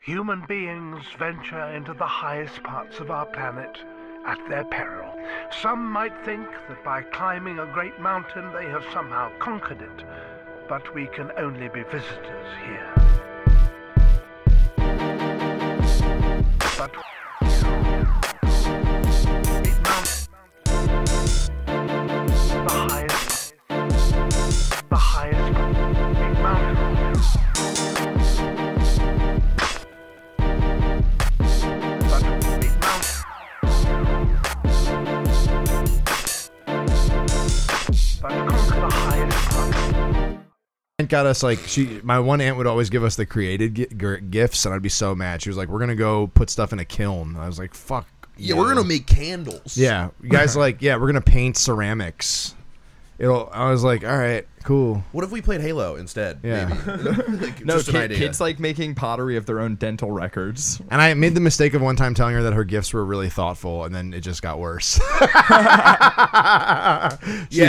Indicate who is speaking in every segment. Speaker 1: Human beings venture into the highest parts of our planet at their peril. Some might think that by climbing a great mountain they have somehow conquered it, but we can only be visitors here. But the highest, the highest mountain. But but conquer the highest mountain.
Speaker 2: aunt got us like she my one aunt would always give us the created gi- gr- gifts and i'd be so mad she was like we're gonna go put stuff in a kiln i was like fuck
Speaker 3: Yeah,
Speaker 2: you."
Speaker 3: we're gonna make candles.
Speaker 2: yeah you guys like yeah we're gonna paint ceramics it'll i was like all right cool
Speaker 3: What if we played Halo instead?
Speaker 2: Yeah.
Speaker 3: Maybe. Like,
Speaker 4: No,
Speaker 3: just an
Speaker 4: ki-
Speaker 3: idea.
Speaker 4: kids like making pottery of their own dental records.
Speaker 2: and i made the mistake of one time telling her that her gifts were really thoughtful and then it just got worse
Speaker 3: yeah,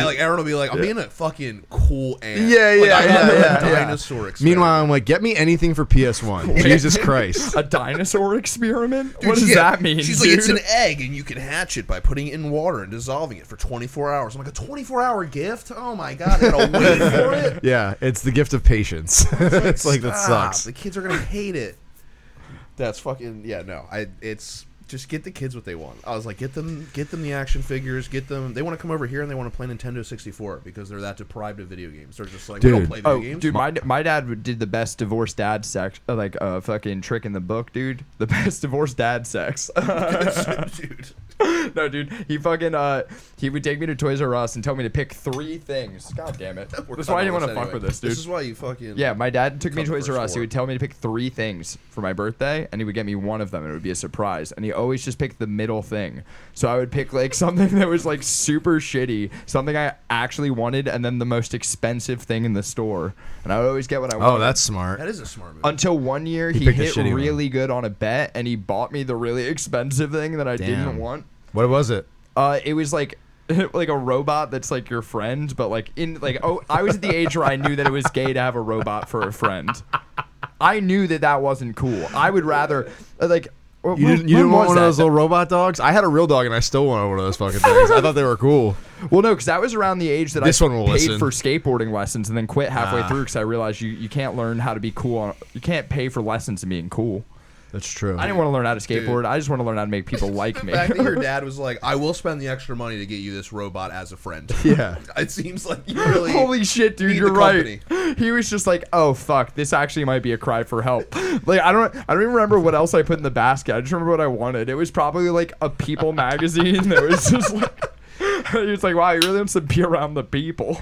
Speaker 3: like Aaron will be like, I'm being a fucking cool ant.
Speaker 2: Yeah,
Speaker 3: Like,
Speaker 2: yeah,
Speaker 3: I'm
Speaker 2: yeah, yeah,
Speaker 3: a
Speaker 2: yeah.
Speaker 3: Dinosaur. experiment.
Speaker 2: meanwhile i'm like get me anything for ps1 jesus christ
Speaker 4: A dinosaur experiment?
Speaker 3: Dude,
Speaker 4: what does
Speaker 3: yeah.
Speaker 4: that mean?
Speaker 3: She's
Speaker 4: dude?
Speaker 3: like, it's an egg, and you can hatch it by putting it in water and dissolving it for 24 hours. I'm like, a 24 hour gift? Oh my god, I gotta wait for it.
Speaker 2: yeah it's the gift of patience it's like that
Speaker 3: Stop.
Speaker 2: sucks
Speaker 3: The kids are gonna hate it. That's fucking yeah. No, I it's just get the kids what they want. I was like, get them, get them the action figures, get them. They want to come over here and they want to play Nintendo 64 because they're that deprived of video games. They're just like, we don't
Speaker 2: Dude.
Speaker 3: play video
Speaker 4: Oh,
Speaker 3: games.
Speaker 4: dude, my, my dad did the best divorced dad sex, uh, like uh, fucking trick in the book, dude. The best divorced dad sex.
Speaker 3: dude.
Speaker 4: no, dude, he fucking uh, he would take me to Toys R Us and tell me to pick three things. God damn it!
Speaker 3: We're
Speaker 4: That's why I didn't want to
Speaker 3: coming
Speaker 4: fuck
Speaker 3: anyway.
Speaker 4: with this, dude.
Speaker 3: This is why you fucking
Speaker 4: yeah, my dad took me to
Speaker 3: Cover
Speaker 4: Toys R
Speaker 3: for
Speaker 4: Us. He
Speaker 3: sure.
Speaker 4: would tell me to pick three things for my birthday, and he would get me one of them, and it would be a surprise. And he always just picked the middle thing. So I would pick like something that was like super shitty, something I actually wanted, and then the most expensive thing in the store. And I would always get what I wanted.
Speaker 2: oh that's smart
Speaker 3: That is a smart move.
Speaker 4: Until one year, he,
Speaker 2: picked a
Speaker 4: hit
Speaker 2: shitty one.
Speaker 4: really good on a bet, and he bought me the really expensive thing that I
Speaker 2: Damn.
Speaker 4: didn't want.
Speaker 2: what was it
Speaker 4: Uh, it was like like a robot that's like your friend, but like in like oh, I was at the age where I knew that it was gay to have a robot for a friend. I knew that that wasn't cool. I would rather uh, like wh-
Speaker 2: You
Speaker 4: when-
Speaker 2: didn't, you
Speaker 4: when
Speaker 2: didn't want one
Speaker 4: was
Speaker 2: of
Speaker 4: that?
Speaker 2: those little robot dogs? I had a real dog and I still wanted one of those fucking things. I thought they were cool.
Speaker 4: Well, no, because that was around the age that
Speaker 2: This
Speaker 4: I
Speaker 2: one will
Speaker 4: paid
Speaker 2: listen.
Speaker 4: for skateboarding lessons and then quit halfway
Speaker 2: Ah.
Speaker 4: through because I realized you you can't learn how to be cool. On, you can't pay for lessons in being cool.
Speaker 2: That's true.
Speaker 4: I didn't want to learn how to skateboard. I just want to learn how to make people like me.
Speaker 3: The fact that your dad was like, "I will spend the extra money to get you this robot as a friend."
Speaker 2: Yeah.
Speaker 3: it seems like you really.
Speaker 4: Holy shit, dude,
Speaker 3: need
Speaker 4: you're
Speaker 3: the
Speaker 4: right. He was just like, "Oh fuck, this actually might be a cry for help." like I don't, I don't even remember what else I put in the basket. I just remember what I wanted. It was probably like a People magazine that was just like, he was like, "Wow, you really want to be around the people."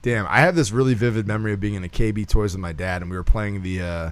Speaker 2: Damn, I have this really vivid memory of being in a KB Toys with my dad, and we were playing the uh,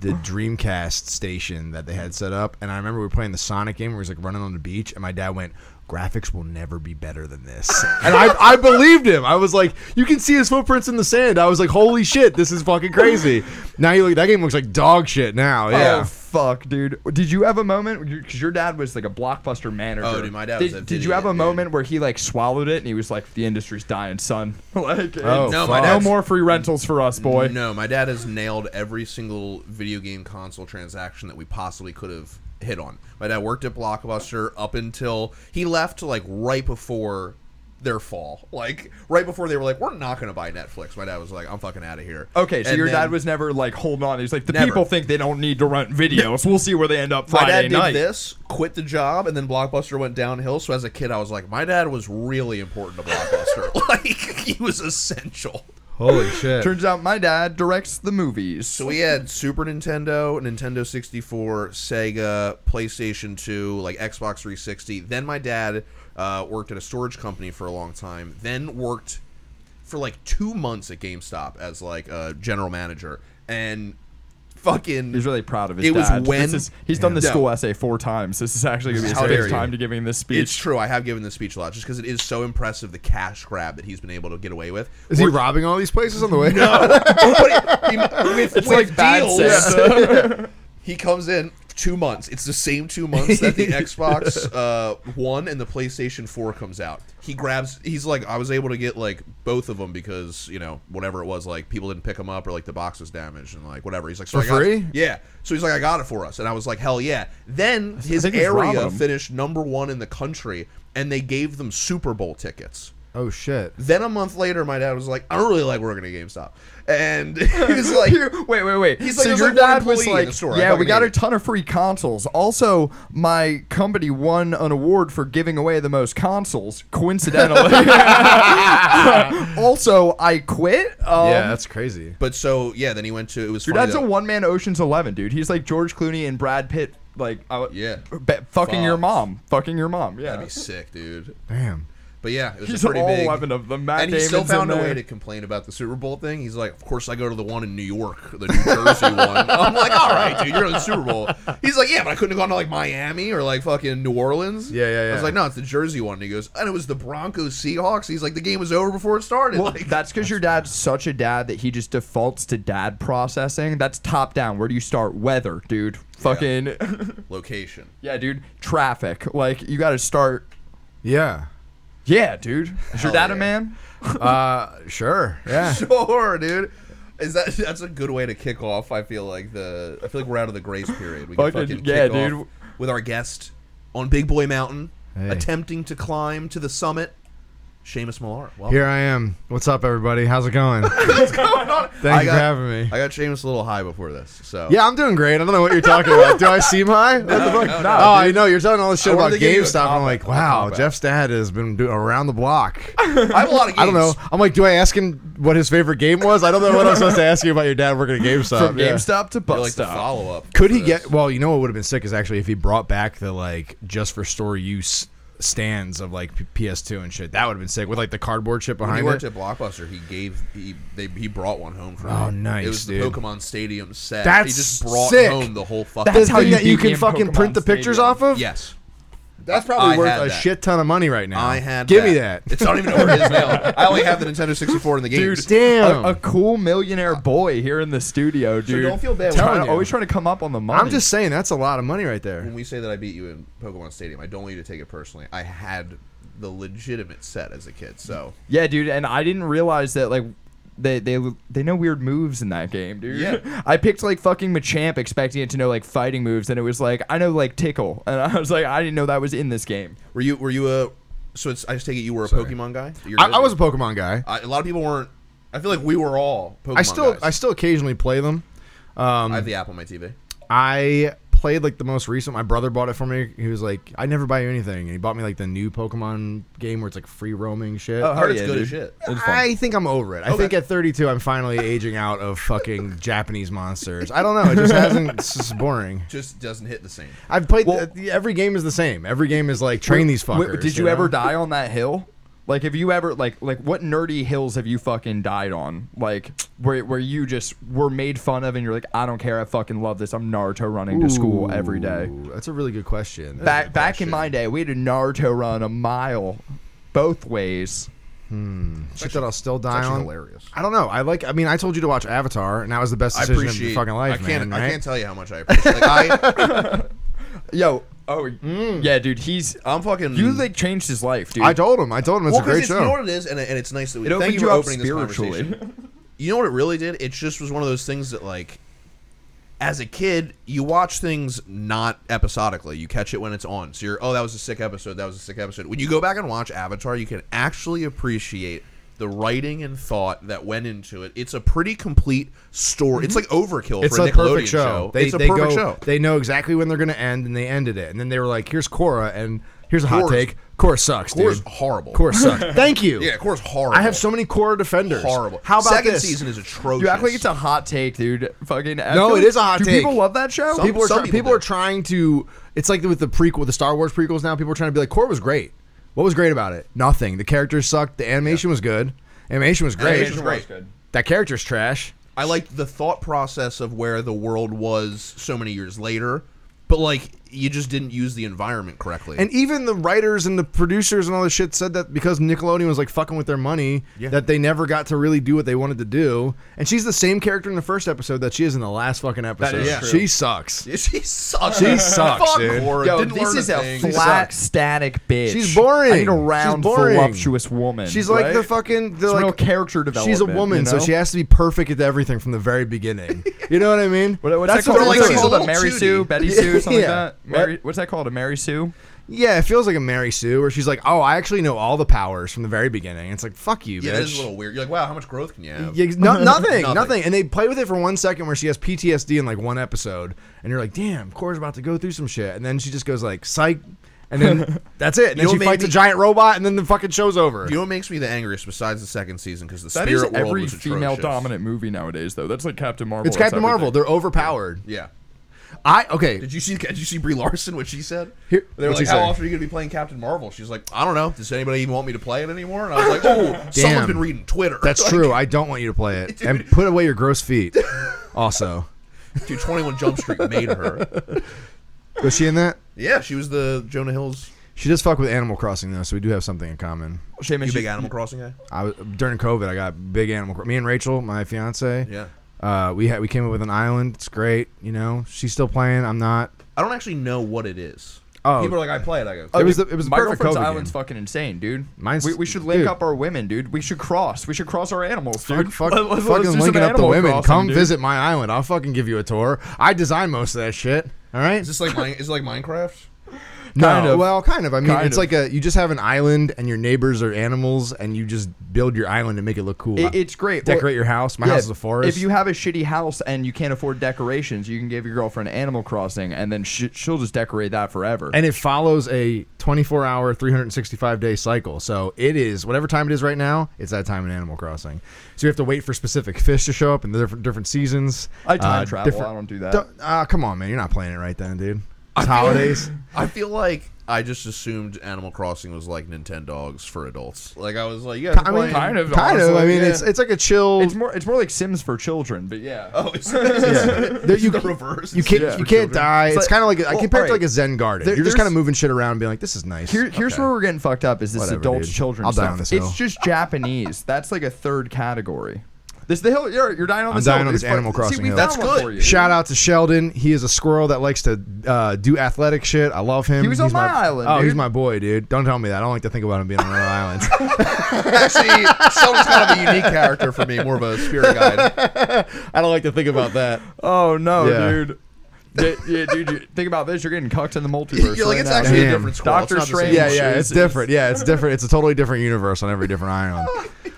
Speaker 2: the Dreamcast station that they had set up. And I remember we were playing the Sonic game where he's like running on the beach, and my dad went, "Graphics will never be better than this." and I, I believed him. I was like, "You can see his footprints in the sand." I was like, "Holy shit, this is fucking crazy." now you look, that game looks like dog shit now.
Speaker 4: Oh
Speaker 2: Yeah.
Speaker 4: fuck, dude. Did you have a moment because your dad was like a blockbuster manager?
Speaker 3: Oh, dude, my dad was
Speaker 4: Did,
Speaker 3: a
Speaker 4: did you have a
Speaker 3: idiot, dude.
Speaker 4: moment where he like swallowed it and he was like, "The industry's dying, son. like,
Speaker 2: Oh,
Speaker 3: No, my
Speaker 2: fuck.
Speaker 4: no
Speaker 3: dad's- Mm-hmm.
Speaker 4: more free rentals for us, boy."
Speaker 3: No, my dad has nailed every single video game console transaction that we possibly could have hit on. My dad worked at Blockbuster up until he left, like right before their fall, like right before they were like, "We're not going to buy Netflix." My dad was like, "I'm fucking out of here."
Speaker 4: Okay, so
Speaker 3: And
Speaker 4: your
Speaker 3: then-
Speaker 4: dad was never like holding on. He's like, the
Speaker 3: Never.
Speaker 4: people think they don't need to rent videos. We'll see where they end up
Speaker 3: my
Speaker 4: Friday
Speaker 3: dad did
Speaker 4: night.
Speaker 3: this, quit the job, and then Blockbuster went downhill. So as a kid, I was like, my dad was really important to Blockbuster. like he was essential.
Speaker 4: Oh,
Speaker 2: Holy shit.
Speaker 4: Turns out my dad directs the movies.
Speaker 3: So we had Super Nintendo, Nintendo 64, Sega, PlayStation 2, like Xbox 360. Then my dad uh, worked at a storage company for a long time. Then worked for like two months at GameStop as like a general manager. And fucking,
Speaker 4: He's really proud of his
Speaker 3: It was
Speaker 4: dad.
Speaker 3: when-
Speaker 4: This is- he's done the
Speaker 3: Yeah.
Speaker 4: school essay four times. This is actually going to be his
Speaker 3: How dare
Speaker 4: fifth
Speaker 3: you.
Speaker 4: time to giving this speech.
Speaker 3: It's true. I have given this speech a lot just because it is so impressive the cash grab that he's been able to get away with.
Speaker 2: Is he robbing all these places on the way?
Speaker 3: But he- he- with,
Speaker 4: It's
Speaker 3: with
Speaker 4: like bad
Speaker 3: deals, uh,
Speaker 4: Santa.
Speaker 3: he comes in, two months. It's the same two months that the Xbox uh, One and the PlayStation Four comes out. He grabs. He's like, I was able to get like both of them because you know whatever it was, like people didn't pick them up or like the box was damaged and like whatever. He's like, so
Speaker 2: For
Speaker 3: I got it."
Speaker 2: free?
Speaker 3: Yeah. So he's like, I got it for us, and I was like, hell yeah. Then his
Speaker 4: think he's robbing
Speaker 3: area
Speaker 4: 'em.
Speaker 3: finished number one in the country, and they gave them Super Bowl tickets.
Speaker 2: Oh shit.
Speaker 3: Then a month later, my dad was like, I don't really like working at GameStop, and he was like,
Speaker 4: wait, wait, wait.
Speaker 3: He's like,
Speaker 4: so
Speaker 3: there's
Speaker 4: your
Speaker 3: like one
Speaker 4: dad was
Speaker 3: employee in
Speaker 4: like,
Speaker 3: the store. I
Speaker 4: yeah,
Speaker 3: fucking
Speaker 4: we got
Speaker 3: hate
Speaker 4: a
Speaker 3: it."
Speaker 4: ton of free consoles. Also, my company won an award for giving away the most consoles, coincidentally. also, I quit. Um,
Speaker 2: yeah, that's crazy.
Speaker 3: But so yeah, then he went to it was.
Speaker 4: Your
Speaker 3: funny
Speaker 4: dad's
Speaker 3: though.
Speaker 4: a one man Ocean's Eleven, dude. He's like George Clooney and Brad Pitt, like I w-
Speaker 3: Yeah.
Speaker 4: be- fucking your
Speaker 3: Fuck.
Speaker 4: mom, fucking your mom. Yeah,
Speaker 3: That'd be sick, dude.
Speaker 2: Damn.
Speaker 3: But yeah, it was
Speaker 4: he's
Speaker 3: a pretty
Speaker 4: all
Speaker 3: big.
Speaker 4: eleven of them. Matt
Speaker 3: and he still
Speaker 4: Damon's in
Speaker 3: found a way
Speaker 4: there.
Speaker 3: to complain about the Super Bowl thing. He's like, "Of course, I go to the one in New York, the New Jersey one." I'm like, "All right, dude, you're in the Super Bowl." He's like, "Yeah, but I couldn't have gone to like Miami or like fucking New Orleans."
Speaker 2: Yeah, yeah,
Speaker 3: I was
Speaker 2: yeah.
Speaker 3: like, "No, it's the Jersey one." And he goes, "And it was the Broncos Seahawks." He's like, "The game was over before it started."
Speaker 4: Well,
Speaker 3: like,
Speaker 4: that's because your dad's such a dad that he just defaults to dad processing. That's top down. Where do you start? Weather, dude. Fucking yeah,
Speaker 3: location.
Speaker 4: dude. Traffic. Like you got to start.
Speaker 2: Yeah.
Speaker 4: Yeah, dude. Is
Speaker 3: Hell
Speaker 4: your dad a
Speaker 3: yeah.
Speaker 4: man?
Speaker 2: Uh, sure. Yeah.
Speaker 3: Sure, dude. Is that that's a good way to kick off? I feel like the I feel like we're out of the grace period. We can
Speaker 4: Fucking-
Speaker 3: fucking,
Speaker 4: yeah,
Speaker 3: kick off
Speaker 4: dude.
Speaker 3: with our guest on Big Boy Mountain,
Speaker 2: Hey.
Speaker 3: attempting to climb to the summit. Seamus Millar. Well,
Speaker 2: Here I am. What's up, everybody? How's it going? Thank you
Speaker 3: I got-
Speaker 2: for having me.
Speaker 3: I got Seamus a little high before this, so
Speaker 2: yeah, I'm doing great. I don't know what you're talking about. Do I seem high? What the fuck?
Speaker 3: no, no,
Speaker 2: oh, I know. You're talking all this shit
Speaker 3: I wanted
Speaker 2: about
Speaker 3: to give you a
Speaker 2: GameStop. and I'm
Speaker 3: comp-
Speaker 2: like,
Speaker 3: a
Speaker 2: wow,
Speaker 3: comp out.
Speaker 2: Jeff's dad has been doing around the block. I
Speaker 3: I have a lot of games.
Speaker 2: don't know. I'm like, do I ask him what his favorite game was? I don't know what I'm supposed to ask you about your dad working at GameStop.
Speaker 4: From
Speaker 2: Yeah.
Speaker 4: GameStop to
Speaker 3: You're
Speaker 4: bus
Speaker 3: like the
Speaker 4: stop.
Speaker 3: follow up.
Speaker 2: Could he get? Well, you know what would have been sick is actually if he brought back the like just for store use stands of like P- PS2 and shit. That would have been sick with like the cardboard shit
Speaker 3: When he
Speaker 2: behind
Speaker 3: worked
Speaker 2: it.
Speaker 3: at Blockbuster, he gave he they, he brought one home for me.
Speaker 2: Oh, nice,
Speaker 3: It was the
Speaker 2: dude.
Speaker 3: Pokemon Stadium set. he
Speaker 2: That's
Speaker 3: just brought
Speaker 2: sick.
Speaker 3: home the whole fucking.
Speaker 2: The
Speaker 4: That's how
Speaker 2: thing
Speaker 4: you
Speaker 2: that you
Speaker 4: beat
Speaker 2: can
Speaker 4: me in
Speaker 2: fucking
Speaker 4: Pokemon
Speaker 2: print the pictures
Speaker 4: Stadium.
Speaker 2: off of.
Speaker 3: yes.
Speaker 2: that's probably
Speaker 3: I had
Speaker 2: worth a
Speaker 3: that.
Speaker 2: shit ton of money right now.
Speaker 3: I had.
Speaker 2: Give me that.
Speaker 3: It's not even over his now. I only have the Nintendo 64 in the game.
Speaker 4: Dude,
Speaker 2: Damn.
Speaker 4: A, a cool millionaire boy here in the studio, dude.
Speaker 3: don't feel bad when
Speaker 4: Trying-
Speaker 2: I do.
Speaker 4: always trying to come up on the money.
Speaker 2: I'm just saying that's a lot of money right there.
Speaker 3: when we say that I beat you in Pokemon Stadium, I don't want you to take it personally. I had the legitimate set as a kid, so
Speaker 4: Yeah, dude, and I didn't realize that like they they they know weird moves in that game, dude.
Speaker 3: Yeah.
Speaker 4: I picked like fucking Machamp expecting it to know like fighting moves, and it was like I know like tickle, and I was like I didn't know that was in this game.
Speaker 3: were you were you a? So it's I just take it you were a Pokemon guy. You're
Speaker 2: I,
Speaker 3: good?
Speaker 2: I was a Pokemon guy.
Speaker 3: I, a lot of people weren't. I feel like we were all. Pokemon
Speaker 2: I still
Speaker 3: guys.
Speaker 2: I still occasionally play them. Um,
Speaker 3: I have the app on my TV.
Speaker 2: I played like the most recent. My brother bought it for me. He was like, "I never buy you anything," and he bought me like the new Pokemon game where it's like free roaming shit.
Speaker 4: Oh,
Speaker 3: I heard
Speaker 4: hell
Speaker 3: it's
Speaker 4: yeah,
Speaker 3: good
Speaker 4: dude.
Speaker 3: as shit.
Speaker 4: It was fun.
Speaker 2: I think I'm over it. I
Speaker 3: Okay.
Speaker 2: think at 32, I'm finally aging out of fucking Japanese monsters. I don't know. It just hasn't. It's just boring.
Speaker 3: Just doesn't hit the same.
Speaker 2: I've played. uh,
Speaker 4: Well-
Speaker 2: the- every game is the same. Every game is like train these
Speaker 4: Wait,
Speaker 2: fuckers.
Speaker 4: did you, ever
Speaker 2: know?
Speaker 4: die on that hill? Like, have you ever like like what nerdy hills have you fucking died on? Like, where where you just were made fun of, and you're like, I don't care, I fucking love this. I'm Naruto running to school every day.
Speaker 2: Ooh, That's a really good question.
Speaker 4: Back back in my day, we had a Naruto run a mile, both ways.
Speaker 2: shit that I'll still die
Speaker 3: actually
Speaker 2: on.
Speaker 3: hilarious.
Speaker 2: I don't know. I like. I mean, I told you to watch Avatar, and that was the best
Speaker 3: I
Speaker 2: decision
Speaker 3: appreciate.
Speaker 2: of your fucking life,
Speaker 3: I can't.
Speaker 2: man.
Speaker 3: I
Speaker 2: right?
Speaker 3: can't tell you how much I appreciate. Like, I,
Speaker 4: Yo, oh yeah, dude, he's
Speaker 3: I'm fucking.
Speaker 4: you like changed his life, dude.
Speaker 2: Mm. I told him. I told him it's
Speaker 3: well,
Speaker 2: a
Speaker 3: 'cause
Speaker 2: great
Speaker 3: it's, You know
Speaker 2: show.
Speaker 3: what it is, and, and it's nice that we.
Speaker 4: It
Speaker 3: thank
Speaker 4: opened
Speaker 3: you,
Speaker 4: you
Speaker 3: for
Speaker 4: up
Speaker 3: opening this
Speaker 4: spiritually.
Speaker 3: conversation. you know what it really did? It just was one of those things that like as a kid, you watch things not episodically. You catch it when it's on. So you're, oh, that was a sick episode. That was a sick episode. When you go back and watch Avatar, you can actually appreciate the writing and thought that went into it. It's a pretty complete story. It's like
Speaker 2: Mm-hmm.
Speaker 3: overkill
Speaker 2: It's
Speaker 3: for
Speaker 2: a
Speaker 3: a Nickelodeon
Speaker 2: perfect show. They,
Speaker 3: it's a
Speaker 2: they
Speaker 3: perfect
Speaker 2: go,
Speaker 3: show.
Speaker 2: They know exactly when they're going to end, and they ended it. And then they were like, "Here's Cora," and here's a hot
Speaker 3: Korra's-
Speaker 2: take. Cora sucks,
Speaker 3: Korra's
Speaker 2: dude.
Speaker 3: horrible.
Speaker 2: Cora sucks. Thank you.
Speaker 3: yeah, of course, horrible.
Speaker 2: I have so many Cora defenders.
Speaker 3: horrible.
Speaker 2: How about
Speaker 3: second
Speaker 2: this?
Speaker 3: season is atrocious.
Speaker 4: you act like it's a hot take, dude. Fucking
Speaker 2: No, it is a hot
Speaker 4: do
Speaker 2: take.
Speaker 4: People love that show.
Speaker 3: Some-
Speaker 2: people are try-
Speaker 3: people
Speaker 2: people
Speaker 3: do.
Speaker 2: are trying to. It's like with the prequel, the Star Wars prequels. Now people are trying to be like, Cora was great. What was great about it? Nothing. The characters sucked. The animation was good. Animation was great.
Speaker 3: Animation was great.
Speaker 2: That character's trash.
Speaker 3: I liked the thought process of where the world was so many years later, but like you just didn't use the environment correctly.
Speaker 2: And even the writers and the producers and all this shit said that because Nickelodeon was like fucking with their money, that they never got to really do what they wanted to do. And she's the same character in the first episode that she is in the last fucking episode.
Speaker 3: is Yeah. true.
Speaker 2: She sucks.
Speaker 3: she sucks.
Speaker 2: She sucks,
Speaker 3: Fuck
Speaker 2: dude.
Speaker 3: Cora.
Speaker 4: Yo,
Speaker 3: Didn't
Speaker 4: this
Speaker 3: learn
Speaker 4: is
Speaker 3: a,
Speaker 4: a
Speaker 3: thing.
Speaker 4: flat, static bitch.
Speaker 2: She's boring.
Speaker 4: I need a round,
Speaker 2: She's boring.
Speaker 4: voluptuous woman.
Speaker 2: She's like
Speaker 4: right?
Speaker 2: the fucking. The
Speaker 4: It's
Speaker 2: like,
Speaker 4: real character development.
Speaker 2: She's a woman,
Speaker 4: you know?
Speaker 2: so she has to be perfect at everything from the very beginning. you know what I mean?
Speaker 4: What, what's
Speaker 2: That's
Speaker 4: that
Speaker 2: what
Speaker 4: called?
Speaker 2: they're
Speaker 4: What's that
Speaker 2: doing.
Speaker 3: She's
Speaker 4: called?
Speaker 3: a
Speaker 4: A
Speaker 3: little
Speaker 4: Mary
Speaker 3: tootie.
Speaker 4: Sue, Betty Sue, something
Speaker 2: Yeah.
Speaker 4: like that. Mary, what's that called? A Mary Sue?
Speaker 2: Yeah, it feels like a Mary Sue, where she's like, "Oh, I actually know all the powers from the very beginning." It's like, "Fuck you,
Speaker 3: Yeah,
Speaker 2: bitch."
Speaker 3: that is a little weird. You're like, wow, how much growth can you have?
Speaker 2: Yeah, no, nothing,
Speaker 3: Nothing.
Speaker 2: nothing, And they play with it for one second where she has PTSD in like one episode, and you're like, "Damn, Cora's about to go through some shit," and then she just goes like, "Psych," and then that's it. And
Speaker 3: You know
Speaker 2: then she
Speaker 3: what made
Speaker 2: fights a
Speaker 3: me-
Speaker 2: giant robot, and then the fucking show's over.
Speaker 3: You know what makes me the angriest besides the second season because the
Speaker 4: That
Speaker 3: spirit
Speaker 4: is
Speaker 3: world
Speaker 4: every
Speaker 3: was
Speaker 4: female
Speaker 3: atrocious.
Speaker 4: dominant movie nowadays, though. That's like Captain Marvel.
Speaker 2: it's Captain
Speaker 4: everything.
Speaker 2: Marvel. They're overpowered.
Speaker 3: Yeah.
Speaker 2: I okay.
Speaker 3: Did you see? Did you see Brie Larson? What she said?
Speaker 2: Here-
Speaker 3: they were
Speaker 2: what'd she
Speaker 3: like, "How
Speaker 2: say?
Speaker 3: often are you going to be playing Captain Marvel?" She's like, "I don't know. Does anybody even want me to play it anymore?" And I was like, "Oh, someone's
Speaker 2: Damn.
Speaker 3: been reading Twitter."
Speaker 2: That's
Speaker 3: Like,
Speaker 2: true. I don't want you to play it, and put away your gross feet. Also,
Speaker 3: Dude, Twenty One Jump Street made her.
Speaker 2: was she in that?
Speaker 3: Yeah, she was the Jonah Hill's.
Speaker 2: She does fuck with Animal Crossing though, so we do have something in common.
Speaker 4: Shame and
Speaker 3: You
Speaker 4: she-
Speaker 3: big Animal Crossing guy?
Speaker 2: I was, during COVID, I got big Animal. Cro- Me and Rachel, my fiance,
Speaker 3: Yeah.
Speaker 2: uh, we had we came up with an island. It's great, you know. She's still playing. I'm not.
Speaker 3: I don't actually know what it is.
Speaker 2: Oh.
Speaker 3: people are like, "I play it." I go,
Speaker 2: it was the, it was the
Speaker 4: My
Speaker 2: perfect
Speaker 4: girlfriend's
Speaker 2: COVID
Speaker 4: island's
Speaker 2: game.
Speaker 4: fucking insane, dude.
Speaker 2: Mine's-
Speaker 4: we, we should link
Speaker 2: dude.
Speaker 4: up our women, dude. We should cross. We should cross our animals, dude.
Speaker 2: Fuck, fuck,
Speaker 4: Let- let's- let's do
Speaker 2: fucking
Speaker 4: some
Speaker 2: linking up the
Speaker 4: Animal
Speaker 2: women.
Speaker 4: Crossing,
Speaker 2: Come
Speaker 4: dude.
Speaker 2: visit my island. I'll fucking give you a tour. I design most of that shit. All right.
Speaker 3: "Is this like mine? Is it like Minecraft?"
Speaker 2: no,
Speaker 4: kind of.
Speaker 2: well, kind of. I mean,
Speaker 4: Kind
Speaker 2: it's
Speaker 4: of.
Speaker 2: like a you just have an island and your neighbors are animals and you just build your island and make it look cool.
Speaker 4: It- it's great.
Speaker 2: Decorate
Speaker 4: Well,
Speaker 2: your house. My
Speaker 4: yeah,
Speaker 2: house is a forest.
Speaker 4: If you have a shitty house and you can't afford decorations, you can give your girlfriend Animal Crossing, and then she, she'll just decorate that forever.
Speaker 2: and it follows a 24 hour 365 day cycle so it is whatever time it is right now it's that time in animal crossing so you have to wait for specific fish to show up in the different, different seasons Uh,
Speaker 4: I time travel. I
Speaker 2: different-
Speaker 4: don't do that.
Speaker 2: Don't- ah, come on man you're not playing it right then dude it's holidays
Speaker 3: I feel like I just assumed Animal Crossing was like Nintendogs for adults. Like I was like, yeah,
Speaker 2: i mean
Speaker 4: Kind of,
Speaker 2: kind of i
Speaker 4: honestly,
Speaker 2: mean
Speaker 4: yeah.
Speaker 2: it's it's like a chill
Speaker 4: it's more it's more like Sims for children, but yeah.
Speaker 3: Oh, it's, it's,
Speaker 2: There- you,
Speaker 3: the reverse.
Speaker 2: you can't
Speaker 4: Yeah.
Speaker 2: you can't die. It's,
Speaker 4: like-
Speaker 2: kind of like I
Speaker 4: well,
Speaker 2: compare it to
Speaker 4: alright.
Speaker 2: like a Zen garden.
Speaker 4: There-
Speaker 2: You're just
Speaker 4: there's-
Speaker 2: kind of moving shit around, and being like, "This is nice."
Speaker 4: Here, here's where we're getting fucked up is this
Speaker 2: Whatever,
Speaker 4: adult
Speaker 2: dude.
Speaker 4: children
Speaker 2: I'll die
Speaker 4: stuff.
Speaker 2: on this hill.
Speaker 4: It's just Japanese. That's like a third category. This the hill you're, you're dying on
Speaker 2: I'm
Speaker 4: this
Speaker 2: dying
Speaker 4: hill.
Speaker 2: on
Speaker 4: It's
Speaker 2: this
Speaker 4: fuck-
Speaker 2: Animal Crossing
Speaker 4: See, we
Speaker 2: hill.
Speaker 4: found
Speaker 3: That's
Speaker 4: one
Speaker 3: good.
Speaker 4: for you.
Speaker 2: Shout out to Sheldon. He is a squirrel that likes to uh, do athletic shit. I love him.
Speaker 4: He was on
Speaker 2: He's
Speaker 4: my island,
Speaker 2: Oh, he's
Speaker 4: dude.
Speaker 2: my boy, dude. Don't tell me that. I don't like to think about him being on another island.
Speaker 3: Actually, someone's kind of a unique character for me, more of a spirit guide.
Speaker 2: I don't like to think about that.
Speaker 4: Oh no,
Speaker 2: Yeah.
Speaker 4: dude. D- yeah, dude. You, think about this. You're getting cucked in the multiverse.
Speaker 3: You're like,
Speaker 4: right
Speaker 3: it's
Speaker 4: now,
Speaker 3: actually
Speaker 4: dude.
Speaker 3: a different squirrel.
Speaker 4: Doctor
Speaker 3: it's not the same
Speaker 4: Strange.
Speaker 2: Yeah,
Speaker 3: shit.
Speaker 2: yeah, it's
Speaker 4: Jesus.
Speaker 2: different. Yeah, it's different. It's a totally different universe on every different island.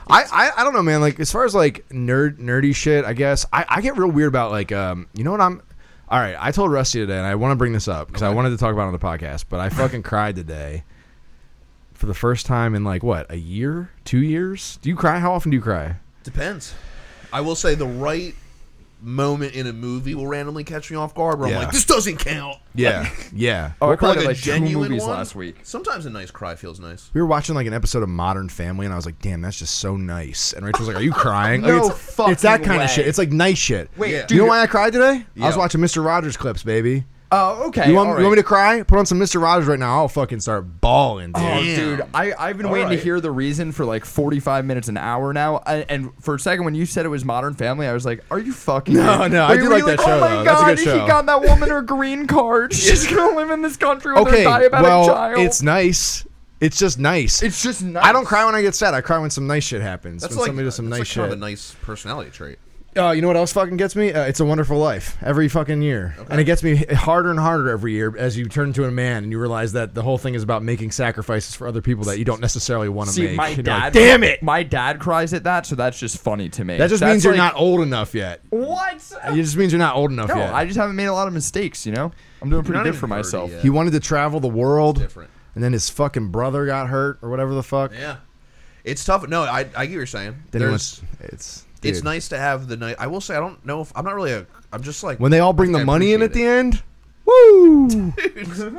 Speaker 2: I, I, I don't know, man. Like as far as like nerd nerdy shit, I guess I, I get real weird about like um you know what I'm. All right, I told Rusty today, and I want to bring this up because I wanted to talk about it on the podcast, but I fucking cried today for the first time in like what a year, two years. Do you cry? How often do you cry?
Speaker 3: Depends. I will say the right moment in a movie will randomly catch me off guard where
Speaker 2: Yeah.
Speaker 3: I'm like, this doesn't count.
Speaker 2: Yeah, yeah.
Speaker 4: Oh, I cried
Speaker 3: Like
Speaker 4: at
Speaker 3: a
Speaker 4: like two
Speaker 3: genuine
Speaker 4: movies
Speaker 3: one.
Speaker 4: last week.
Speaker 3: Sometimes a nice cry feels nice.
Speaker 2: We were watching like an episode of Modern Family, and I was like, "Damn, that's just so nice." And Rachel was like, "Are you crying?" Like, it's,
Speaker 4: No
Speaker 2: it's that
Speaker 4: fucking
Speaker 2: kind
Speaker 4: way.
Speaker 2: of shit. It's like nice shit.
Speaker 4: Wait,
Speaker 3: Yeah.
Speaker 2: do you know
Speaker 4: dude-
Speaker 2: why I cried today? I was
Speaker 3: Yeah.
Speaker 2: watching Mister Rogers clips, baby.
Speaker 4: Oh, okay.
Speaker 2: you, want,
Speaker 4: all
Speaker 2: you want me
Speaker 4: right.
Speaker 2: to cry? Put on some Mister Rogers right now. I'll fucking start bawling, dude.
Speaker 4: Oh,
Speaker 3: Damn.
Speaker 4: dude, I, I've been
Speaker 3: All
Speaker 4: waiting
Speaker 3: right.
Speaker 4: to hear the reason for like 45 minutes, an hour now. I, and for a second, when you said it was Modern Family, I was like, are you fucking.
Speaker 2: No, no, I
Speaker 4: Are you
Speaker 2: do like that show,
Speaker 4: Oh my
Speaker 2: though.
Speaker 4: god,
Speaker 2: That's a good show."
Speaker 4: she got that woman her green card. She's going to live in this country with
Speaker 2: okay,
Speaker 4: her diabetic
Speaker 2: well,
Speaker 4: child.
Speaker 2: it's nice. It's just nice.
Speaker 4: It's just nice.
Speaker 2: I don't cry when I get sad. I cry when some nice shit happens.
Speaker 3: That's
Speaker 2: when
Speaker 3: like,
Speaker 2: somebody does some nice
Speaker 3: that's like
Speaker 2: shit.
Speaker 3: kind of a nice personality trait.
Speaker 2: Uh, you know what else fucking gets me? Uh, it's a Wonderful Life every fucking year, and it gets me h- harder and harder every year as you turn into a man and you realize that the whole thing is about making sacrifices for other people that you don't necessarily want to
Speaker 4: See,
Speaker 2: make.
Speaker 4: my
Speaker 2: You're like,
Speaker 4: dad.
Speaker 2: damn it!
Speaker 4: My dad cries at that, so that's just funny to me.
Speaker 2: That just
Speaker 4: That's
Speaker 2: means you're
Speaker 4: like-
Speaker 2: not old enough yet.
Speaker 4: What?
Speaker 2: It just means you're not old enough
Speaker 4: No,
Speaker 2: yet.
Speaker 4: I just haven't made a lot of mistakes, you know? I'm doing pretty
Speaker 3: not
Speaker 4: good
Speaker 3: even
Speaker 4: for
Speaker 3: 30
Speaker 4: myself.
Speaker 3: yet.
Speaker 2: he wanted to travel the world,
Speaker 3: Different.
Speaker 2: and then his fucking brother got hurt or whatever the fuck.
Speaker 3: Yeah. It's tough. No, I, I get what you're saying.
Speaker 2: Then he
Speaker 3: There's-
Speaker 2: wants, it's
Speaker 3: it's
Speaker 2: dude.
Speaker 3: nice to have the night. I will say, I don't know if I'm not really a. I'm just like
Speaker 2: when they all bring
Speaker 3: I
Speaker 2: the
Speaker 3: think I
Speaker 2: money in at the
Speaker 3: appreciate
Speaker 2: end. Woo!
Speaker 3: it.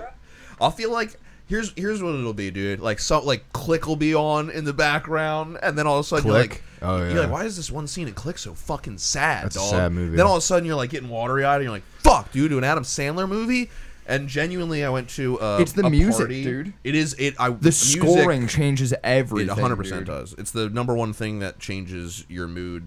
Speaker 3: I'll feel like here's here's what it'll be, dude. Like some like click will be on in the background, and then all of a sudden
Speaker 2: Click?
Speaker 3: you're
Speaker 2: Oh,
Speaker 3: like, you're
Speaker 2: yeah.
Speaker 3: like, why is this one scene in Click so fucking sad?
Speaker 2: That's a
Speaker 3: dog?
Speaker 2: sad movie.
Speaker 3: Then all of a sudden you're like getting watery eyed, and you're like, fuck, dude, do an Adam Sandler movie. And genuinely, I went to uh,
Speaker 4: It's the
Speaker 3: a
Speaker 4: music,
Speaker 3: party.
Speaker 4: dude.
Speaker 3: It is it. I
Speaker 4: The scoring changes
Speaker 3: It
Speaker 4: everything.
Speaker 3: 100
Speaker 4: dude.
Speaker 3: percent does. It's the number one thing that changes your mood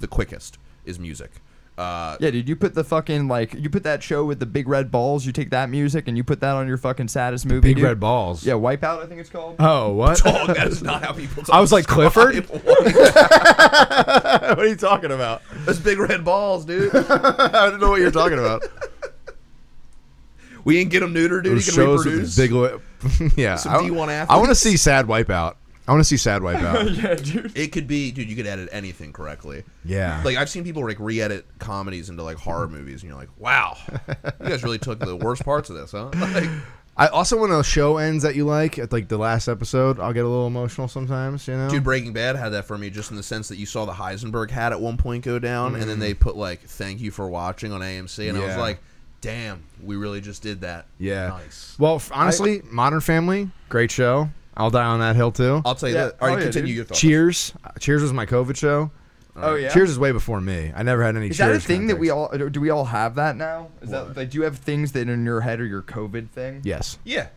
Speaker 3: the quickest is music. Uh,
Speaker 4: Yeah, dude, you put the fucking like you put that show with the big red balls. You take that music and you put that on your fucking saddest movie.
Speaker 2: Big
Speaker 4: dude.
Speaker 2: red balls.
Speaker 4: Yeah, Wipeout, I think it's called.
Speaker 2: Oh, what?
Speaker 3: Dog, that is not how people. Talk
Speaker 2: I was like,
Speaker 3: describe
Speaker 2: Clifford?
Speaker 3: what-
Speaker 2: what are you talking about?
Speaker 3: Those big red balls, dude.
Speaker 2: I don't know what you're talking about.
Speaker 3: We didn't get them neutered, dude.
Speaker 2: Those
Speaker 3: You can
Speaker 2: shows with
Speaker 3: reproduce.
Speaker 2: the big lip. yeah.
Speaker 3: Some
Speaker 2: I,
Speaker 3: D1 athletes.
Speaker 2: want to see Sad Wipeout. I want to see Sad Wipeout.
Speaker 4: yeah, dude.
Speaker 3: It could be, dude. You could edit anything correctly.
Speaker 2: Yeah.
Speaker 3: Like I've seen people like re-edit comedies into like horror movies, and you're like, wow, you guys really took the worst parts of this, huh? Like,
Speaker 2: I also when a show ends that you like, at like the last episode, I'll get a little emotional sometimes. You know.
Speaker 3: dude, Breaking Bad had that for me, just in the sense that you saw the Heisenberg hat at one point go down, and then they put like, thank you for watching on AMC, and I was
Speaker 2: Yeah.
Speaker 3: like, damn, we really just did that.
Speaker 2: yeah.
Speaker 3: nice.
Speaker 2: Well, f- honestly, Modern Family, great show. I'll die on that hill too.
Speaker 3: I'll tell you
Speaker 4: Yeah,
Speaker 3: that. All
Speaker 4: oh
Speaker 3: right,
Speaker 4: yeah,
Speaker 3: continue
Speaker 4: dude.
Speaker 3: your thoughts.
Speaker 2: Cheers. Uh, Cheers was my COVID show. Uh,
Speaker 4: Oh yeah.
Speaker 2: Cheers is way before me. I never had any.
Speaker 4: Is
Speaker 2: Cheers
Speaker 4: that a thing that we
Speaker 2: context.
Speaker 4: all do? We all have that now? Is that like do you have things that in your head are your COVID thing?
Speaker 2: Yes.
Speaker 3: Yeah,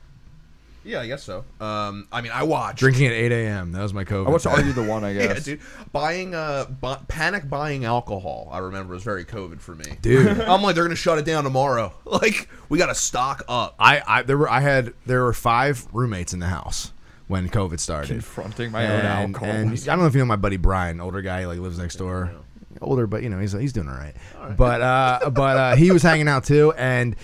Speaker 3: yeah, I guess so. Um, I mean, I watched.
Speaker 2: Drinking at 8 a.m. That was my COVID.
Speaker 4: I watched Are You the One? I
Speaker 3: Yeah,
Speaker 4: guess.
Speaker 3: dude. Buying uh, bu- panic buying alcohol. I remember was very COVID for me.
Speaker 2: Dude.
Speaker 3: I'm like, they're gonna shut it down tomorrow. Like, we gotta stock up.
Speaker 2: I, I there were I had there were five roommates in the house when COVID started.
Speaker 4: Confronting my own
Speaker 2: And,
Speaker 4: alcohol.
Speaker 2: and I don't know if you know my buddy Brian, older guy, he, like lives next door. Older, but you know he's he's doing all right. But uh, but uh, he was hanging out too, and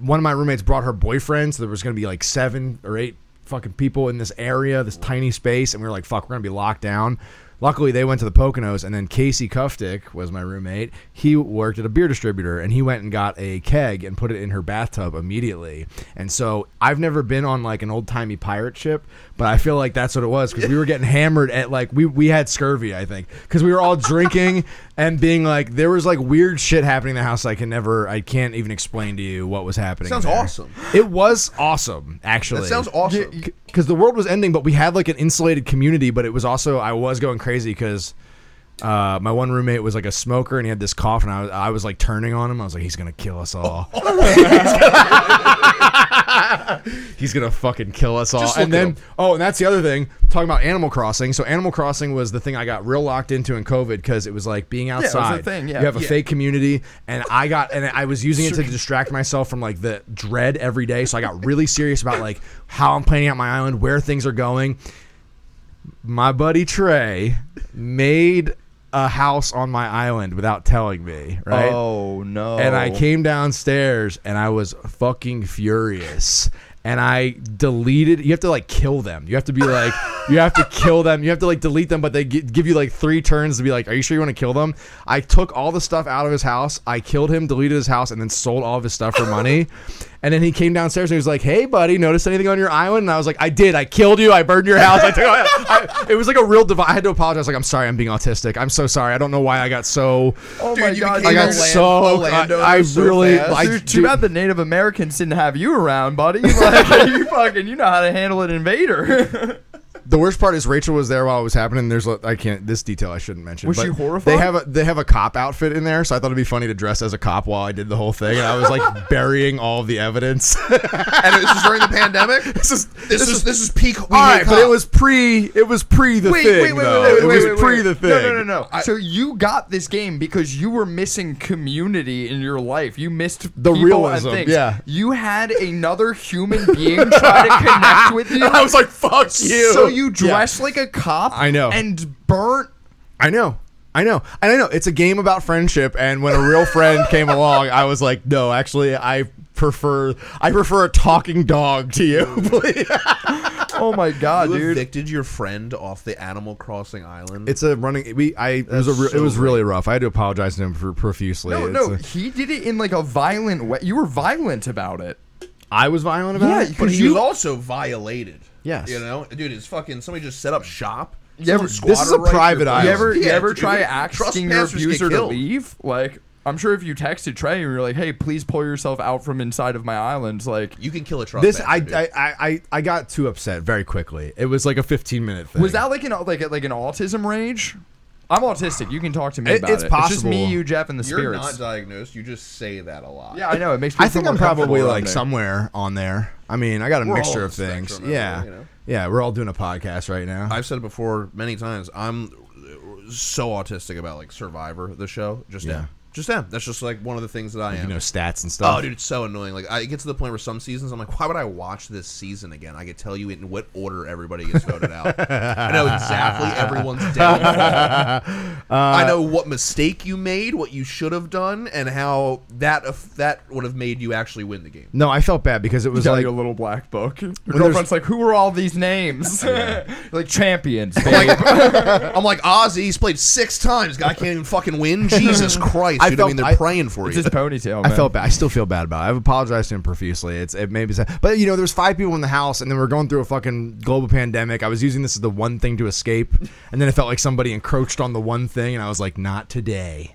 Speaker 2: one of my roommates brought her boyfriend, so there was gonna be like seven or eight fucking people in this area, this tiny space, and we were like, fuck, we're gonna be locked down. Luckily, they went to the Poconos, and then Casey Kuftick was my roommate. He worked at a beer distributor, and he went and got a keg and put it in her bathtub immediately. And so I've never been on like an old timey pirate ship, but I feel like that's what it was because we were getting hammered at like we we had scurvy, I think, because we were all drinking and being like there was like weird shit happening in the house. I can never, I can't even explain to you what was happening.
Speaker 3: Sounds
Speaker 2: there.
Speaker 3: awesome.
Speaker 2: It was awesome, actually.
Speaker 3: That sounds awesome.
Speaker 2: Because the world was ending, but we had like an insulated community. But it was also I was going crazy because uh, my one roommate was like a smoker and he had this cough, and I was, I was like turning on him. I was like, he's gonna kill us all. he's gonna fucking kill us all.
Speaker 3: Just
Speaker 2: and
Speaker 3: look at
Speaker 2: then
Speaker 3: him.
Speaker 2: Oh, and that's the other thing. Talking about Animal Crossing. So Animal Crossing was the thing I got real locked into in COVID because it was like being
Speaker 4: was the
Speaker 2: outside.
Speaker 4: thing, yeah.
Speaker 2: You have a
Speaker 4: Yeah.
Speaker 2: fake community, and I got and I was using it to distract myself from like the dread every day. So I got really serious about like how I'm planning out my island, where things are going. My buddy Trey made a house on my island without telling me. Right.
Speaker 4: Oh no.
Speaker 2: And I came downstairs and I was fucking furious. And I deleted. You have to like kill them. You have to be like, you have to kill them. You have to like delete them, but they gi- give you like three turns to be like, are you sure you want to kill them? I took all the stuff out of his house. I killed him, deleted his house, and then sold all of his stuff for money. and then he came downstairs and he was like, hey, buddy, notice anything on your island? And I was like, I did. I killed you. I burned your house. I took. I, it was like a real devi I had to apologize. Like, I'm sorry. I'm being autistic. I'm so sorry. I don't know why I got so.
Speaker 4: Oh
Speaker 3: Dude,
Speaker 4: my
Speaker 3: you
Speaker 4: god.
Speaker 3: became
Speaker 2: I
Speaker 4: dude.
Speaker 3: a
Speaker 2: got
Speaker 3: land-
Speaker 2: so-
Speaker 3: a landowner
Speaker 2: I- I
Speaker 3: so
Speaker 2: really-
Speaker 3: fast.
Speaker 2: I-
Speaker 4: Dude, too
Speaker 2: dude.
Speaker 4: bad the Native Americans didn't have you around, buddy. Like, you fucking, you know how to handle an invader.
Speaker 2: The worst part is Rachel was there while it was happening. There's a, I can't this detail I shouldn't mention.
Speaker 4: Was
Speaker 2: but
Speaker 4: she horrified?
Speaker 2: They have a they have a cop outfit in there, so I thought it'd be funny to dress as a cop while I did the whole thing, and I was like burying all the evidence.
Speaker 3: and this is during the pandemic. This
Speaker 2: is-
Speaker 3: this,
Speaker 2: this
Speaker 3: is,
Speaker 2: is-
Speaker 3: this is peak. We
Speaker 2: all right,
Speaker 3: hate
Speaker 2: but it
Speaker 3: cop.
Speaker 2: was pre it was pre the
Speaker 4: wait,
Speaker 2: thing.
Speaker 4: wait, wait,
Speaker 2: though.
Speaker 4: wait, wait,
Speaker 2: it
Speaker 4: wait,
Speaker 2: was
Speaker 4: wait,
Speaker 2: pre
Speaker 4: wait.
Speaker 2: the thing.
Speaker 4: No, no, no, no. so you got this game because you were missing community in your life. You missed
Speaker 2: The
Speaker 4: people
Speaker 2: realism,
Speaker 4: And things.
Speaker 2: yeah.
Speaker 4: You had another human being try to connect with you.
Speaker 2: I was like, "Fuck you!"
Speaker 4: So you
Speaker 2: Yeah.
Speaker 4: dressed like a cop.
Speaker 2: I know.
Speaker 4: And burnt.
Speaker 2: I know. I know. And I know it's a game about friendship and when a real friend came along, I was like, "No, actually I prefer I prefer a talking dog to you." please."
Speaker 4: Oh my god,
Speaker 3: You
Speaker 4: dude.
Speaker 3: evicted your friend off the Animal Crossing island.
Speaker 2: It's a running. We I it was a
Speaker 3: That's
Speaker 2: re- it
Speaker 3: so
Speaker 2: was really rough. I had to apologize to him for profusely.
Speaker 4: No,
Speaker 2: It's
Speaker 4: no,
Speaker 2: a-
Speaker 4: he did it in like a violent way. You were violent about it.
Speaker 2: I was violent about
Speaker 4: Yeah,
Speaker 2: it.
Speaker 3: but
Speaker 4: because
Speaker 3: he
Speaker 4: you-
Speaker 3: was also violated.
Speaker 2: Yes.
Speaker 3: you know, dude, it's fucking somebody just set up shop.
Speaker 4: You ever-
Speaker 3: Some
Speaker 2: this is
Speaker 3: squatter
Speaker 2: a
Speaker 3: right
Speaker 2: private
Speaker 3: here.
Speaker 2: island.
Speaker 4: You ever, you
Speaker 3: Yeah,
Speaker 4: ever
Speaker 3: dude.
Speaker 4: try asking your
Speaker 3: Trespassers get
Speaker 4: abuser to
Speaker 3: killed.
Speaker 4: leave? Like, I'm sure if you texted Trey and you were like, "Hey, please pull yourself out from inside of my island," like,
Speaker 3: You can kill a trust.
Speaker 2: This I,
Speaker 3: dude.
Speaker 2: I I I I got too upset very quickly. It was like a 15 minute thing.
Speaker 4: was that like an like like an autism rage? I'm autistic. You can talk to me
Speaker 2: It-
Speaker 4: about it.
Speaker 2: it's
Speaker 4: just
Speaker 2: possible.
Speaker 4: me, you, Jeff, and the
Speaker 3: You're
Speaker 4: spirits.
Speaker 3: not diagnosed. You just say that a lot.
Speaker 4: yeah, I know. It makes me.
Speaker 2: I
Speaker 4: feel
Speaker 2: think
Speaker 4: more
Speaker 2: I'm probably
Speaker 4: comfortable
Speaker 2: like
Speaker 4: around it.
Speaker 2: somewhere on there. I mean, I got a
Speaker 3: We're
Speaker 2: mixture
Speaker 3: all
Speaker 2: of
Speaker 3: on the
Speaker 2: things.
Speaker 3: spectrum,
Speaker 2: Yeah,
Speaker 3: you know?
Speaker 2: yeah, we're all doing a podcast right now.
Speaker 3: I've said it before many times. I'm so autistic about like Survivor, the show. Just
Speaker 2: Yeah.
Speaker 3: am. Just am. That's just like one of the things that I
Speaker 2: you
Speaker 3: am.
Speaker 2: know, stats and stuff.
Speaker 3: Oh, dude, it's so annoying. Like, I get to the point where some seasons, I'm like, why would I watch this season again? I could tell you in what order everybody gets voted out. I know exactly everyone's downfall.
Speaker 2: Uh,
Speaker 3: I know what mistake you made, what you should have done, and how that af- that would have made you actually win the game.
Speaker 2: No, I felt bad because it was
Speaker 4: It's like
Speaker 2: like
Speaker 4: a little black book. Your
Speaker 2: there's-
Speaker 4: girlfriend's like, "Who are all these names? like champions." babe.
Speaker 3: I'm like, Ozzy, he's played six times. Guy can't even fucking win. Jesus Christ,
Speaker 2: I
Speaker 3: dude. I
Speaker 2: felt-
Speaker 3: mean, they're
Speaker 2: I-
Speaker 3: praying for
Speaker 4: It's
Speaker 3: you.
Speaker 4: his ponytail.
Speaker 2: I
Speaker 4: man.
Speaker 2: felt bad. I still feel bad about it. I've apologized to him profusely. It's it made me sad. But you know, there's five people in the house, and then we're going through a fucking global pandemic. I was using this as the one thing to escape, and then it felt like somebody encroached on the one thing, and I was like, not today,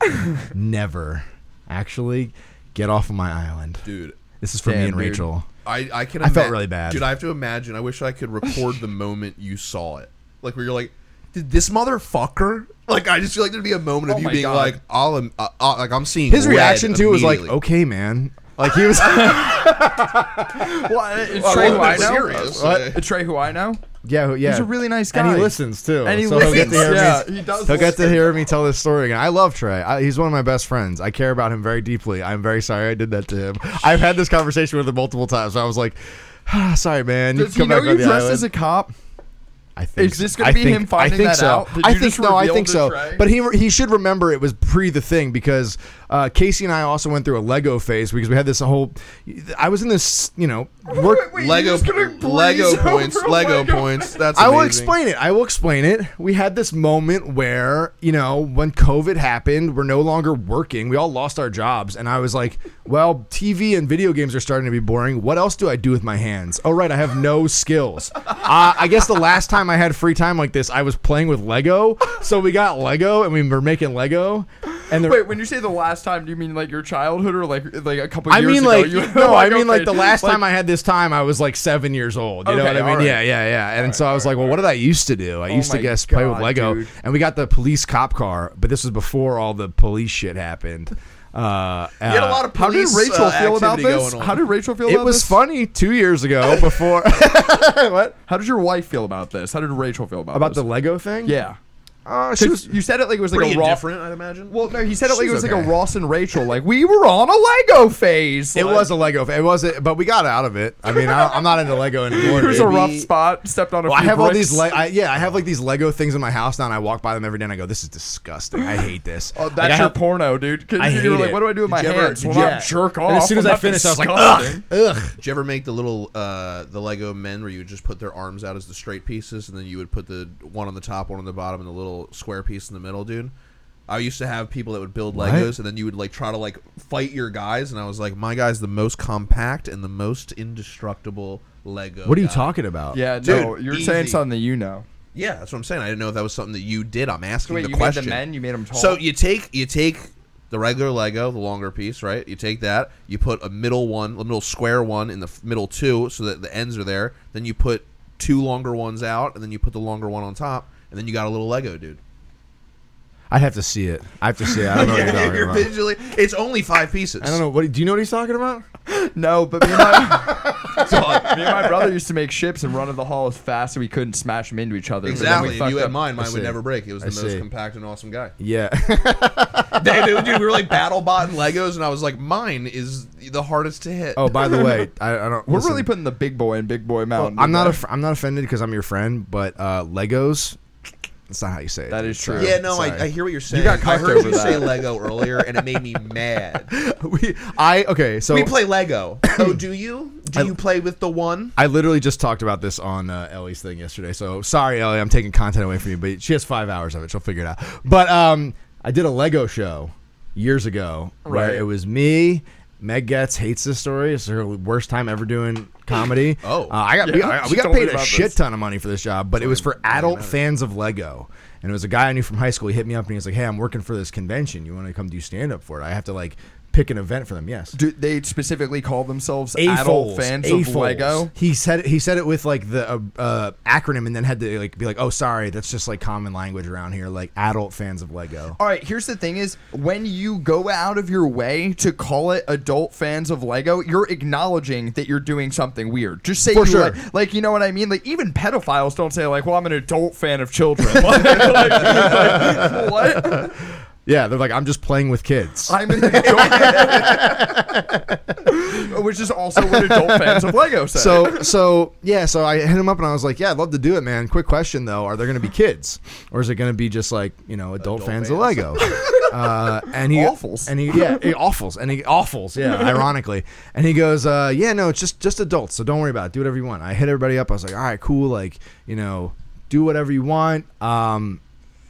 Speaker 2: never. Actually, get off of my island.
Speaker 3: Dude,
Speaker 2: This is for me
Speaker 4: Damn,
Speaker 2: and
Speaker 4: dude.
Speaker 2: Rachel.
Speaker 3: I, I can.
Speaker 2: I felt
Speaker 3: ima-
Speaker 2: really bad.
Speaker 3: dude. I have to imagine. I wish I could record the moment you saw it, like where you're like, "Did this motherfucker?" Like I just feel like there'd be a moment of
Speaker 4: Oh
Speaker 3: you
Speaker 4: my
Speaker 3: being
Speaker 4: God.
Speaker 3: like, "I'll um, uh, uh, like I'm seeing
Speaker 2: His
Speaker 3: red
Speaker 2: reaction too was like,
Speaker 3: immediately.
Speaker 2: okay, man. Like he was,
Speaker 4: Oh, Well, it's
Speaker 3: Well,
Speaker 4: Trey,
Speaker 3: I
Speaker 4: who I
Speaker 3: wasn't
Speaker 4: know.
Speaker 3: serious.
Speaker 4: Uh, Trey, who I know.
Speaker 2: yeah, yeah.
Speaker 4: He's a really nice guy.
Speaker 2: And he listens too.
Speaker 4: And he
Speaker 2: so he'll get to
Speaker 4: listens,
Speaker 2: hear me-
Speaker 4: yeah, he does
Speaker 2: He'll get to
Speaker 4: listen.
Speaker 2: hear me tell this story again. I love Trey. I, he's one of my best friends. I care about him very deeply. I'm very sorry I did that to him. I've had this conversation with him multiple times. I was like, ah, "Sorry, man. You
Speaker 4: Does
Speaker 2: can
Speaker 4: he
Speaker 2: come
Speaker 4: know
Speaker 2: back
Speaker 4: you
Speaker 2: on the
Speaker 4: dressed
Speaker 2: island."
Speaker 4: as a cop?
Speaker 2: I think
Speaker 4: Is
Speaker 2: so.
Speaker 4: this gonna
Speaker 2: I
Speaker 4: be
Speaker 2: think-
Speaker 4: him finding
Speaker 2: I think
Speaker 4: that
Speaker 2: so.
Speaker 4: out? Did
Speaker 2: I
Speaker 4: you
Speaker 2: think
Speaker 4: just
Speaker 2: no. I
Speaker 4: reveal
Speaker 2: think
Speaker 4: to
Speaker 2: so.
Speaker 4: Trey?
Speaker 2: But he he should remember it was pre the thing because uh, Casey and I also went through a Lego phase because we had this whole. I was in this you know work.
Speaker 4: Wait, you're
Speaker 3: Lego
Speaker 4: just Oh gonna breeze
Speaker 3: Lego
Speaker 4: over
Speaker 3: points,
Speaker 4: a
Speaker 3: Lego,
Speaker 4: Lego-
Speaker 3: points." That's
Speaker 2: I will
Speaker 3: amazing.
Speaker 2: explain it. I will explain it. We had this moment where, you know, when COVID happened, we're no longer working. We all lost our jobs. And I was like, well, TV and video games are starting to be boring. What else do I do with my hands? Oh, right. I have no skills. Uh, I guess the last time I had free time like this, I was playing with Lego. So we got Lego and we were making Lego. And the,
Speaker 4: Wait, when you say the last time, do you mean like your childhood or like like a couple
Speaker 2: I mean,
Speaker 4: years ago?
Speaker 2: like,
Speaker 4: You-
Speaker 2: no, I mean,
Speaker 4: okay,
Speaker 2: like, the last
Speaker 4: like-
Speaker 2: time I had this time, I was like seven years old. You know
Speaker 4: Okay,
Speaker 2: what I mean?
Speaker 4: alright.
Speaker 2: Yeah, yeah, yeah. And so I was like, well, what did I used to do? I used to
Speaker 4: Oh my
Speaker 2: guess play with
Speaker 4: God,
Speaker 2: Lego.
Speaker 4: dude.
Speaker 2: And we got the police cop car, but this was before all the police shit happened. Uh,
Speaker 3: You had a lot of
Speaker 4: How did
Speaker 3: police,
Speaker 4: Rachel
Speaker 3: uh,
Speaker 4: feel about
Speaker 3: activity
Speaker 4: this?
Speaker 3: going on.
Speaker 4: How did Rachel feel
Speaker 2: It
Speaker 4: about
Speaker 2: was
Speaker 4: this?
Speaker 2: funny two years ago before what
Speaker 4: How did your wife feel about this? How did Rachel feel about
Speaker 2: about the
Speaker 4: this?
Speaker 2: Lego thing?
Speaker 4: yeah?
Speaker 2: uh, she
Speaker 4: 'Cause
Speaker 2: was.
Speaker 4: you said it like it was like
Speaker 3: Pretty
Speaker 4: a raw.
Speaker 3: indifferent, I'd imagine.
Speaker 4: Well, no, he said it like
Speaker 2: She's
Speaker 4: it was like
Speaker 2: okay.
Speaker 4: a Ross and Rachel. Like we were on a Lego phase.
Speaker 2: It
Speaker 4: like-
Speaker 2: was a Lego. It was, a, but we got out of it. I mean, I, I'm not into Lego anymore.
Speaker 4: Here's a
Speaker 2: dude.
Speaker 4: rough spot. Stepped on a.
Speaker 2: Well, I
Speaker 4: few
Speaker 2: have all
Speaker 4: bricks.
Speaker 2: these, le- I, yeah, I have like these Lego things in my house now, and I walk by them every day, and I go, "This is disgusting. I hate this."
Speaker 4: Oh,
Speaker 2: Like,
Speaker 4: that's
Speaker 2: I
Speaker 4: your
Speaker 2: have-
Speaker 4: porno, dude. 'Cause
Speaker 2: I hate
Speaker 4: you were like,
Speaker 2: it.
Speaker 4: what do I do with my
Speaker 3: you ever-
Speaker 4: hands?
Speaker 3: did
Speaker 4: Well,
Speaker 3: you-
Speaker 4: not jerk off.
Speaker 2: And as soon as
Speaker 4: Well,
Speaker 2: I
Speaker 4: that's
Speaker 2: finished, I was like,
Speaker 4: disgusting.
Speaker 2: "Ugh, ugh."
Speaker 3: Did you ever make the little uh the Lego men where you would just put their arms out as the straight pieces and then you would put the one on the top, one on the bottom, and the little square piece in the middle, dude? I used to have people that would build Legos and then you would like try to like fight your guys and I was like, My guy's the most compact and the most indestructible Lego.
Speaker 2: What are you
Speaker 3: guy."
Speaker 2: talking about?
Speaker 4: Yeah,
Speaker 3: Dude,
Speaker 4: no, you're
Speaker 3: easy.
Speaker 4: saying something that you know.
Speaker 3: Yeah, that's what I'm saying. I didn't know if that was something that you did. I'm asking
Speaker 4: Wait,
Speaker 3: the
Speaker 4: you
Speaker 3: question.
Speaker 4: made the men, you made them tall.
Speaker 3: So you take you take the regular Lego, the longer piece, right? You take that, you put a middle one, a middle square one in the f- middle two, so that the ends are there. Then you put two longer ones out, and then you put the longer one on top, and then you got a little Lego, dude.
Speaker 2: I'd have to see it. I have to see it. I don't know what you're talking
Speaker 3: You're
Speaker 2: about.
Speaker 3: visually, it's only five pieces.
Speaker 2: I don't know. What do you know? What he's talking about?
Speaker 4: no, but me and, my, me and my brother used to make ships and run to the hall as fast as we could and smash them into each other. but then we
Speaker 3: Exactly. If
Speaker 4: fucked
Speaker 3: you had
Speaker 4: up-
Speaker 3: mine, mine
Speaker 2: see.
Speaker 3: would never break. It was
Speaker 2: I
Speaker 3: the most
Speaker 2: see.
Speaker 3: compact and awesome guy.
Speaker 2: Yeah.
Speaker 3: They- they- dude, we were like battle botting Legos, and I was like, mine is the hardest to hit.
Speaker 2: oh, by the way, I, I don't.
Speaker 4: We're
Speaker 2: listen,
Speaker 4: really putting the big boy in big boy mountain.
Speaker 2: I'm not.
Speaker 4: a.
Speaker 2: Aff- I'm not offended because I'm your friend, but uh, Legos. That's not how you say it.
Speaker 4: That is true.
Speaker 3: Yeah, no,
Speaker 2: Sorry.
Speaker 3: I, I hear what you're saying.
Speaker 4: got
Speaker 3: I
Speaker 4: cocked
Speaker 3: heard
Speaker 4: over
Speaker 3: you say
Speaker 4: that.
Speaker 3: Lego earlier, and it made me mad.
Speaker 2: we. I okay. So
Speaker 3: We play Lego. Oh, do you? Do
Speaker 2: I-
Speaker 3: you play with the one?
Speaker 2: I literally just talked about this on uh, Ellie's thing yesterday. So sorry, Ellie, I'm taking content away from you, but she has five hours of it. She'll figure it out. But um, I did a Lego show years ago where
Speaker 4: Right.
Speaker 2: it was me. Meg Getz hates this story. It's her worst time ever doing comedy.
Speaker 3: Oh.
Speaker 2: Uh, I got we,
Speaker 4: Yeah,
Speaker 2: I-
Speaker 4: she
Speaker 2: we got
Speaker 4: told me
Speaker 2: paid a
Speaker 4: about this.
Speaker 2: shit ton of money for this job, but it was for adult fans of Lego. And it was a guy I knew from high school. He hit me up and he was like, "Hey, I'm working for this convention. You want to come do stand up for it? I have to like pick an event for them. Yes.
Speaker 4: Do they specifically call themselves
Speaker 2: A-Foles,
Speaker 4: adult fans
Speaker 2: A-Foles.
Speaker 4: of Lego?
Speaker 2: He said he said it with like the uh, uh, acronym, and then had to like be like, "Oh, sorry, that's just like common language around here." Like adult fans of Lego.
Speaker 4: All right, here's the thing is when you go out of your way to call it adult fans of Lego, you're acknowledging that you're doing something weird. Just say
Speaker 2: For
Speaker 4: you
Speaker 2: sure.
Speaker 4: like, like you know what I mean? Like even pedophiles don't say like, "Well, I'm an adult fan of children." Like, like, what?
Speaker 2: Yeah, they're like, "I'm just playing with kids."
Speaker 4: I'm an adult. Which is also what adult fans of Lego say.
Speaker 2: so so yeah, so I hit him up and I was like, "Yeah, I'd love to do it, man." Quick question though: Are there going to be kids, or is it going to be just like you know adult, fans, of Lego? uh, and he
Speaker 4: Awfuls.
Speaker 2: and he yeah he awfuls and he awfuls yeah ironically and he goes uh, yeah no it's just just adults so don't worry about it do whatever you want I hit everybody up I was like all right cool like you know do whatever you want um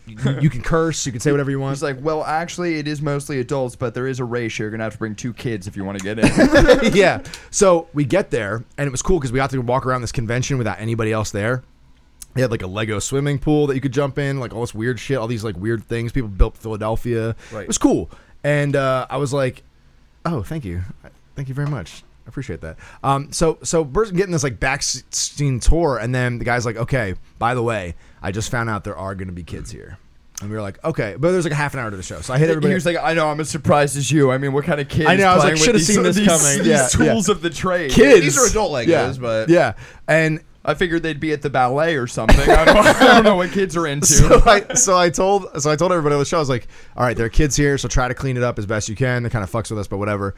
Speaker 2: you, you can curse you can say whatever you want
Speaker 4: It's like, well, actually, it is mostly adults, but there is a ratio. You're gonna have to bring two kids if you want to get in.
Speaker 2: yeah. So we get there, and it was cool because we got to walk around this convention without anybody else there. They had like a Lego swimming pool that you could jump in, like all this weird shit, all these like weird things. People built Philadelphia.
Speaker 3: Right.
Speaker 2: It was cool. And uh, I was like, oh, thank you. Thank you very much. I appreciate that. Um, so so we're getting this like back scene tour, and then the guy's like, okay, by the way, I just found out there are going to be kids here. And we were like, okay, but there's like a half an hour to the show, so I hit everybody.
Speaker 4: he was like, I know, I'm as surprised as you. I mean, what kind of kid?
Speaker 2: I know,
Speaker 4: is
Speaker 2: I was
Speaker 4: playing
Speaker 2: like,
Speaker 4: with
Speaker 2: "Shoulda
Speaker 4: these-
Speaker 2: seen this
Speaker 4: these-
Speaker 2: coming."
Speaker 4: These
Speaker 2: Yeah, yeah.
Speaker 4: tools of the trade.
Speaker 2: kids.
Speaker 3: These are adult Legos,
Speaker 2: yeah.
Speaker 3: but-
Speaker 2: yeah, and
Speaker 4: I figured they'd be at the ballet or something. I don't, I don't know what kids are into.
Speaker 2: so I so I told so I told everybody on the show I was like, all right, there are kids here, so try to clean it up as best you can. It kind of fucks with us, but whatever.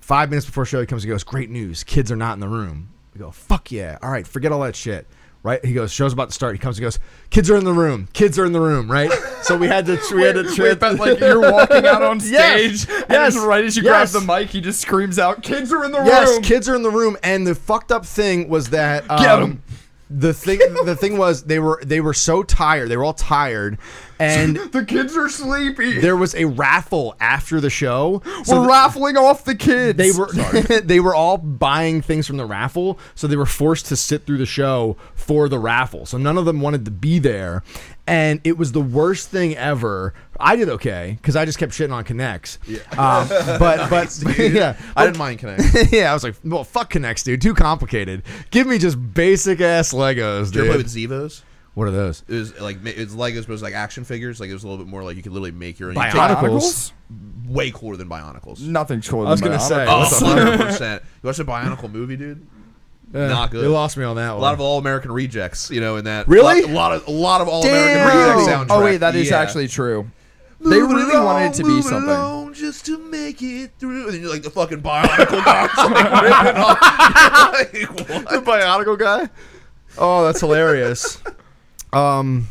Speaker 2: Five minutes before show, he comes and goes, great news, kids are not in the room. We go, fuck yeah, all right, forget all that shit. Right? He goes, show's about to start. He comes and goes, kids are in the room, kids are in the room. Right? So we had to we had to
Speaker 4: Wait,
Speaker 2: trip.
Speaker 4: but like you're walking out on stage,
Speaker 2: Yes,
Speaker 4: and
Speaker 2: yes,
Speaker 4: just right as you
Speaker 2: yes.
Speaker 4: grab the mic, he just screams out, "Kids are in the
Speaker 2: Yes,
Speaker 4: room!"
Speaker 2: kids are in the room, and the fucked up thing was that um,
Speaker 4: 'em.
Speaker 2: The thing the thing was they were they were so tired they were all tired, and
Speaker 4: the kids are sleepy.
Speaker 2: there was a raffle after the show. So
Speaker 4: We're
Speaker 2: th-
Speaker 4: raffling off the kids.
Speaker 2: they were they were all buying things from the raffle, so they were forced to sit through the show for the raffle. So none of them wanted to be there, and it was the worst thing ever. I did okay because I just kept shitting on connects. Yeah. Um, but but yeah,
Speaker 4: Oh.
Speaker 3: I didn't mind connecting.
Speaker 2: yeah, I was like, well, fuck connects, dude. Too complicated. Give me just basic ass Legos,
Speaker 3: Did you ever play
Speaker 2: dude.
Speaker 3: with Zevos?
Speaker 2: What are those?
Speaker 3: It was like ma- it was Legos, but it was like action figures. Like it was a little bit more like you could literally make your own. You
Speaker 4: Bionicle?
Speaker 2: Bionicles?
Speaker 3: could- way cooler than Bionicles.
Speaker 4: Nothing's cooler.
Speaker 2: I was
Speaker 4: than
Speaker 2: gonna
Speaker 4: Bionicle.
Speaker 2: say.
Speaker 3: Oh,
Speaker 2: what's up?
Speaker 3: 100%. You watch a Bionicle movie, dude?
Speaker 2: Yeah,
Speaker 3: Not good.
Speaker 2: You lost me on that one.
Speaker 3: A lot of all American rejects, you know, in that.
Speaker 2: Really?
Speaker 3: A lot of a lot of all
Speaker 4: Damn.
Speaker 3: American reject soundtrack.
Speaker 4: Oh wait, that is
Speaker 3: Yeah.
Speaker 4: actually true. they
Speaker 3: Move
Speaker 4: really
Speaker 3: along,
Speaker 4: wanted it to be
Speaker 3: move
Speaker 4: something.
Speaker 3: along just to make it through. And then you're like the fucking Bionicle guys, like, ripping off. Like,
Speaker 2: the
Speaker 3: what?
Speaker 2: Bionicle guy. Oh, that's hilarious. um,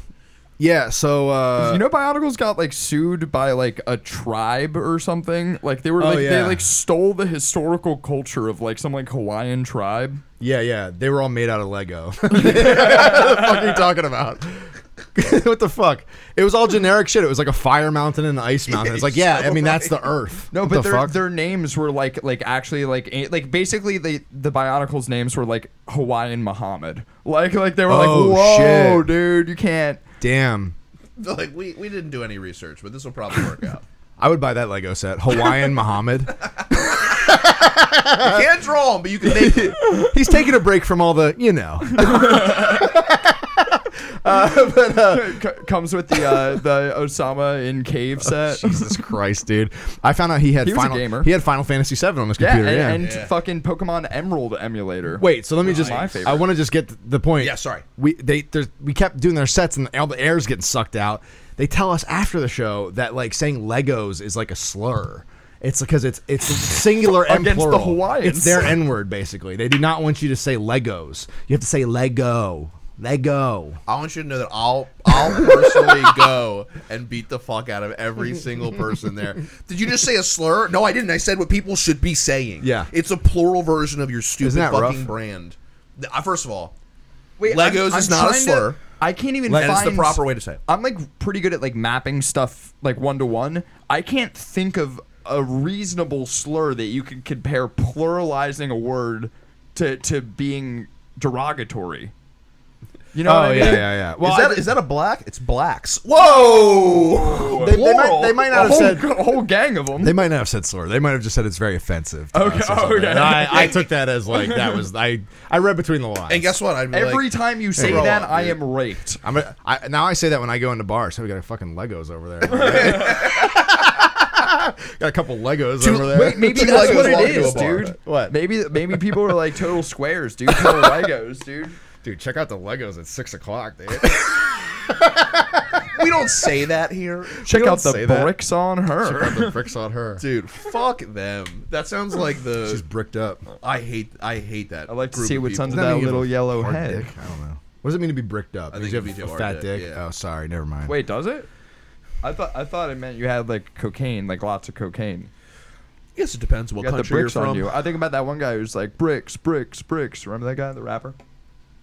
Speaker 2: yeah. So uh,
Speaker 4: you know, Bionicles got like sued by like a tribe or something. Like they were
Speaker 2: Oh,
Speaker 4: like they
Speaker 2: yeah.
Speaker 4: like stole the historical culture of like some like Hawaiian tribe.
Speaker 2: yeah, yeah. They were all made out of Lego. what the fuck are you talking about? what the fuck? It was all generic shit. It was like a fire mountain and an ice mountain. It's like, yeah, I mean that's the Earth.
Speaker 4: No,
Speaker 2: What
Speaker 4: but
Speaker 2: the
Speaker 4: their
Speaker 2: fuck?
Speaker 4: their names were like like actually like a- like basically the the Bionicles names were like Hawaiian Muhammad. Like like they were
Speaker 2: Oh,
Speaker 4: like whoa,
Speaker 2: shit.
Speaker 4: dude, you can't.
Speaker 2: damn.
Speaker 3: like we, we didn't do any research, but this will probably work out.
Speaker 2: I would buy that Lego set. Hawaiian Muhammad.
Speaker 3: you can't draw them, but you can make them.
Speaker 2: He's taking a break from all the, you know. Uh, but uh,
Speaker 4: C- comes with the uh, the Osama in cave set.
Speaker 2: Jesus Christ, dude! I found out he had
Speaker 4: He was a
Speaker 2: final.
Speaker 4: gamer.
Speaker 2: He had Final Fantasy VII on his
Speaker 4: yeah,
Speaker 2: computer.
Speaker 4: and,
Speaker 2: yeah,
Speaker 4: and
Speaker 3: Yeah.
Speaker 4: fucking Pokemon Emerald emulator.
Speaker 2: Wait, so let me just.
Speaker 4: my favorite.
Speaker 2: I want to just get th- the point.
Speaker 3: Yeah, sorry.
Speaker 2: We they there's we kept doing their sets and all the air's getting sucked out. They tell us after the show that like saying Legos is like a slur. It's because it's it's singular and
Speaker 4: Against the
Speaker 2: plural.
Speaker 4: Hawaiians.
Speaker 2: It's their N word basically. They do not want you to say Legos. You have to say Lego. Lego.
Speaker 3: I want you to know that I'll I'll personally go and beat the fuck out of every single person there. Did you just say a slur? No, I didn't. I said what people should be saying.
Speaker 2: Yeah.
Speaker 3: it's a plural version of your stupid
Speaker 2: Isn't that
Speaker 3: fucking
Speaker 2: rough?
Speaker 3: brand. Th- uh, First of all,
Speaker 4: Wait,
Speaker 3: Legos is not a
Speaker 4: trying to-
Speaker 3: slur.
Speaker 4: I can't even
Speaker 3: That is
Speaker 4: find
Speaker 3: the proper way to say it.
Speaker 4: I'm like pretty good at like mapping stuff like one to one. I can't think of a reasonable slur that you could compare pluralizing a word to to being derogatory. You know what I mean?
Speaker 2: Oh, yeah, yeah, yeah. Well,
Speaker 3: is
Speaker 2: I
Speaker 3: that
Speaker 2: thi-
Speaker 3: is that a black? It's blacks.
Speaker 4: Whoa!
Speaker 2: They- they might- they might not have
Speaker 4: a whole,
Speaker 2: said-
Speaker 4: a whole gang of them.
Speaker 2: they might not have said slur. They might have just said it's very offensive. to
Speaker 4: Okay,
Speaker 2: us or something.
Speaker 4: okay.
Speaker 2: And I, I took that as like that was I. I read between the lines.
Speaker 3: And guess what? I'd be
Speaker 4: Every
Speaker 3: like,
Speaker 4: time you say
Speaker 3: grow
Speaker 4: that,
Speaker 3: up,
Speaker 4: I
Speaker 3: dude.
Speaker 4: am raped.
Speaker 2: I'm a, I, now I say that when I go into bars. So we got a fucking Legos over there. got a couple Legos over there.
Speaker 4: Wait, maybe
Speaker 3: Two
Speaker 4: that's
Speaker 3: Legos
Speaker 4: what
Speaker 3: walk
Speaker 4: it
Speaker 3: into a
Speaker 4: is,
Speaker 3: bar.
Speaker 4: dude.
Speaker 2: What?
Speaker 4: Maybe maybe people are like total squares, dude. Total Legos, dude.
Speaker 2: Dude, check out the Legos at six o'clock, dude.
Speaker 3: we don't say that here.
Speaker 4: Check
Speaker 2: don't
Speaker 4: out
Speaker 2: say
Speaker 4: the
Speaker 2: that.
Speaker 4: bricks on
Speaker 2: check
Speaker 4: her.
Speaker 2: out the bricks on her.
Speaker 3: Dude, fuck them. That sounds like the.
Speaker 2: She's bricked up.
Speaker 3: I hate. I hate that.
Speaker 4: I like to
Speaker 3: group
Speaker 4: see
Speaker 3: of
Speaker 4: what's
Speaker 3: people.
Speaker 4: under
Speaker 2: Doesn't that
Speaker 4: that
Speaker 2: mean you have
Speaker 4: little
Speaker 2: a
Speaker 4: yellow
Speaker 2: Hard
Speaker 4: head.
Speaker 2: dick? I don't know. What does it mean to be bricked up?
Speaker 3: I
Speaker 2: Means
Speaker 3: think
Speaker 2: you
Speaker 3: it
Speaker 2: have
Speaker 3: means you
Speaker 2: a
Speaker 3: have a
Speaker 2: fat
Speaker 3: hard
Speaker 2: dick.
Speaker 3: dick, yeah.
Speaker 2: Oh, sorry, never mind.
Speaker 4: Wait, does it? I thought I thought it meant you had like cocaine, like lots of cocaine.
Speaker 3: I guess it depends what
Speaker 4: You got the
Speaker 3: country you're
Speaker 4: bricks
Speaker 3: from.
Speaker 4: on you. I think about that one guy who's like bricks, bricks, bricks. Remember that guy, the rapper?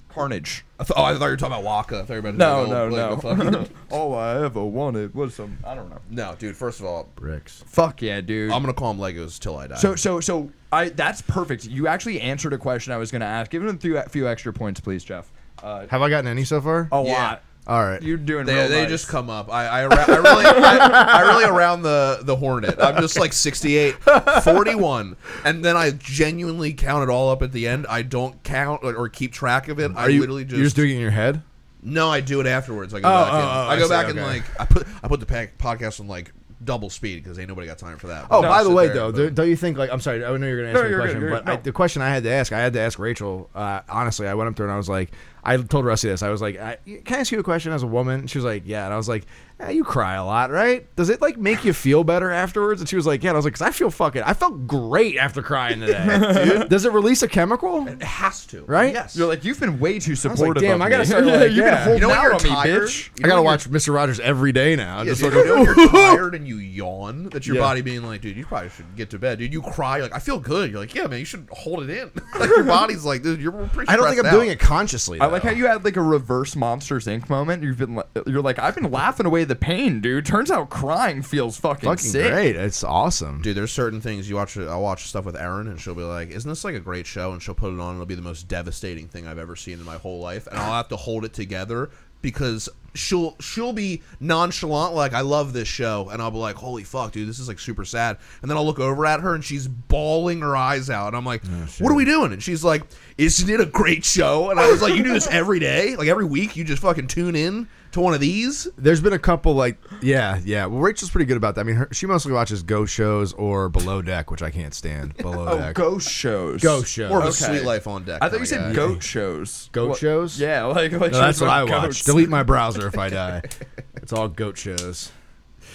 Speaker 4: Carnage.
Speaker 3: I thought, oh, I thought you were talking about Waka. I thought you were about to
Speaker 4: No,
Speaker 3: go,
Speaker 4: no,
Speaker 3: like,
Speaker 4: no.
Speaker 3: a fucking-
Speaker 4: All I ever wanted was some. I don't know.
Speaker 3: no, dude. First of all,
Speaker 2: bricks.
Speaker 4: Fuck yeah, dude.
Speaker 3: I'm gonna call them Legos till I die.
Speaker 4: so so so I. That's perfect. You actually answered a question I was gonna ask. Give him a few, a few extra points, please, Jeff. Uh,
Speaker 2: Have I gotten any so far?
Speaker 4: a
Speaker 3: Yeah.
Speaker 4: lot.
Speaker 2: all right.
Speaker 4: You're doing.
Speaker 3: they,
Speaker 4: real
Speaker 3: they
Speaker 4: nice.
Speaker 3: just come up. I I, arou- I really I, I really around the the hornet. I'm just like 68, 41, and then I genuinely count it all up at the end. I don't count or, or keep track of it. I
Speaker 2: Are you,
Speaker 3: literally just,
Speaker 2: you're just doing it in your head?
Speaker 3: no. I do it afterwards. I go
Speaker 2: Oh,
Speaker 3: back.
Speaker 2: oh,
Speaker 3: and,
Speaker 2: oh,
Speaker 3: I
Speaker 2: I
Speaker 3: go
Speaker 2: see,
Speaker 3: back and
Speaker 2: okay.
Speaker 3: like I put I put the pack, podcast on like double speed because ain't nobody got time for that.
Speaker 2: Oh,
Speaker 3: But I
Speaker 2: by
Speaker 3: sit
Speaker 2: the way,
Speaker 3: there,
Speaker 2: though,
Speaker 3: but-
Speaker 2: do, don't you think like I'm sorry, I know you're gonna answer
Speaker 4: No,
Speaker 2: the
Speaker 4: you're good,
Speaker 2: question,
Speaker 4: you're
Speaker 2: but
Speaker 4: good.
Speaker 2: I,
Speaker 4: No.
Speaker 2: the question I had to ask, I had to ask Rachel. Uh, honestly, I went up to her and I was like, I told Rusty this. I was like, I, can I ask you a question as a woman? And she was like, yeah. And I was like, eh, you cry a lot, right? Does it like make you feel better afterwards? And she was like, yeah. And I was like, 'Cause I feel fucking, I felt great after crying today. Does it release a chemical?
Speaker 3: it has to
Speaker 2: Right?
Speaker 3: Yes,
Speaker 4: You're like you've been way too
Speaker 2: was like,
Speaker 4: supportive.
Speaker 2: damn,
Speaker 4: of
Speaker 2: I gotta
Speaker 4: me.
Speaker 2: start, like,
Speaker 4: You've been
Speaker 2: yeah.
Speaker 4: holding
Speaker 3: you know when
Speaker 4: out
Speaker 3: you're
Speaker 4: on me,
Speaker 3: tired.
Speaker 4: bitch.
Speaker 3: You
Speaker 2: I
Speaker 3: know
Speaker 2: gotta
Speaker 3: when you're
Speaker 2: watch Mr. Rogers every day now.
Speaker 3: Yeah,
Speaker 2: Just
Speaker 3: dude,
Speaker 2: like,
Speaker 3: you know when you're tired and you yawn, that's your
Speaker 2: Yeah.
Speaker 3: body being like, dude, you probably should get to bed. Dude, you cry, you're like, I feel good. You're like, yeah, man, you should hold it in. like your body's like, dude, you're pretty.
Speaker 2: I don't think I'm
Speaker 3: stressed
Speaker 2: doing
Speaker 3: out."
Speaker 2: it consciously.
Speaker 4: I like
Speaker 2: though.
Speaker 4: how you had like a reverse Monsters Inc. moment. You've been li- you're like I've been laughing away the pain, dude. Turns out crying feels fucking,
Speaker 2: fucking
Speaker 4: sick.
Speaker 2: great. It's awesome.
Speaker 3: Dude, there's certain things you watch. I'll watch stuff with Erin, and she'll be like, "Isn't this like a great show?" And she'll put it on. and It'll be the most devastating thing I've ever seen in my whole life, and I'll have to hold it together because she'll she'll be nonchalant, like, "I love this show," and I'll be like, "Holy fuck, dude, this is like super sad." And then I'll look over at her, and she's bawling her eyes out, and I'm
Speaker 4: Oh,
Speaker 3: like, "What are we doing?" And she's like, "Isn't it a great show?" And I was like, "You do this every day, like every week. You just fucking tune in to one of these."
Speaker 2: There's been a couple like yeah, yeah. Well, Rachel's pretty good about that. I mean, her, she mostly watches Go shows or Below Deck, which I can't stand. Below
Speaker 4: Oh,
Speaker 2: Deck,
Speaker 4: ghost shows.
Speaker 2: Ghost shows.
Speaker 3: More of a
Speaker 4: Oh, Okay.
Speaker 3: sweet life on deck.
Speaker 4: I thought
Speaker 3: kinda
Speaker 4: you said
Speaker 3: guy.
Speaker 4: goat shows.
Speaker 2: Goat
Speaker 4: What-
Speaker 2: shows?
Speaker 4: Yeah, like, like
Speaker 2: No, that's
Speaker 4: shows
Speaker 2: what I
Speaker 4: with
Speaker 2: watch.
Speaker 4: goats.
Speaker 2: Delete my browser if I die. it's all goat shows.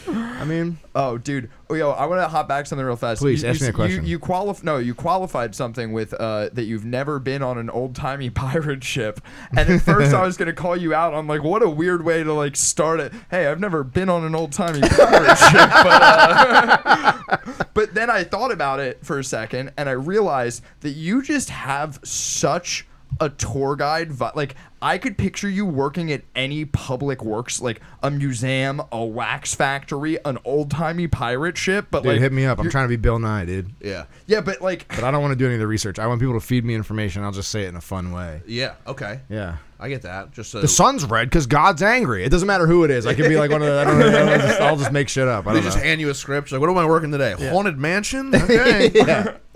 Speaker 2: I mean,
Speaker 4: Oh, dude. Oh, yo, I want to hop back to something real fast.
Speaker 2: Please, ask me a
Speaker 4: s-
Speaker 2: question.
Speaker 4: You, you qualif- No, you qualified something with uh, that you've never been on an old timey pirate ship. And at first, I was gonna call you out. I'm like, what a weird way to like start it. Hey, I've never been on an old timey pirate ship. But, uh, but then I thought about it for a second, and I realized that you just have such a tour guide vi- like i could picture you working at any public works like a museum a wax factory an old-timey pirate ship but
Speaker 2: dude,
Speaker 4: like
Speaker 2: hit me up. I'm
Speaker 4: you're-
Speaker 2: trying to be Bill Nye, dude.
Speaker 3: Yeah.
Speaker 4: yeah but like
Speaker 2: But I don't want to do any of the research. I want people to feed me information. I'll just say it in a fun way.
Speaker 3: Yeah. Okay.
Speaker 2: Yeah.
Speaker 3: I get that. Just so
Speaker 2: The sun's red because God's angry. It doesn't matter who it is. I could be like one of the. I don't know. I don't know, just- I'll just make shit up. I
Speaker 3: they
Speaker 2: don't
Speaker 3: just
Speaker 2: know.
Speaker 3: hand you a script. Like, what am I working today? Haunted mansion. Okay.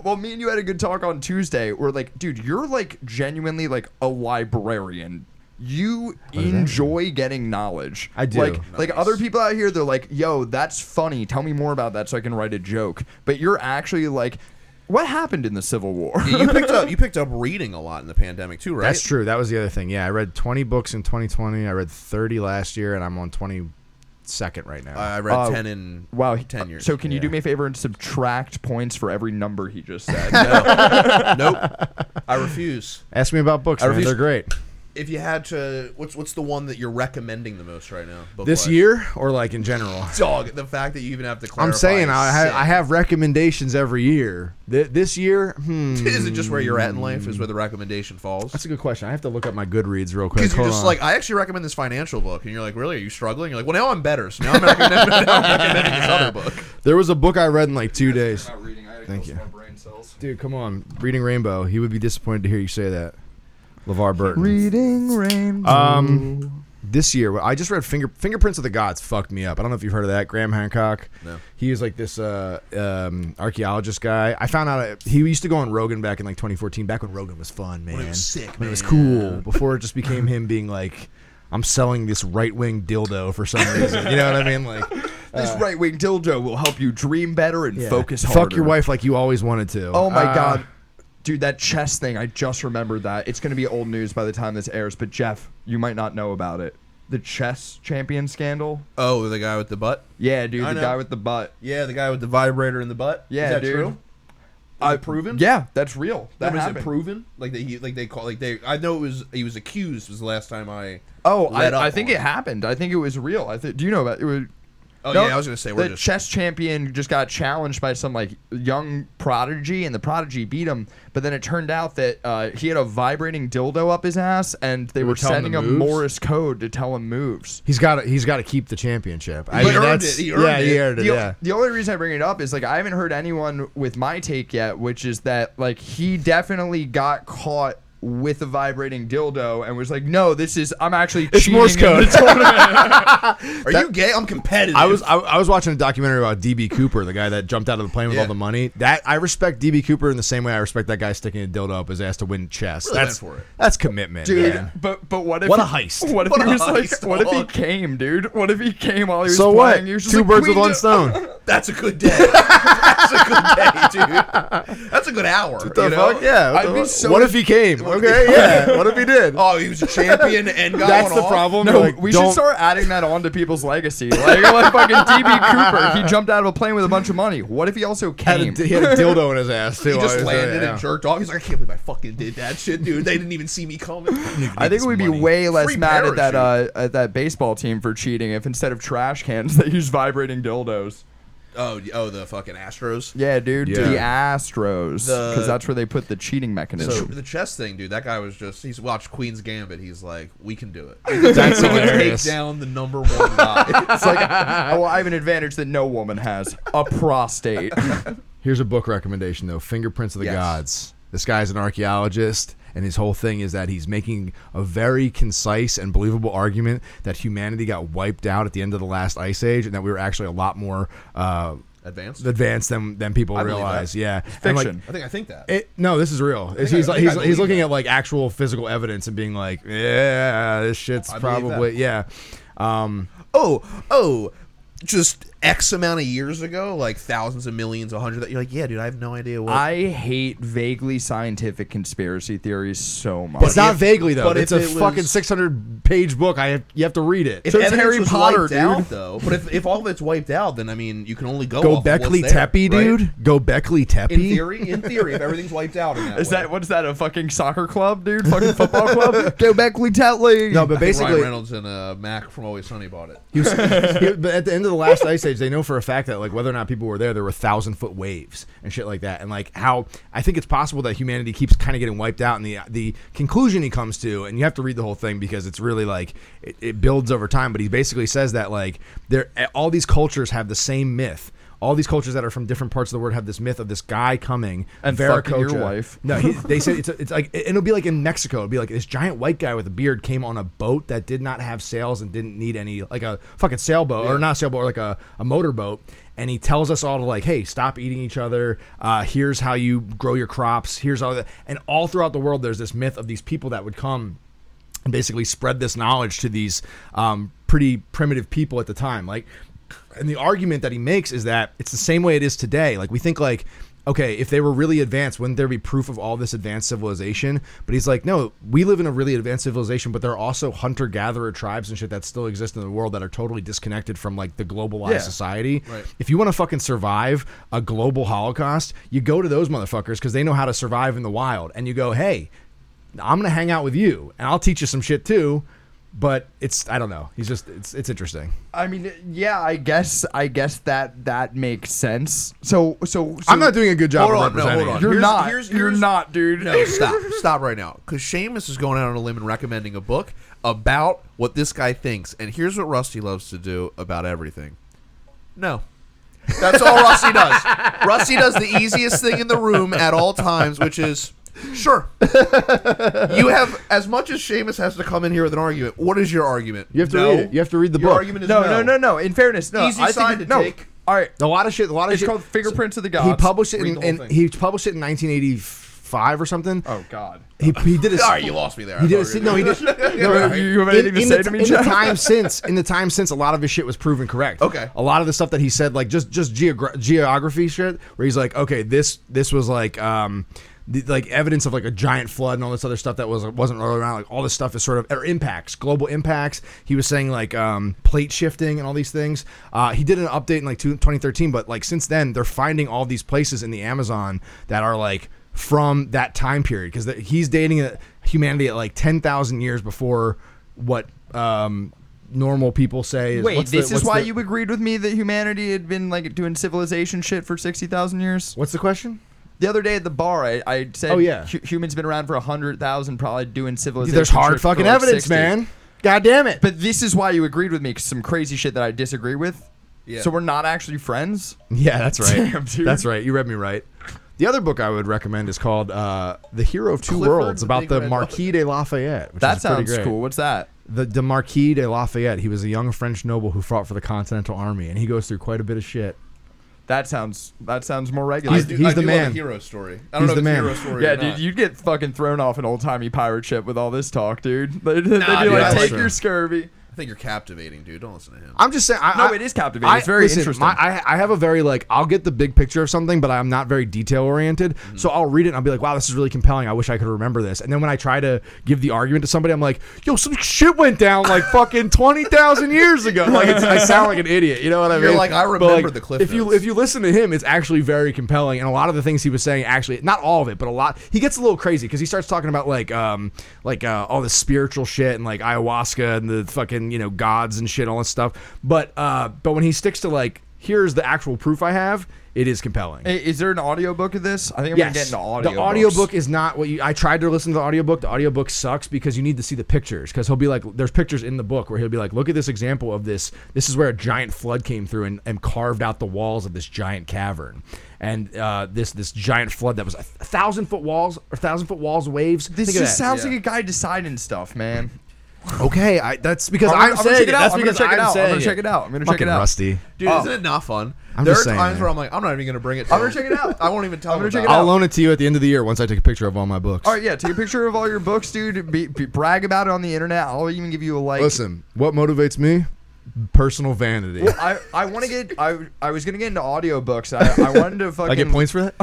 Speaker 4: well me and you had a good talk on tuesday where like dude you're like genuinely like a librarian you enjoy getting knowledge
Speaker 2: Oh, I do.
Speaker 4: like like other people out here they're like yo that's funny tell me more about that so i can write a joke but you're actually like what happened in the civil war
Speaker 3: you picked up. You picked up reading a lot in the pandemic too, right?
Speaker 2: That's true. That was the other thing. Yeah, I read 20 books in 2020. I read 30 last year, and I'm on 22nd right now.
Speaker 3: I I read
Speaker 4: Oh.
Speaker 3: ten in
Speaker 4: Wow, he-
Speaker 3: ten years.
Speaker 4: So can you do me a favor and subtract points for every number he just said?
Speaker 3: nope. I refuse.
Speaker 2: Ask me about books.
Speaker 3: I
Speaker 2: Man.
Speaker 3: refuse-
Speaker 2: They're great.
Speaker 3: If you had to, what's what's the one that you're recommending the most right now?
Speaker 2: This
Speaker 3: book-wise?
Speaker 2: year or like in general?
Speaker 3: dog. The fact that you even have to. Clarify
Speaker 2: I'm saying I,
Speaker 3: is
Speaker 2: ha-
Speaker 3: sick.
Speaker 2: I have recommendations every year. Th- this year, hmm.
Speaker 3: Is it just where you're at in life? Is where the recommendation falls?
Speaker 2: That's a good question. I have to look up my Goodreads real quick.
Speaker 3: Because you're
Speaker 2: Hold
Speaker 3: just
Speaker 2: on.
Speaker 3: like, I actually recommend this financial book, and you're like, really? Are you struggling? You're like, well, now I'm better, so now I'm recommending, now I'm recommending this other book.
Speaker 2: there was a book I read in like two days.
Speaker 4: reading. I had to
Speaker 2: Thank kill some you. Dude, come on, reading Rainbow. He would be disappointed to hear you say that. LeVar Burton.
Speaker 4: Reading Rainbow.
Speaker 2: Um, this year, I just read Finger, Fingerprints of the Gods. Fucked me up. I don't know if you've heard of that. Graham Hancock.
Speaker 3: No.
Speaker 2: He was like this uh, um, archaeologist guy. I found out uh, he used to go on Rogan back in like 2014. Back when Rogan was fun, man.
Speaker 3: it was sick,
Speaker 2: When it was
Speaker 3: man.
Speaker 2: cool. Before it just became him being like, I'm selling this right wing dildo for some reason. You know what I mean? Like,
Speaker 4: this right wing dildo will help you dream better and
Speaker 2: yeah.
Speaker 4: focus harder.
Speaker 2: Fuck your wife like you always wanted to.
Speaker 4: Oh my
Speaker 2: Uh,
Speaker 4: god. Dude, that chess thing, I just remembered that. It's going to be old news by the time this airs, but Jeff, you might not know about it. The chess champion scandal?
Speaker 3: Oh, the guy with the butt.
Speaker 4: Yeah, dude,
Speaker 3: I
Speaker 4: the
Speaker 3: know.
Speaker 4: guy with the butt.
Speaker 3: Yeah, the guy with the vibrator in the butt.
Speaker 4: Yeah,
Speaker 3: is that
Speaker 4: dude.
Speaker 3: true? Is
Speaker 4: I-
Speaker 3: it proven?
Speaker 4: Yeah, that's real.
Speaker 3: That
Speaker 4: That
Speaker 3: was it
Speaker 4: happened.
Speaker 3: proven? Like they he- like they call like they I know it was he was accused was the last time I
Speaker 4: Oh,
Speaker 3: let up
Speaker 4: I, I think
Speaker 3: on
Speaker 4: it happened. I think it was real. I think. Do you know about it? was-
Speaker 3: Oh
Speaker 4: No,
Speaker 3: yeah, I was gonna say
Speaker 4: the
Speaker 3: we're just
Speaker 4: chess champion just got challenged by some like young prodigy, and the prodigy beat him. But then it turned out that uh, he had a vibrating dildo up his ass, and they
Speaker 2: were
Speaker 4: were,
Speaker 2: telling
Speaker 4: sending
Speaker 2: him
Speaker 4: him
Speaker 2: moves?
Speaker 4: Morse code to tell him moves.
Speaker 2: He's got to he's got to keep the championship. I
Speaker 3: He
Speaker 2: mean,
Speaker 3: earned
Speaker 2: that's-
Speaker 3: it. He earned
Speaker 2: yeah, he
Speaker 3: it.
Speaker 2: earned it.
Speaker 4: The, o-
Speaker 2: Yeah.
Speaker 4: the only reason I bring it up is like I haven't heard anyone with my take yet, which is that like he definitely got caught with a vibrating dildo and was like, "No, this is I'm actually
Speaker 2: It's
Speaker 4: cheating
Speaker 2: Morse
Speaker 4: in
Speaker 2: code.
Speaker 4: the
Speaker 2: It's Morse
Speaker 3: Are you gay? I'm competitive.
Speaker 2: I was I, I was watching a documentary about DB Cooper, the guy that jumped out of the plane with
Speaker 3: Yeah.
Speaker 2: all the money. That I respect DB Cooper in the same way I respect that guy sticking a dildo up his ass to win chess.
Speaker 3: Really
Speaker 2: that's
Speaker 3: went for it.
Speaker 2: that's commitment,
Speaker 4: Dude,
Speaker 2: man.
Speaker 4: but but what if
Speaker 2: What a
Speaker 4: he-
Speaker 2: heist.
Speaker 4: What if
Speaker 3: What
Speaker 4: he
Speaker 3: a
Speaker 4: was like?
Speaker 3: heist.
Speaker 4: What if he
Speaker 3: Fuck.
Speaker 4: came, dude? What if he came while he was
Speaker 2: So
Speaker 4: playing?
Speaker 2: what?
Speaker 4: He was just
Speaker 2: Two
Speaker 4: like,
Speaker 2: birds with
Speaker 4: "Queen
Speaker 2: one
Speaker 4: of-"
Speaker 2: stone.
Speaker 3: That's a good day. That's a good day, dude. That's a good hour. What
Speaker 2: the
Speaker 3: you know?
Speaker 2: fuck? Yeah. What,
Speaker 4: I'd
Speaker 2: the
Speaker 4: be
Speaker 2: fuck?
Speaker 4: so-
Speaker 2: What if he came? Okay. Yeah. What if he did?
Speaker 3: Oh, he was a champion and got
Speaker 2: that's
Speaker 3: one
Speaker 2: the
Speaker 3: off?
Speaker 2: problem.
Speaker 4: No,
Speaker 2: You're like,
Speaker 4: we
Speaker 2: don't-
Speaker 4: should start adding that on to people's legacy. Like, like fucking DB Cooper, he jumped out of a plane with a bunch of money. What if he also
Speaker 2: Had a,
Speaker 4: came?
Speaker 2: he had a dildo in his ass too.
Speaker 3: He just
Speaker 2: obviously,
Speaker 3: landed
Speaker 2: yeah.
Speaker 3: and jerked off. He's like, I can't believe I fucking did that shit, dude. They didn't even see me coming.
Speaker 4: I think we'd be way less
Speaker 3: Free
Speaker 4: mad at that uh,
Speaker 3: parachute.
Speaker 4: at that baseball team for cheating if instead of trash cans they use vibrating dildos.
Speaker 3: Oh, y- oh, the fucking Astros.
Speaker 4: Yeah, dude,
Speaker 2: Yeah.
Speaker 4: the Astros,
Speaker 3: The-
Speaker 4: because that's where they put the cheating
Speaker 3: So
Speaker 4: mechanism.
Speaker 3: the chess thing, dude. That guy was just—he's watched Queen's Gambit. He's like, we can do it.
Speaker 2: That's
Speaker 3: we can take
Speaker 2: hilarious.
Speaker 3: down the number one guy.
Speaker 4: it's like, well, I have an advantage that no woman has: a prostate.
Speaker 2: Here's a book recommendation though: Fingerprints of the
Speaker 3: Yes.
Speaker 2: Gods. This guy's an archaeologist, and his whole thing is that he's making a very concise and believable argument that humanity got wiped out at the end of the last ice age, and that we were actually a lot more uh,
Speaker 3: Advanced.
Speaker 2: advanced than than people
Speaker 3: believe
Speaker 2: realize.
Speaker 3: that.
Speaker 2: Yeah, And, like,
Speaker 4: Fiction.
Speaker 3: I think I think that.
Speaker 2: it, no, this is real. It's-
Speaker 3: I-
Speaker 2: he's
Speaker 3: I
Speaker 2: like,
Speaker 3: think I
Speaker 2: he's, he's
Speaker 3: believe
Speaker 2: looking
Speaker 3: that.
Speaker 2: at like actual physical evidence and being like, yeah, this shit's
Speaker 3: I believe that.
Speaker 2: probably yeah. Um,
Speaker 3: oh, oh, just X amount of years ago, like thousands of millions, a hundred. You're like, yeah, dude, I have no idea what.
Speaker 4: I hate vaguely scientific conspiracy theories so much.
Speaker 2: it's not
Speaker 3: if-
Speaker 2: vaguely though.
Speaker 3: but
Speaker 2: it's a
Speaker 3: if it
Speaker 2: fucking
Speaker 3: was-
Speaker 2: 600 page book. I have, you have to read it.
Speaker 3: if
Speaker 2: So it's
Speaker 3: evidence
Speaker 2: Harry
Speaker 3: was
Speaker 2: Potter,
Speaker 3: wiped
Speaker 2: dude.
Speaker 3: out, though, but if, if all of it's wiped out, then I mean, you can only go.
Speaker 2: Go
Speaker 3: off of what's
Speaker 2: Beckley
Speaker 3: there,
Speaker 2: Teppy,
Speaker 3: right?
Speaker 2: dude. Go Beckley Teppy.
Speaker 3: In theory, in theory, if everything's wiped out, in that
Speaker 4: Is
Speaker 3: way.
Speaker 4: that what's that a fucking soccer club, dude? Fucking football club? Go back, Tetley.
Speaker 2: No, but
Speaker 3: I think Ryan
Speaker 2: basically,
Speaker 3: Reynolds and uh, Mac from Always Sunny bought it.
Speaker 2: he was, he- but at the end of the last ice age, they know for a fact that like whether or not people were there, there were thousand foot waves and shit like that, and like how I think it's possible that humanity keeps kind of getting wiped out. And the the conclusion he comes to, and you have to read the whole thing because it's really like it, it builds over time. But he basically says that like there, all these cultures have the same myth. All these cultures that are from different parts of the world have this myth of this guy coming
Speaker 4: And fucking your
Speaker 2: Viracocha.
Speaker 4: wife.
Speaker 2: No, he, they said it's, it's like and it'll be like in Mexico. It'll be like this giant white guy with a beard came on a boat that did not have sails and didn't need any like a fucking sailboat or not a sailboat or like a, a motorboat. And he tells us all to like, hey, stop eating each other. Uh, here's how you grow your crops. Here's all that. And all throughout the world, there's this myth of these people that would come and basically spread this knowledge to these um, pretty primitive people at the time. Like, and the argument that he makes is that it's the same way it is today. Like, we think like, okay, if they were really advanced, wouldn't there be proof of all this advanced civilization? But he's like, no, we live in a really advanced civilization, but there are also hunter gatherer tribes and shit that still exist in the world that are totally disconnected from like the globalized
Speaker 4: Yeah.
Speaker 2: society.
Speaker 3: Right.
Speaker 2: If you want to fucking survive a global holocaust, you go to those motherfuckers because they know how to survive in the wild, and you go, hey. I'm gonna hang out with you, and I'll teach you some shit too. But it's I don't know. He's just it's it's interesting.
Speaker 4: I mean, yeah, I guess, I guess that that makes sense. So, so, so
Speaker 2: I'm not doing a good job
Speaker 3: Hold
Speaker 2: of
Speaker 3: on, no, hold
Speaker 2: representing.
Speaker 3: on.
Speaker 4: You're
Speaker 3: Here's-
Speaker 4: not.
Speaker 3: here's-
Speaker 4: you're
Speaker 3: here's-
Speaker 4: not, dude.
Speaker 3: No, stop, stop right now, because Seamus is going out on a limb and recommending a book about what this guy thinks. And here's what Rusty loves to do about everything. No. That's all Rusty does. Rusty does the easiest thing in the room at all times, which is Sure. you have as much as Seamus has to come in here with an argument. What is your argument?
Speaker 2: You have to
Speaker 3: No.
Speaker 2: read it. You have to read the
Speaker 3: Your
Speaker 2: book.
Speaker 3: argument is
Speaker 4: No, no, no, no. In fairness, no.
Speaker 3: Easy
Speaker 4: I think
Speaker 3: side
Speaker 4: it-
Speaker 3: to
Speaker 4: no.
Speaker 3: take.
Speaker 4: All right.
Speaker 2: A lot of shit. A lot of
Speaker 4: It's
Speaker 2: shit.
Speaker 4: called Fingerprints of the
Speaker 2: He
Speaker 4: Gods.
Speaker 2: published it
Speaker 4: Read
Speaker 2: in,
Speaker 4: the whole
Speaker 2: in
Speaker 4: thing.
Speaker 2: he published it in 1985 or something.
Speaker 4: Oh God.
Speaker 2: He, he did a
Speaker 3: All right, you lost me there.
Speaker 2: He
Speaker 3: I
Speaker 2: did a
Speaker 3: thought
Speaker 2: se-
Speaker 3: you were
Speaker 2: no. He did.
Speaker 4: You
Speaker 2: no,
Speaker 4: have- you have
Speaker 2: in-
Speaker 4: anything to
Speaker 2: in
Speaker 4: say
Speaker 2: the,
Speaker 4: to me,
Speaker 2: in the
Speaker 4: Jeff?
Speaker 2: time since, in the time since, a lot of his shit was proven correct.
Speaker 3: Okay.
Speaker 2: A lot of the stuff that he said, like just just geogra- geography shit, where he's like, okay, this this was like um the, like evidence of like a giant flood and all this other stuff that was wasn't really around. Like all this stuff is sort of or impacts, global impacts. He was saying like um plate shifting and all these things. Uh, he did an update in like two, 2013, but like since then, they're finding all these places in the Amazon that are like from that time period because he's dating uh, humanity at like 10,000 years before what um, normal people say is
Speaker 4: Wait,
Speaker 2: what's the-
Speaker 4: this is
Speaker 2: what's
Speaker 4: why
Speaker 2: the-
Speaker 4: you agreed with me that humanity had been like doing civilization shit for sixty thousand years.
Speaker 2: what's the question
Speaker 4: The other day at the bar, I, I said,
Speaker 2: Oh, yeah.
Speaker 4: hu- humans been around for hundred thousand, probably doing civilization."
Speaker 2: there's
Speaker 4: shit
Speaker 2: hard
Speaker 4: for,
Speaker 2: fucking
Speaker 4: like,
Speaker 2: evidence
Speaker 4: 60."
Speaker 2: man god damn it
Speaker 4: But this is why you agreed with me, 'cause some crazy shit that I disagree with.
Speaker 3: Yeah.
Speaker 4: So we're not actually friends.
Speaker 2: yeah that's right
Speaker 4: Damn, dude.
Speaker 2: that's right you read me right the other book I would recommend is called uh, "The Hero of Two
Speaker 3: Clifford
Speaker 2: Worlds"
Speaker 3: the
Speaker 2: about
Speaker 3: Big
Speaker 2: the
Speaker 3: Red
Speaker 2: Marquis de Lafayette. Which
Speaker 4: That
Speaker 2: is pretty
Speaker 4: sounds
Speaker 2: great.
Speaker 4: cool. What's that?
Speaker 2: The, the Marquis de Lafayette. He was a young French noble who fought for the Continental Army, and he goes through quite a bit of shit.
Speaker 4: That sounds that sounds more
Speaker 3: I
Speaker 4: regular.
Speaker 2: He's-
Speaker 3: do-
Speaker 2: he's
Speaker 3: I
Speaker 2: the
Speaker 3: do love a
Speaker 2: man.
Speaker 3: hero story. I don't
Speaker 2: He's
Speaker 3: know if
Speaker 2: the
Speaker 3: it's
Speaker 2: man.
Speaker 3: a hero story.
Speaker 4: yeah,
Speaker 3: or
Speaker 4: dude,
Speaker 3: not.
Speaker 4: you'd get fucking thrown off an old timey pirate ship with all this talk, dude. They, would
Speaker 3: Nah,
Speaker 4: be
Speaker 3: dude,
Speaker 4: like,
Speaker 3: that's
Speaker 4: "Take
Speaker 2: true.
Speaker 4: your scurvy."
Speaker 3: I think you're captivating, dude. Don't listen to him.
Speaker 2: I'm just saying. I,
Speaker 4: No,
Speaker 2: I-
Speaker 4: it is captivating. It's very interesting.
Speaker 2: my- I, I have a very like I'll get the big picture of something, but I'm not very detail oriented.
Speaker 4: Mm-hmm.
Speaker 2: So I'll read it and I'll be like, "Wow, this is really compelling. I wish I could remember this." And then when I try to give the argument to somebody, I'm like, "Yo, some shit went down like fucking twenty thousand years ago." Like it's, I sound like an idiot. You know what I
Speaker 3: You're
Speaker 2: mean?
Speaker 3: like, "I
Speaker 2: But,
Speaker 3: remember the Cliff
Speaker 2: If you
Speaker 3: Notes."
Speaker 2: if you listen to him, it's actually very compelling, and a lot of the things he was saying actually not all of it, but a lot. He gets a little crazy because he starts talking about like um like uh, all this spiritual shit and like ayahuasca and the fucking you know gods and shit all this stuff. But uh but when he sticks to like here's the actual proof I have, it is compelling.
Speaker 4: Hey, Is there an audiobook of this? I think I'm gonna get into audio.
Speaker 2: The audiobook is not what you I tried to listen to the audiobook. The audiobook sucks because you need to see the pictures cuz he'll be like there's pictures in the book where he'll be like look at this example of this. This is where a giant flood came through and, and carved out the walls of this giant cavern. And uh, this this giant flood that was a thousand foot walls or thousand foot walls waves.
Speaker 4: This
Speaker 2: Think of
Speaker 4: just
Speaker 2: that.
Speaker 4: sounds
Speaker 3: Yeah.
Speaker 4: like a guy deciding stuff, man.
Speaker 2: okay. I, that's because
Speaker 4: I'm
Speaker 2: I'm,
Speaker 4: gonna- I'm gonna
Speaker 2: saying
Speaker 4: check it out.
Speaker 2: That's
Speaker 4: I'm gonna
Speaker 2: because
Speaker 4: check it out. I'm
Speaker 2: saying
Speaker 4: gonna check it out. I'm gonna check it
Speaker 2: Fucking
Speaker 4: out.
Speaker 2: Rusty.
Speaker 3: Dude,
Speaker 4: Oh.
Speaker 3: isn't it not fun?
Speaker 2: I'm
Speaker 3: there
Speaker 2: just
Speaker 3: are
Speaker 2: saying,
Speaker 3: times
Speaker 2: man.
Speaker 3: where I'm like, I'm not even gonna bring it. To
Speaker 4: I'm gonna
Speaker 3: him.
Speaker 4: check it out.
Speaker 3: I won't even tell
Speaker 4: I'm
Speaker 3: him.
Speaker 4: gonna check it
Speaker 3: about
Speaker 2: I'll
Speaker 4: out.
Speaker 2: loan it to you at the end of the year once I take a picture of all my books.
Speaker 4: All right, yeah. Take a picture of all your books, dude. Be, be, brag about it on the internet. I'll even give you a like.
Speaker 2: Listen, what motivates me? Personal vanity.
Speaker 4: I, I want to get I I was gonna get into audiobooks. I, I wanted to fucking
Speaker 2: I get points for that.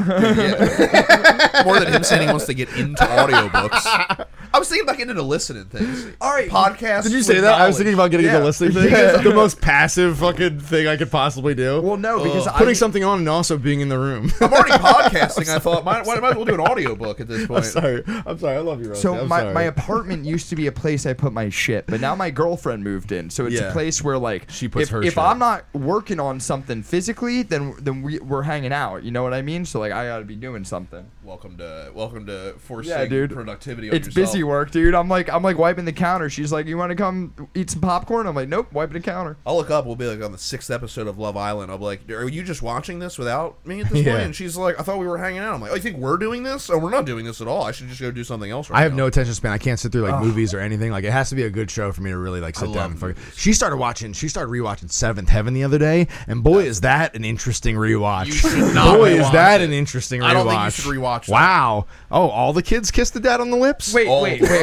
Speaker 3: Yeah. More than him saying he wants to get into audiobooks. I was thinking about getting into listening things.
Speaker 4: All right,
Speaker 3: podcasts.
Speaker 2: Did you
Speaker 3: with
Speaker 2: say that? I was
Speaker 3: knowledge.
Speaker 2: thinking about getting
Speaker 4: Yeah.
Speaker 2: the listening thing. the most passive fucking thing I could possibly do.
Speaker 4: Well, no, because I,
Speaker 2: putting something on and also being in the room.
Speaker 3: I'm already podcasting. I thought, might, why might as well do an audiobook at this
Speaker 2: I'm
Speaker 3: point?
Speaker 2: sorry. I'm sorry. I love you, Rosie.
Speaker 4: so
Speaker 2: I'm
Speaker 4: my,
Speaker 2: sorry.
Speaker 4: my apartment used to be a place I put my shit, but now my girlfriend moved in, so it's
Speaker 2: Yeah.
Speaker 4: a place where like
Speaker 2: She puts
Speaker 4: if,
Speaker 2: her
Speaker 4: If
Speaker 2: shit.
Speaker 4: I'm not working on something physically, then then we we're hanging out. You know what I mean? So like I gotta be doing something.
Speaker 3: Welcome to welcome to forcing
Speaker 4: Yeah, dude.
Speaker 3: productivity. On
Speaker 4: It's
Speaker 3: yourself.
Speaker 4: busy work, dude. I'm like I'm like wiping the counter. She's like, you want to come eat some popcorn? I'm like, nope, wiping the counter.
Speaker 3: I'll look up. We'll be like on the sixth episode of Love Island. I'll be like, "Are you just watching this without me at this
Speaker 2: Yeah.
Speaker 3: point?" And she's like, "I thought we were hanging out." I'm like, "Oh, you think we're doing this? Oh, we're not doing this at all. I should just go do something else." Right
Speaker 2: I have
Speaker 3: now."
Speaker 2: no attention span. I can't sit through like movies or anything. Like it has to be a good show for me to really like sit
Speaker 3: love
Speaker 2: down and fucking. She started watching. She started rewatching Seventh Heaven the other day, and boy, is that an interesting rewatch.
Speaker 3: You should not
Speaker 2: boy, is
Speaker 3: rewatch
Speaker 2: that
Speaker 3: it.
Speaker 2: an interesting rewatch.
Speaker 3: I don't think you should rewatch that.
Speaker 2: Wow. Oh, all the kids kissed the dad on the lips.
Speaker 4: Wait,
Speaker 3: Oh.
Speaker 4: wait, wait.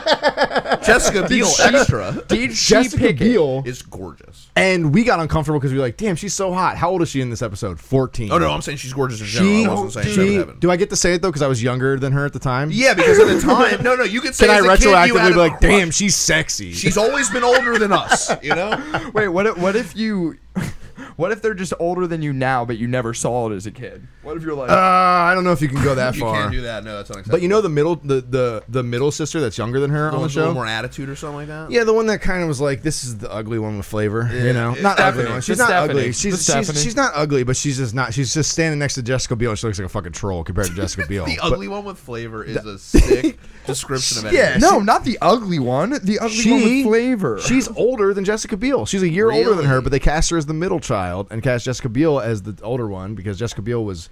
Speaker 3: Jessica Biel extra
Speaker 4: Did she
Speaker 2: Jessica
Speaker 4: pick it?
Speaker 2: Biel
Speaker 3: is gorgeous.
Speaker 2: and we got uncomfortable because we were like, "Damn, she's so hot." How old is she in this episode? Fourteen.
Speaker 3: Oh no, I'm saying she's gorgeous in general.
Speaker 2: she.
Speaker 3: I wasn't saying
Speaker 2: she-
Speaker 3: Seven Heaven.
Speaker 2: do I get to say it though? Because I was younger than her at the time.
Speaker 3: yeah, because at the time, no, no, you could say
Speaker 2: Can I
Speaker 3: as a kid, you
Speaker 2: retroactively
Speaker 3: had
Speaker 2: be like,
Speaker 3: a-
Speaker 2: "Damn, she's sexy."
Speaker 3: she's always been older than us," you know?
Speaker 4: Wait, what if, what if you what if they're just older than you now but you never saw it as a kid? What if you're like
Speaker 2: uh, I don't know if you can go that
Speaker 3: You
Speaker 2: far.
Speaker 3: can't do that. No, that's unacceptable.
Speaker 2: But you know the middle, the the the middle sister that's younger than her
Speaker 3: the
Speaker 2: on the
Speaker 3: one's a little
Speaker 2: show.
Speaker 3: more attitude or something like that.
Speaker 2: Yeah, the one that kind of was like, "This is the ugly one with flavor," you know.
Speaker 3: it's
Speaker 2: Not
Speaker 4: Stephanie.
Speaker 2: ugly. one.
Speaker 4: It's
Speaker 2: She's not
Speaker 4: Stephanie.
Speaker 2: ugly.
Speaker 4: It's
Speaker 2: She's, she's
Speaker 4: Stephanie.
Speaker 2: she's not ugly, but she's just not. She's just standing next to Jessica Biel. and She looks like a fucking troll compared to Jessica Biel.
Speaker 3: The
Speaker 2: But-
Speaker 3: ugly one with flavor is a sick description of
Speaker 2: Yeah,
Speaker 3: anything.
Speaker 4: No, not the ugly one. The ugly one with flavor.
Speaker 2: She's older than Jessica Biel. She's a year older than her,
Speaker 3: Really?
Speaker 2: but they cast her as the middle child and cast Jessica Biel as the older one because Jessica Biel was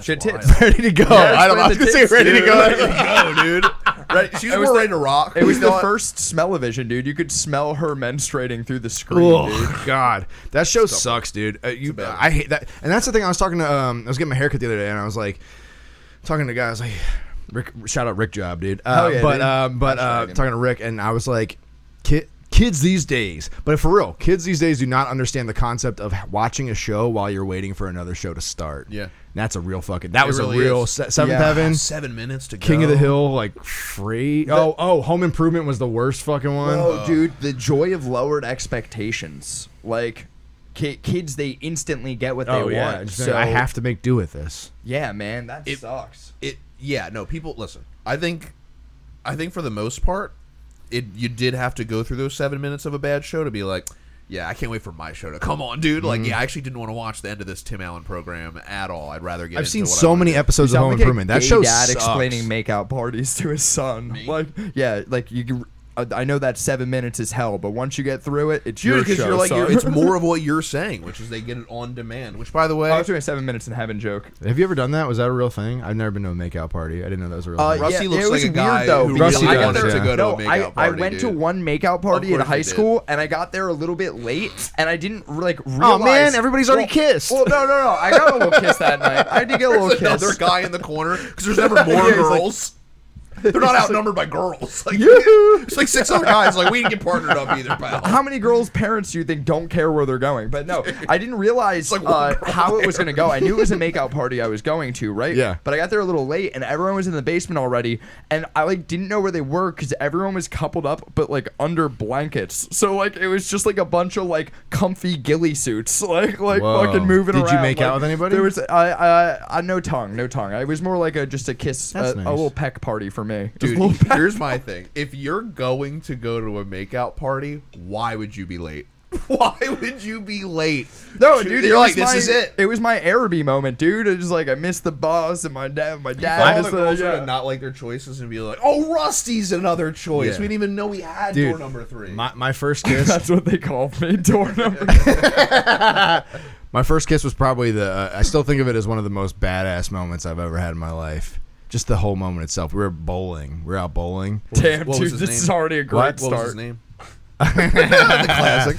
Speaker 4: Shit tits.
Speaker 2: ready to go.
Speaker 4: Yeah,
Speaker 2: I don't know. I was
Speaker 4: it's
Speaker 2: gonna say
Speaker 4: where the tits,
Speaker 2: ready to
Speaker 4: dude.
Speaker 2: go.
Speaker 3: go, dude. Right, she was,
Speaker 4: It
Speaker 3: more
Speaker 4: was the-
Speaker 3: ready to rock.
Speaker 4: It was
Speaker 3: You know
Speaker 4: the
Speaker 3: what?
Speaker 4: first smell-o-vision, dude. You could smell her menstruating through the screen, dude.
Speaker 2: Oh God, that show sucks, dude. Uh, you,
Speaker 3: bad one.
Speaker 2: I hate that, and that's the thing. I was talking to, um, I was getting my haircut the other day, and I was like, talking to guys like, Rick, shout out Rick Job, dude. Uh,
Speaker 4: Oh, yeah,
Speaker 2: but
Speaker 4: dude.
Speaker 2: um, but uh,
Speaker 4: Hashtag him.
Speaker 2: talking to Rick, and I was like, kid. Kids these days, but for real, kids these days do not understand the concept of watching a show while you're waiting for another show to start.
Speaker 3: Yeah.
Speaker 2: And that's a real fucking. That was
Speaker 3: really
Speaker 2: a real
Speaker 3: is.
Speaker 2: se- seventh
Speaker 4: Yeah.
Speaker 2: heaven.
Speaker 3: seven minutes to
Speaker 2: King
Speaker 3: go.
Speaker 2: of the Hill, like free. oh, oh, Home Improvement was the worst fucking one.
Speaker 4: Oh, dude, the joy of lowered expectations. Like, ki- kids, they instantly get what they
Speaker 2: Oh,
Speaker 4: want.
Speaker 2: yeah. Just like,
Speaker 4: so
Speaker 2: I have to make do with this.
Speaker 4: Yeah, man, that
Speaker 3: It-
Speaker 4: sucks.
Speaker 3: It yeah no people listen. I think, I think for the most part, it you did have to go through those seven minutes of a bad show to be like, yeah, I can't wait for my show to come on, dude. Like
Speaker 2: Mm-hmm.
Speaker 3: yeah, I actually didn't want to watch the end of this Tim Allen program at all. I'd rather get.
Speaker 2: I've
Speaker 3: into
Speaker 2: seen
Speaker 3: what I
Speaker 2: so
Speaker 3: wanna
Speaker 2: many
Speaker 3: do.
Speaker 2: episodes of
Speaker 4: Sound
Speaker 2: Home
Speaker 4: like a
Speaker 2: Improvement. That
Speaker 4: gay
Speaker 2: show
Speaker 4: dad
Speaker 2: sucks.
Speaker 4: explaining makeout parties to his son. Like, yeah, like you. I I know that seven minutes is hell, but once you get through it, it's
Speaker 3: Dude,
Speaker 4: your
Speaker 3: because
Speaker 4: show.
Speaker 3: you're like
Speaker 4: son.
Speaker 3: you're, it's more of what you're saying, which is they get it on demand. Which, by the way,
Speaker 4: I was doing a seven minutes in heaven joke.
Speaker 2: Have you ever done that? Was that a real thing? I've never been to a makeout party. I didn't know that was a real
Speaker 4: Uh,
Speaker 2: thing.
Speaker 3: Rusty
Speaker 4: yeah,
Speaker 3: looks
Speaker 4: it was
Speaker 3: like a guy
Speaker 4: weird, though,
Speaker 3: who
Speaker 4: because
Speaker 2: really
Speaker 4: I got
Speaker 2: wants
Speaker 4: there-
Speaker 2: to
Speaker 3: go to a
Speaker 4: no, I-
Speaker 3: makeout
Speaker 4: I
Speaker 3: party,
Speaker 4: went to
Speaker 3: dude.
Speaker 4: one makeout party in
Speaker 3: course
Speaker 4: high
Speaker 3: you did.
Speaker 4: school, and I got there a little bit late, and I didn't like
Speaker 2: man,
Speaker 4: realize.
Speaker 2: everybody's already
Speaker 4: well,
Speaker 2: kissed.
Speaker 4: Well, no, no, no. I got a little kiss that night. I did get a little
Speaker 3: there's another
Speaker 4: kiss.
Speaker 3: guy in the corner because there's never more
Speaker 4: he's like-
Speaker 3: girls. They're not outnumbered by girls. Like,
Speaker 4: Yoo-hoo.
Speaker 3: it's like six other guys. Like we didn't get partnered up either, pal.
Speaker 4: How many girls' parents do you think don't care where they're going? But no, I didn't realize
Speaker 3: like one
Speaker 4: uh,
Speaker 3: girl
Speaker 4: how it was going to go. I knew it was a makeout party I was going to, right?
Speaker 2: Yeah.
Speaker 4: But I got there a little late, and everyone was in the basement already, and I like didn't know where they were because everyone was coupled up, but like under blankets. So like it was just like a bunch of like comfy ghillie suits, like like
Speaker 2: Whoa.
Speaker 4: fucking moving
Speaker 2: Did
Speaker 4: around.
Speaker 2: you make
Speaker 4: Like,
Speaker 2: out with anybody?
Speaker 4: There was I I I no tongue, no tongue. It was more like a just a kiss, a,
Speaker 2: That's nice.
Speaker 4: a little peck party for me. Just
Speaker 3: Dude,
Speaker 4: a little peck.
Speaker 3: here's my thing. If you're going to go to a makeout party, why would you be late? Why would you be late?
Speaker 4: No,
Speaker 3: Dude,
Speaker 4: dude,
Speaker 3: you're
Speaker 4: it
Speaker 3: like,
Speaker 4: was
Speaker 3: this
Speaker 4: my-
Speaker 3: is it.
Speaker 4: It was my Araby moment, dude. It was like I missed the boss and my dad. My dad.
Speaker 3: All
Speaker 4: missed
Speaker 3: the girls
Speaker 4: yeah.
Speaker 3: would not like their choices and be like, "Oh, Rusty's another choice.
Speaker 2: Yeah.
Speaker 3: We didn't even know we had
Speaker 2: Dude,
Speaker 3: door number three.
Speaker 2: My, my first kiss.
Speaker 4: That's what they call me. Door number.
Speaker 2: my first kiss was probably the. Uh, I still think of it as one of the most badass moments I've ever had in my life. Just the whole moment itself. We were bowling. We were out bowling.
Speaker 4: Damn,
Speaker 3: what was
Speaker 4: dude,
Speaker 3: his
Speaker 4: this
Speaker 3: name?
Speaker 4: is already a great
Speaker 3: what
Speaker 4: start.
Speaker 3: was his name? the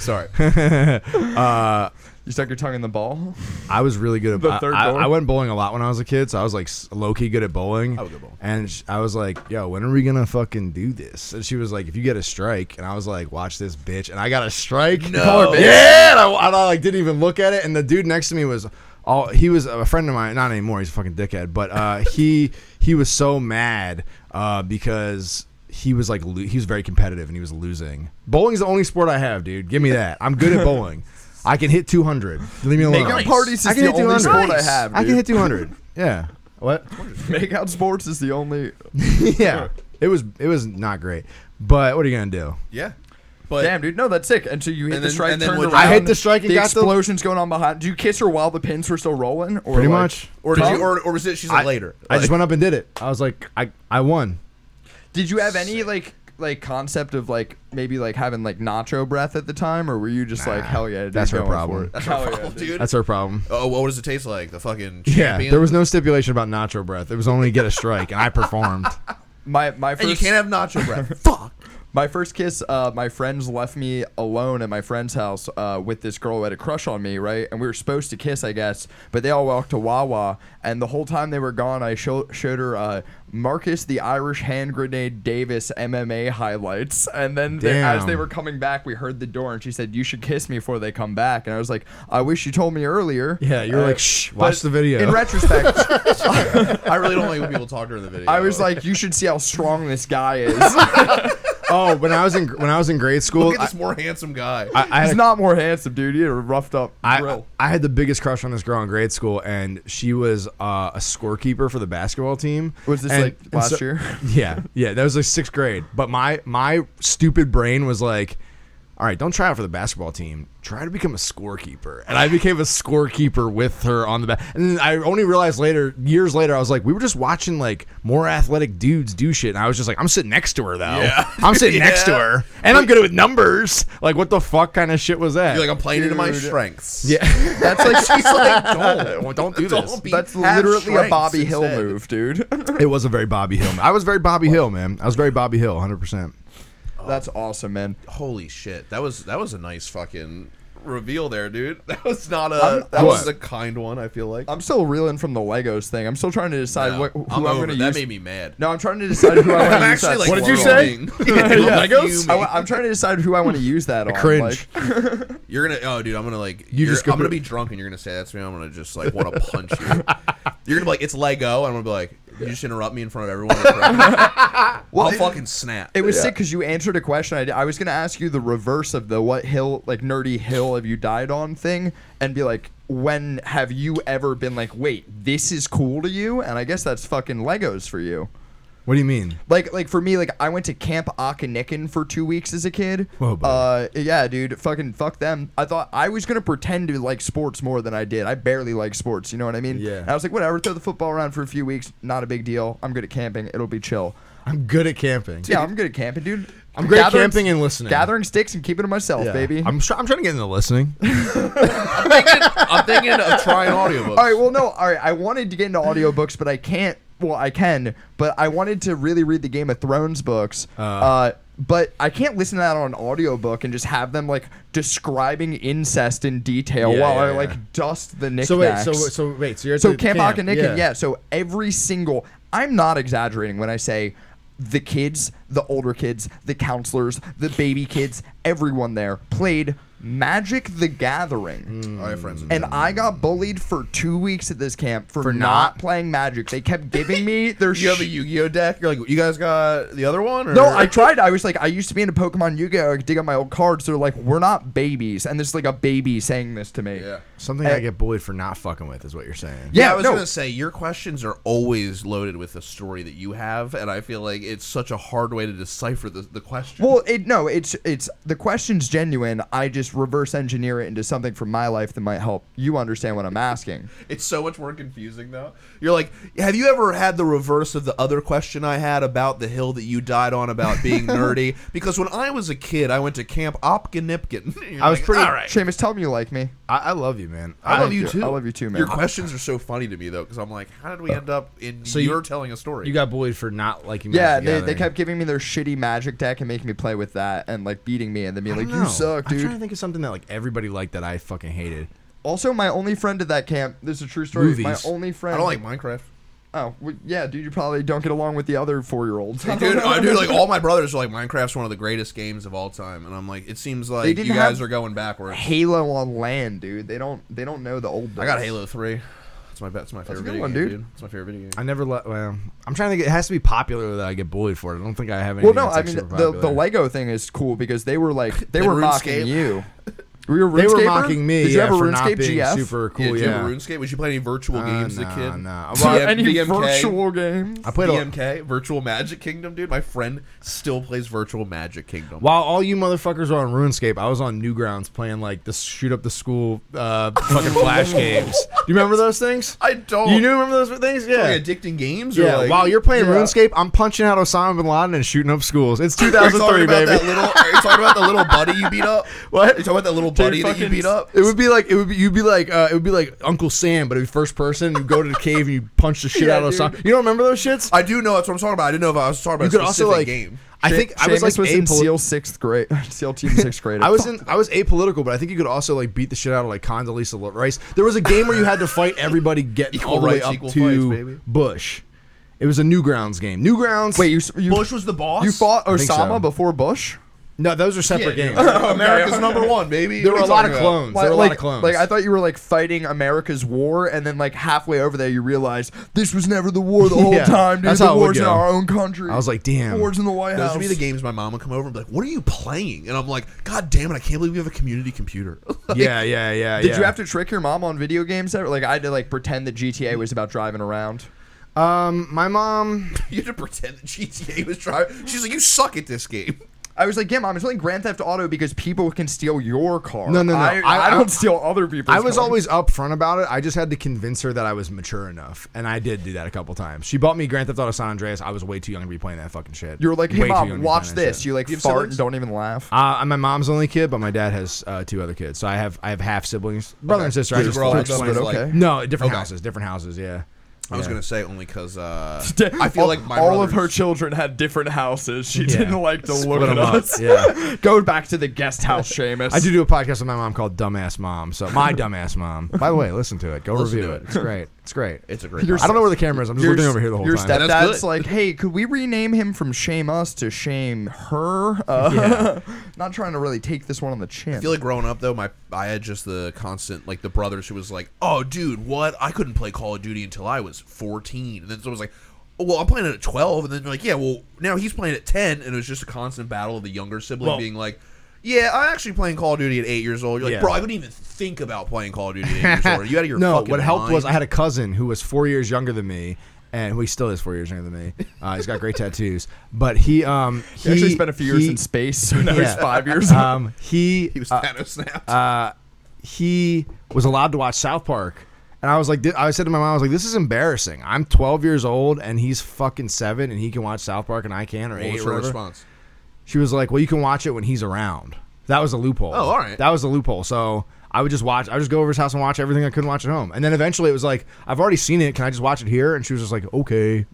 Speaker 3: classic. Sorry.
Speaker 4: You stuck your tongue in the ball.
Speaker 2: I was really good at
Speaker 4: The third
Speaker 2: I, I,
Speaker 4: goal?
Speaker 2: I went bowling a lot when I was a kid, so I was like low key good at bowling.
Speaker 3: I would go bowling.
Speaker 2: And sh- I was like, "Yo, when are we gonna fucking do this?" And she was like, "If you get a strike," and I was like, "Watch this, bitch!" And I got a strike.
Speaker 3: No. Call her bitch.
Speaker 2: yeah. And I, and I, like didn't even look at it. And the dude next to me was all he was a friend of mine, not anymore. He's a fucking dickhead, but uh, he he was so mad uh, because. He was like lo- he was very competitive and he was losing. Bowling's the only sport I have, dude. Give me that. I'm good at bowling. I can hit 200. Leave me alone.
Speaker 4: Makeout parties is
Speaker 2: I can
Speaker 4: the
Speaker 2: hit 200.
Speaker 4: only sport I have. Dude.
Speaker 2: I can hit 200. Yeah. What?
Speaker 4: Makeout sports is the only.
Speaker 2: yeah. It was it was not great. But what are you gonna do?
Speaker 3: Yeah. But
Speaker 4: Damn, dude, no, that's sick. And so you hit
Speaker 3: And
Speaker 4: the
Speaker 3: then-
Speaker 4: strike.
Speaker 3: and then
Speaker 4: turned
Speaker 3: what-
Speaker 4: around,
Speaker 3: I
Speaker 2: hit the strike and
Speaker 4: the
Speaker 2: got the-
Speaker 4: explosions going on behind. Do you kiss her while the pins were still rolling? Or
Speaker 2: Pretty
Speaker 4: like-
Speaker 2: much.
Speaker 3: Or did
Speaker 4: Tom?
Speaker 3: you? Or, or was it? She's like later.
Speaker 2: I just
Speaker 3: Like,
Speaker 2: went up and did it. I was like, I I won.
Speaker 4: Did you have any like like concept of like maybe like having like nacho breath at the time, or were you just like hell yeah? dude,
Speaker 2: that's her
Speaker 4: going for
Speaker 2: problem.
Speaker 4: it?
Speaker 2: That's
Speaker 4: Hell yeah,
Speaker 3: oh,
Speaker 4: dude.
Speaker 3: dude.
Speaker 2: That's our problem.
Speaker 3: oh, what does it taste like? The fucking
Speaker 2: Yeah.
Speaker 3: champion?
Speaker 2: There was no stipulation about nacho breath. It was only get a strike, and I performed.
Speaker 4: My my first
Speaker 3: And you can't have nacho breath. Fuck.
Speaker 4: my first kiss. Uh, my friends left me alone at my friend's house uh, with this girl who had a crush on me, right? And we were supposed to kiss, I guess, but they all walked to Wawa, and the whole time they were gone, I show- showed her uh, Marcus the Irish Hand Grenade Davis MMA highlights, and then they, as they
Speaker 2: Damn.
Speaker 4: were coming back, we heard the door, and she said, "You should kiss me before they come back," and I was like, "I wish you told me earlier."
Speaker 2: Yeah, you were
Speaker 4: Uh,
Speaker 2: like, shh, watch
Speaker 4: but
Speaker 2: the video.
Speaker 4: In retrospect,
Speaker 3: I really don't like when people talk during the video.
Speaker 4: I was like, you should see how strong this guy is.
Speaker 2: oh, when I was in when I was in grade school,
Speaker 3: look at
Speaker 2: I,
Speaker 3: this more handsome guy.
Speaker 2: I, I had
Speaker 4: He's
Speaker 2: a
Speaker 4: not more handsome, dude. He had a roughed up
Speaker 2: I,
Speaker 4: grill.
Speaker 2: I had the biggest crush on this girl in grade school, and she was uh, a scorekeeper for the basketball team.
Speaker 4: Was this,
Speaker 2: And-
Speaker 4: like,
Speaker 2: and
Speaker 4: last year?
Speaker 2: Yeah, yeah, that was like sixth grade. But my my stupid brain was like, all right, don't try out for the basketball team. Try to become a scorekeeper. And I became a scorekeeper with her on the back. And then I only realized later, years later, I was like, we were just watching like more athletic dudes do shit. And I was just like, I'm sitting next to her though.
Speaker 3: Yeah.
Speaker 2: I'm sitting next to
Speaker 3: Yeah.
Speaker 2: her. And I'm good with numbers. Like, what the fuck kind of shit was that?
Speaker 3: You're like, I'm playing into my strengths.
Speaker 2: yeah.
Speaker 4: That's like
Speaker 3: She's like,
Speaker 4: Oh,
Speaker 3: don't.
Speaker 2: Oh, Well, don't do this.
Speaker 3: Don't be-
Speaker 4: that's
Speaker 3: have
Speaker 4: literally a
Speaker 3: strengths
Speaker 4: Bobby Hill
Speaker 3: instead.
Speaker 4: move, dude.
Speaker 2: It was a very Bobby Hill. I was very Bobby Hill, man. I was very Bobby Hill, 100%.
Speaker 4: that's awesome, man.
Speaker 3: Holy shit. That was that was a nice fucking reveal there, dude. That was not a
Speaker 4: I'm-
Speaker 3: that was
Speaker 2: What?
Speaker 3: a kind one, I feel like.
Speaker 4: I'm still reeling from the Legos thing. I'm still trying to decide
Speaker 3: No,
Speaker 4: what, who
Speaker 3: I'm
Speaker 4: I'm,
Speaker 3: over.
Speaker 4: going to
Speaker 3: That
Speaker 4: use.
Speaker 3: made me mad.
Speaker 4: No, I'm trying to decide who I want
Speaker 3: I'm
Speaker 4: to use.
Speaker 3: actually
Speaker 4: that
Speaker 3: like
Speaker 4: for.
Speaker 2: What did you say?
Speaker 3: fuming. Yeah,
Speaker 4: Legos? I,
Speaker 3: fuming.
Speaker 4: am trying to decide who I want to use that on.
Speaker 2: Cringe.
Speaker 4: Like,
Speaker 3: You're gonna oh dude, I'm gonna like you
Speaker 2: just
Speaker 3: just
Speaker 2: go
Speaker 3: I'm gonna
Speaker 2: for-
Speaker 3: be drunk and you're gonna say that's me. I'm gonna just like want to punch you. You're gonna be like it's Lego, and I'm gonna be like you just interrupt me in front of everyone. well, I'll fucking snap.
Speaker 4: it was sick because you answered a question. I, did. I was going to ask you the reverse of the what hill, like nerdy hill have you died on thing, and be like, when have you ever been like, wait, this is cool to you? And I guess that's fucking Legos for you.
Speaker 2: What do you mean?
Speaker 4: Like, like for me, like I went to Camp Akinikin for two weeks as a kid.
Speaker 2: Whoa,
Speaker 4: uh,
Speaker 2: buddy.
Speaker 4: yeah, dude, fucking fuck them. I thought I was gonna pretend to like sports more than I did. I barely like sports. You know what I mean?
Speaker 2: Yeah.
Speaker 4: And I was like, whatever. Throw the football around for a few weeks. Not a big deal. I'm good at camping. It'll be chill.
Speaker 2: I'm good at camping.
Speaker 4: Yeah, I'm good at camping, dude.
Speaker 2: I'm great at
Speaker 4: Gathering-
Speaker 2: camping and listening.
Speaker 4: Gathering sticks and keeping to myself,
Speaker 2: Yeah.
Speaker 4: baby.
Speaker 2: I'm, tr- I'm trying to get into listening.
Speaker 3: I'm thinking of trying audiobooks.
Speaker 4: All right, well, no, all right. I wanted to get into audiobooks, but I can't. Well, I can, but I wanted to really read the Game of Thrones books. Uh, but I can't listen to that on an audiobook and just have them like describing incest in detail
Speaker 2: Yeah,
Speaker 4: while
Speaker 2: yeah,
Speaker 4: I
Speaker 2: yeah.
Speaker 4: like dust the knickknacks.
Speaker 2: So wait, so so wait, so you're at
Speaker 4: So
Speaker 2: the
Speaker 4: Camp
Speaker 2: camp
Speaker 4: Akinikin, yeah. yeah. So every single, I'm not exaggerating when I say the kids, the older kids, the counselors, the baby kids, everyone there played Magic the Gathering.
Speaker 2: Hmm.
Speaker 3: All right, friends.
Speaker 4: And I got bullied for two weeks at this camp for,
Speaker 2: For
Speaker 4: not,
Speaker 2: not-
Speaker 4: playing Magic. They kept giving me their
Speaker 3: you have a
Speaker 4: sh-
Speaker 3: Yu-Gi-Oh deck. You're like, you guys got the other one? Or?
Speaker 4: no, I tried. I was like, I used to be into Pokemon Yu-Gi-Oh. I could dig up my old cards. They're like, we're not babies, and there's like a baby saying this to me.
Speaker 3: Yeah.
Speaker 2: Something
Speaker 4: Uh,
Speaker 2: I get bullied for not fucking with is what you're saying.
Speaker 3: Yeah,
Speaker 4: Yeah,
Speaker 3: I was
Speaker 4: no.
Speaker 3: gonna say your questions are always loaded with the story that you have, and I feel like it's such a hard way to decipher the, the question.
Speaker 4: Well, it no, it's it's the question's genuine. I just reverse engineer it into something from my life that might help you understand what I'm asking.
Speaker 3: It's so much more confusing though. You're like, have you ever had the reverse of the other question I had about the hill that you died on about being nerdy? Because when I was a kid, I went to Camp Opkinipkin. You're
Speaker 2: I was
Speaker 3: like,
Speaker 2: pretty-
Speaker 3: All right.
Speaker 4: Seamus, tell me you like me.
Speaker 2: I, I love you, man.
Speaker 3: I love
Speaker 2: think
Speaker 3: you
Speaker 2: you're-
Speaker 3: too.
Speaker 4: I love you too, man.
Speaker 3: Your questions are so funny to me though, because I'm like, how did we end up in?
Speaker 2: So you-
Speaker 3: you're telling a story.
Speaker 2: You got bullied for not liking.
Speaker 4: Yeah,
Speaker 2: Magic
Speaker 4: they, they
Speaker 2: Gathering.
Speaker 4: kept giving me their shitty magic deck and making me play with that and like beating me and then being
Speaker 2: I
Speaker 4: like,
Speaker 2: don't
Speaker 4: "You
Speaker 2: know.
Speaker 4: suck,
Speaker 2: I'm trying
Speaker 4: dude."
Speaker 2: to think of something that like everybody liked that I fucking hated.
Speaker 4: Also, my only friend at that camp. This is a true story. My
Speaker 2: Movies.
Speaker 4: only friend.
Speaker 3: I don't like Minecraft.
Speaker 4: Oh, well, yeah, dude. You probably don't get along with the other four-year-olds.
Speaker 3: Dude, I, dude, like all my brothers are like, Minecraft's one of the greatest games of all time, and I'm like, it seems like
Speaker 4: didn't
Speaker 3: you guys
Speaker 4: have-
Speaker 3: are going backwards.
Speaker 4: Halo on land, dude. They don't. They don't know the old.
Speaker 3: I got
Speaker 4: days.
Speaker 3: Halo Three. That's my that's my favorite
Speaker 4: a good
Speaker 3: video
Speaker 4: one,
Speaker 3: game,
Speaker 4: dude.
Speaker 3: dude. It's my favorite video game.
Speaker 2: I never let. Well, I'm trying to get. It has to be popular that I get bullied for it. I don't think I have any.
Speaker 4: Well, no, I mean the, the Lego thing is cool because they were like they
Speaker 3: The
Speaker 4: were mocking
Speaker 3: RuneScape.
Speaker 4: you. Were you a
Speaker 2: They were
Speaker 4: RuneScaper?
Speaker 2: mocking me.
Speaker 4: Did you
Speaker 2: yeah,
Speaker 4: have a
Speaker 2: for
Speaker 4: RuneScape
Speaker 2: not being
Speaker 4: GF?
Speaker 2: super
Speaker 3: Yeah,
Speaker 2: cool.
Speaker 3: did you
Speaker 2: Yeah.
Speaker 3: have a RuneScape? Would you play any virtual
Speaker 2: Uh,
Speaker 3: games as a
Speaker 2: nah,
Speaker 3: kid?
Speaker 2: nah.
Speaker 4: Do you
Speaker 2: Well,
Speaker 4: have any
Speaker 3: VMK?
Speaker 4: virtual games?
Speaker 2: I played a,
Speaker 3: VMK, Virtual Magic Kingdom, dude. My friend still plays Virtual Magic Kingdom.
Speaker 2: While all you motherfuckers were on RuneScape, I was on Newgrounds playing like the shoot up the school uh, fucking flash games. Do you remember those things?
Speaker 3: I don't.
Speaker 2: You knew remember those things? Yeah.
Speaker 3: like addicting games.
Speaker 2: yeah.
Speaker 3: Or like,
Speaker 2: While you're playing
Speaker 4: Yeah.
Speaker 2: RuneScape, I'm punching out Osama bin Laden and shooting up schools. It's
Speaker 3: Are you talking
Speaker 2: 2003, baby.
Speaker 3: about That little, are you talking about the little buddy you beat up?
Speaker 2: What?
Speaker 3: Are you talking about that little
Speaker 2: Dude,
Speaker 3: buddy that you
Speaker 2: fucking-
Speaker 3: beat up?
Speaker 2: It would be like it would be you'd be like uh, it would be like Uncle Sam, but it'd be first person. You go to the cave and you punch the shit
Speaker 4: Yeah,
Speaker 2: out of
Speaker 4: dude.
Speaker 2: Osama. You don't remember those shits?
Speaker 3: I do know that's what I'm talking about. I didn't know if I was talking about
Speaker 2: you
Speaker 3: a
Speaker 2: could
Speaker 3: specific
Speaker 2: also like
Speaker 3: game.
Speaker 2: I think I was
Speaker 4: Seamus
Speaker 2: like
Speaker 4: in
Speaker 2: apoli-
Speaker 4: SEAL sixth grade, SEAL team sixth grade.
Speaker 2: I was in. I was apolitical, but I think you could also like beat the shit out of like Condoleezza Lo- Rice. There was a game where you had to fight everybody getting
Speaker 3: Equal
Speaker 2: all the way
Speaker 3: rights,
Speaker 2: up
Speaker 3: equal
Speaker 2: to
Speaker 3: fights, baby.
Speaker 2: Bush. It was a Newgrounds game. Newgrounds.
Speaker 4: Wait, you s- you
Speaker 3: Bush was the boss.
Speaker 4: you fought
Speaker 2: I think
Speaker 4: Osama
Speaker 2: so.
Speaker 4: before Bush?
Speaker 2: no, those are separate
Speaker 3: Yeah,
Speaker 2: games.
Speaker 3: dude. America's number one, baby.
Speaker 2: there
Speaker 3: What
Speaker 2: were a
Speaker 3: are you
Speaker 2: lot
Speaker 3: talking
Speaker 2: of
Speaker 3: about?
Speaker 2: clones. There were a
Speaker 4: like,
Speaker 2: lot of clones.
Speaker 4: like I thought you were like fighting America's war, and then like halfway over there, you realize this was never the war the whole
Speaker 2: Yeah,
Speaker 4: time. Dude,
Speaker 2: that's
Speaker 4: the
Speaker 2: how it would
Speaker 4: war's in
Speaker 2: go.
Speaker 4: our own country.
Speaker 2: I was like, damn.
Speaker 4: war's in the White
Speaker 3: Those
Speaker 4: House.
Speaker 3: would be the games my mom would come over and be like, "What are you playing?" And I'm like, "God damn it! I can't believe we have a community computer."
Speaker 2: yeah, yeah, yeah.
Speaker 4: Did
Speaker 2: yeah.
Speaker 4: you have to trick your mom on video games? Ever? Like I had to like pretend that GTA was about driving around.
Speaker 2: Um, my mom.
Speaker 3: you had to pretend that GTA was driving. She's like, "You suck at this game."
Speaker 4: I was like, yeah, mom, it's only Grand Theft Auto because people can steal your car.
Speaker 2: No, no, no.
Speaker 4: I,
Speaker 2: I-
Speaker 4: I,
Speaker 2: I-
Speaker 4: don't steal other people's.
Speaker 2: I was
Speaker 4: cars.
Speaker 2: always upfront about it. I just had to convince her that I was mature enough, and I did do that a couple times. She bought me Grand Theft Auto San Andreas. I was way too young to be playing that fucking shit.
Speaker 4: You were like,
Speaker 2: Way
Speaker 4: hey,
Speaker 2: too young to
Speaker 4: mom,
Speaker 2: be
Speaker 4: watch
Speaker 2: playing that
Speaker 4: this.
Speaker 2: shit.
Speaker 4: You like
Speaker 3: You have
Speaker 4: fart
Speaker 3: siblings?
Speaker 4: and don't even laugh.
Speaker 2: Uh, I'm my mom's only kid, but my dad has uh, two other kids, so I have I have half siblings, brother and sister. I
Speaker 3: Dude,
Speaker 2: just
Speaker 3: we're all
Speaker 2: full
Speaker 3: adults,
Speaker 2: explained-
Speaker 4: but okay.
Speaker 2: No, different
Speaker 3: Okay.
Speaker 2: houses, different houses. Yeah,
Speaker 3: I was
Speaker 2: Yeah.
Speaker 3: gonna say only because uh, I feel
Speaker 4: all,
Speaker 3: like my
Speaker 4: all of her
Speaker 3: brothers-
Speaker 4: children had different houses. She
Speaker 2: Yeah.
Speaker 4: didn't like to look
Speaker 2: Split
Speaker 4: at
Speaker 2: 'em up,
Speaker 4: us.
Speaker 2: yeah.
Speaker 4: Go back to the guest house, Seamus.
Speaker 2: I do do a podcast with my mom called Dumbass Mom. So my dumbass mom. By the way, listen to it. Go
Speaker 3: Listen
Speaker 2: review
Speaker 3: to
Speaker 2: it.
Speaker 3: it.
Speaker 2: It's great. It's great.
Speaker 3: It's a great.
Speaker 2: I don't know where the camera is. I'm just
Speaker 4: Your
Speaker 2: looking
Speaker 4: s-
Speaker 2: over here the whole
Speaker 4: your
Speaker 2: time.
Speaker 3: step- That's
Speaker 4: stepdad's
Speaker 3: good.
Speaker 4: like, hey, could we rename him from shame us to shame her? Uh, not trying to really take this one on the chin.
Speaker 3: I feel like growing up though, my I had just the constant like the brothers who was like, "Oh, dude, what? I couldn't play Call of Duty until I was 14." And then someone was like, oh, "Well, I'm playing it at 12." And then they're like, "Yeah, well, now he's playing at 10." And it was just a constant battle of the younger sibling
Speaker 2: Well-
Speaker 3: being like, "Yeah, I'm actually playing Call of Duty at 8 years old." You're like,
Speaker 2: Yeah.
Speaker 3: "Bro, I couldn't even think about playing Call of Duty at 8 years old. Are you out of your
Speaker 2: no,
Speaker 3: fucking
Speaker 2: what helped
Speaker 3: mind?
Speaker 2: was I had a cousin who was four years younger than me, and who he still is four years younger than me. Uh, he's got great tattoos, but he um he,
Speaker 4: He actually spent a few years
Speaker 2: he-
Speaker 4: in space, so now he's
Speaker 2: yeah.
Speaker 4: five years old.
Speaker 2: Um, he
Speaker 3: he was
Speaker 2: uh,
Speaker 3: Thanos snapped.
Speaker 2: uh, he was allowed to watch South Park. And I was like, I said to my mom, I was like, this is embarrassing. I'm 12 years old and he's fucking seven and he can watch South Park and I can or
Speaker 3: what
Speaker 2: eight
Speaker 3: was
Speaker 2: or
Speaker 3: her
Speaker 2: whatever.
Speaker 3: response?
Speaker 2: She was like, well, you can watch it when he's around. That was a loophole.
Speaker 3: Oh, all right.
Speaker 2: That was a loophole. So I would just watch, I would just go over his house and watch everything I couldn't watch at home. And then eventually it was like, I've already seen it. Can I just watch it here? And she was just like, okay.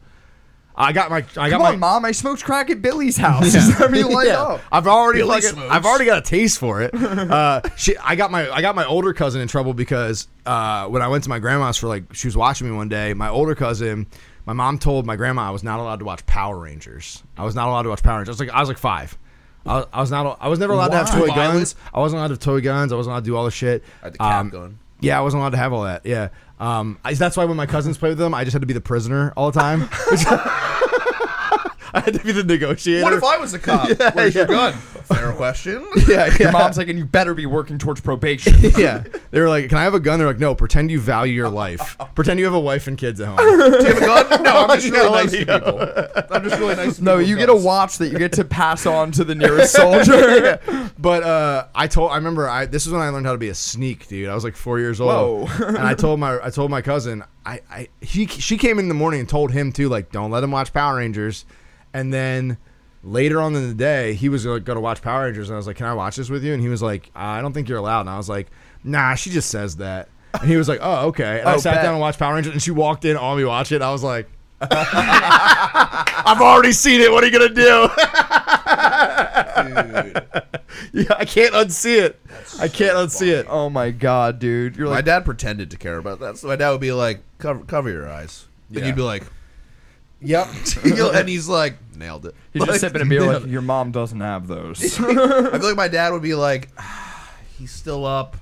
Speaker 2: I got my, I got
Speaker 4: Come
Speaker 2: my,
Speaker 4: on, mom, I smoked crack at Billy's house. I mean, light
Speaker 2: Yeah.
Speaker 4: up.
Speaker 2: I've already
Speaker 3: Billy
Speaker 2: fucking-
Speaker 3: smokes.
Speaker 2: I've already got a taste for it. Uh, she, I got my I got my older cousin in trouble because uh, when I went to my grandma's for like she was watching me one day. My older cousin, my mom told my grandma I was not allowed to watch Power Rangers. I was not allowed to watch Power Rangers. I was like I was like five. I was, I was not. I was never allowed to have
Speaker 4: Why?
Speaker 2: toy
Speaker 3: Too violent?
Speaker 2: guns. I wasn't allowed to have toy guns. I wasn't allowed to do all this shit.
Speaker 3: I had the cap
Speaker 2: Um,
Speaker 3: gun.
Speaker 2: yeah, I wasn't allowed to have all that. Yeah. Um, I, that's why when my cousins played with them, I just had to be the prisoner all the time. I had to be the negotiator.
Speaker 3: What if I was a cop? Where's your gun? Fair question.
Speaker 2: yeah, yeah.
Speaker 4: Your mom's like, and you better be working towards probation.
Speaker 2: yeah. They were like, "Can I have a gun?" They're like, "No, pretend you value your life. Pretend you have a wife and kids at home."
Speaker 3: Do you have a gun? No, I'm just really
Speaker 2: Yeah,
Speaker 3: nice to
Speaker 2: like-
Speaker 3: people. I'm just really nice. To
Speaker 4: no,
Speaker 3: people
Speaker 4: you
Speaker 3: with
Speaker 4: get a
Speaker 3: guns.
Speaker 4: watch that you get to pass on to the nearest soldier.
Speaker 2: but uh, I told, I remember, I this is when I learned how to be a sneak, dude. I was like four years old,
Speaker 4: Whoa.
Speaker 2: and I told my, I told my cousin, I, I, he, she came in the morning and told him too, like, don't let him watch Power Rangers, and then. Later on in the day, he was like, going to watch Power Rangers, and I was like, "Can I watch this with you?" And he was like, "I don't think you're allowed." And I was like, "Nah, she just says that." And he was like, "Oh, okay." And I
Speaker 4: Oh,
Speaker 2: sat
Speaker 4: bet.
Speaker 2: down and watched Power Rangers, and she walked in on me watch it. I was like, I've already seen it. What are you gonna do? yeah, I can't unsee it. I can't
Speaker 3: so
Speaker 2: unsee it.
Speaker 4: oh my god, dude. You're
Speaker 3: My
Speaker 4: like,
Speaker 3: dad pretended to care about that. So my dad would be like, "Cover, cover your eyes," and
Speaker 2: Yeah.
Speaker 3: you'd be like,
Speaker 2: Yep.
Speaker 3: and he's like, "Nailed it."
Speaker 4: he's
Speaker 3: Like,
Speaker 4: just sipping a beer like, your mom doesn't have those.
Speaker 3: I feel like my dad would be like, "Ah, "He's still up.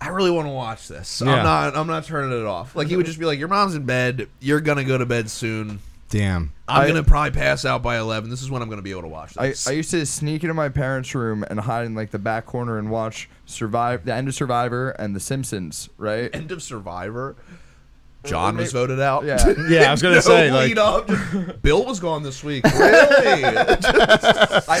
Speaker 3: I really want to watch this.
Speaker 2: Yeah.
Speaker 3: I'm not. I'm not turning it off." Like he would just be like, "Your mom's in bed. You're gonna go to bed soon.
Speaker 2: Damn.
Speaker 3: I'm
Speaker 4: I-
Speaker 3: gonna probably pass out by eleven. This is when I'm gonna be able to watch
Speaker 4: I,
Speaker 3: this."
Speaker 4: I used to sneak into my parents' room and hide in like the back corner and watch Survive, the end of Survivor and The Simpsons, right?
Speaker 3: End of Survivor. John
Speaker 4: Well,
Speaker 3: was voted out.
Speaker 4: yeah.
Speaker 2: Yeah, I was gonna
Speaker 3: No
Speaker 2: say like
Speaker 3: lead up. Just- Bill was gone this week. Really?
Speaker 4: I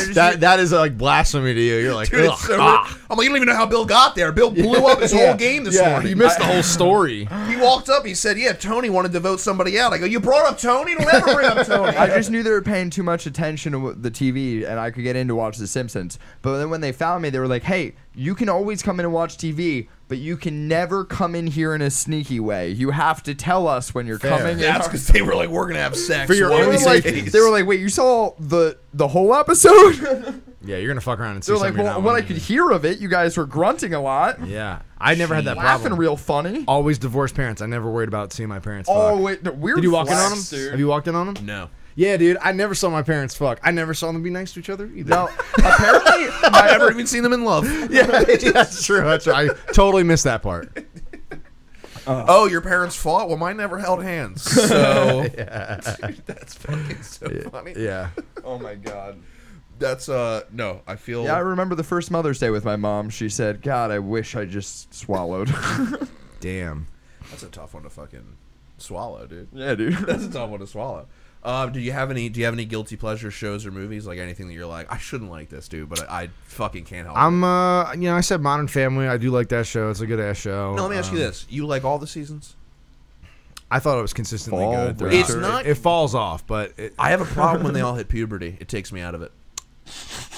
Speaker 4: just-
Speaker 2: that. That is like blasphemy to you. You're like,
Speaker 3: Dude,
Speaker 2: "Ugh,
Speaker 3: it's so-
Speaker 2: ah."
Speaker 3: I'm like, you don't even know how Bill got there. Bill blew up his whole game this
Speaker 2: yeah,
Speaker 3: morning.
Speaker 2: You missed the whole story.
Speaker 3: He walked up. He said, "Yeah, Tony wanted to vote somebody out." I go, "You brought up Tony. Don't ever bring up Tony."
Speaker 4: I just knew they were paying too much attention to the TV, and I could get in to watch The Simpsons. But then when they found me, they were like, "Hey, you can always come in and watch TV, but you can never come in here in a sneaky way. You have to tell us when you're
Speaker 2: Fair.
Speaker 4: coming."
Speaker 3: That's
Speaker 4: in.
Speaker 3: because they were like, "We're gonna have sex."
Speaker 2: For your
Speaker 3: one
Speaker 4: They
Speaker 3: of
Speaker 4: were,
Speaker 2: own
Speaker 3: these
Speaker 4: like,
Speaker 3: days."
Speaker 4: they were like, "Wait, you saw the the whole episode?"
Speaker 2: Yeah, you're gonna fuck around and see
Speaker 4: They're like,
Speaker 2: something.
Speaker 4: "Well, what I could hear of it, you guys were grunting a lot,
Speaker 2: Yeah, I never had that
Speaker 4: laughing
Speaker 2: problem.
Speaker 4: real funny."
Speaker 2: Always divorced parents. I never worried about seeing my parents.
Speaker 4: Oh
Speaker 2: fuck.
Speaker 4: wait, the weird.
Speaker 2: Did you walk in on them?
Speaker 4: flex, dude.
Speaker 2: Have you walked in on them?
Speaker 3: "No."
Speaker 2: Yeah, dude. I never saw my parents fuck. I never saw them be nice to each other either.
Speaker 4: No, apparently,
Speaker 3: I've
Speaker 4: my,
Speaker 3: never even seen them in love.
Speaker 2: yeah, that's true. That's true. I totally missed that part.
Speaker 3: Oh, your parents fought? Well, mine never held hands. So Dude, that's fucking so funny.
Speaker 2: Yeah.
Speaker 4: oh my god.
Speaker 3: That's uh no. I feel
Speaker 4: Yeah, I remember the first Mother's Day with my mom. She said, "God, I wish I just swallowed."
Speaker 2: Damn.
Speaker 3: that's a tough one to fucking swallow, dude.
Speaker 4: yeah, dude.
Speaker 3: That's a tough one to swallow. Uh, do you have any? Do you have any guilty pleasure shows or movies? Like anything that you're like, I shouldn't like this, dude, but I, I fucking can't help. it."
Speaker 2: I'm uh you know, I said Modern Family, I do like that show. It's a good ass show.
Speaker 3: No, let me ask you
Speaker 2: Um,
Speaker 3: this: You like all the seasons?
Speaker 2: I thought it was consistently
Speaker 4: Fall
Speaker 2: good. throughout.
Speaker 3: It's not-
Speaker 2: it falls off, but it,
Speaker 3: I have a problem when they all hit puberty. It takes me out of it.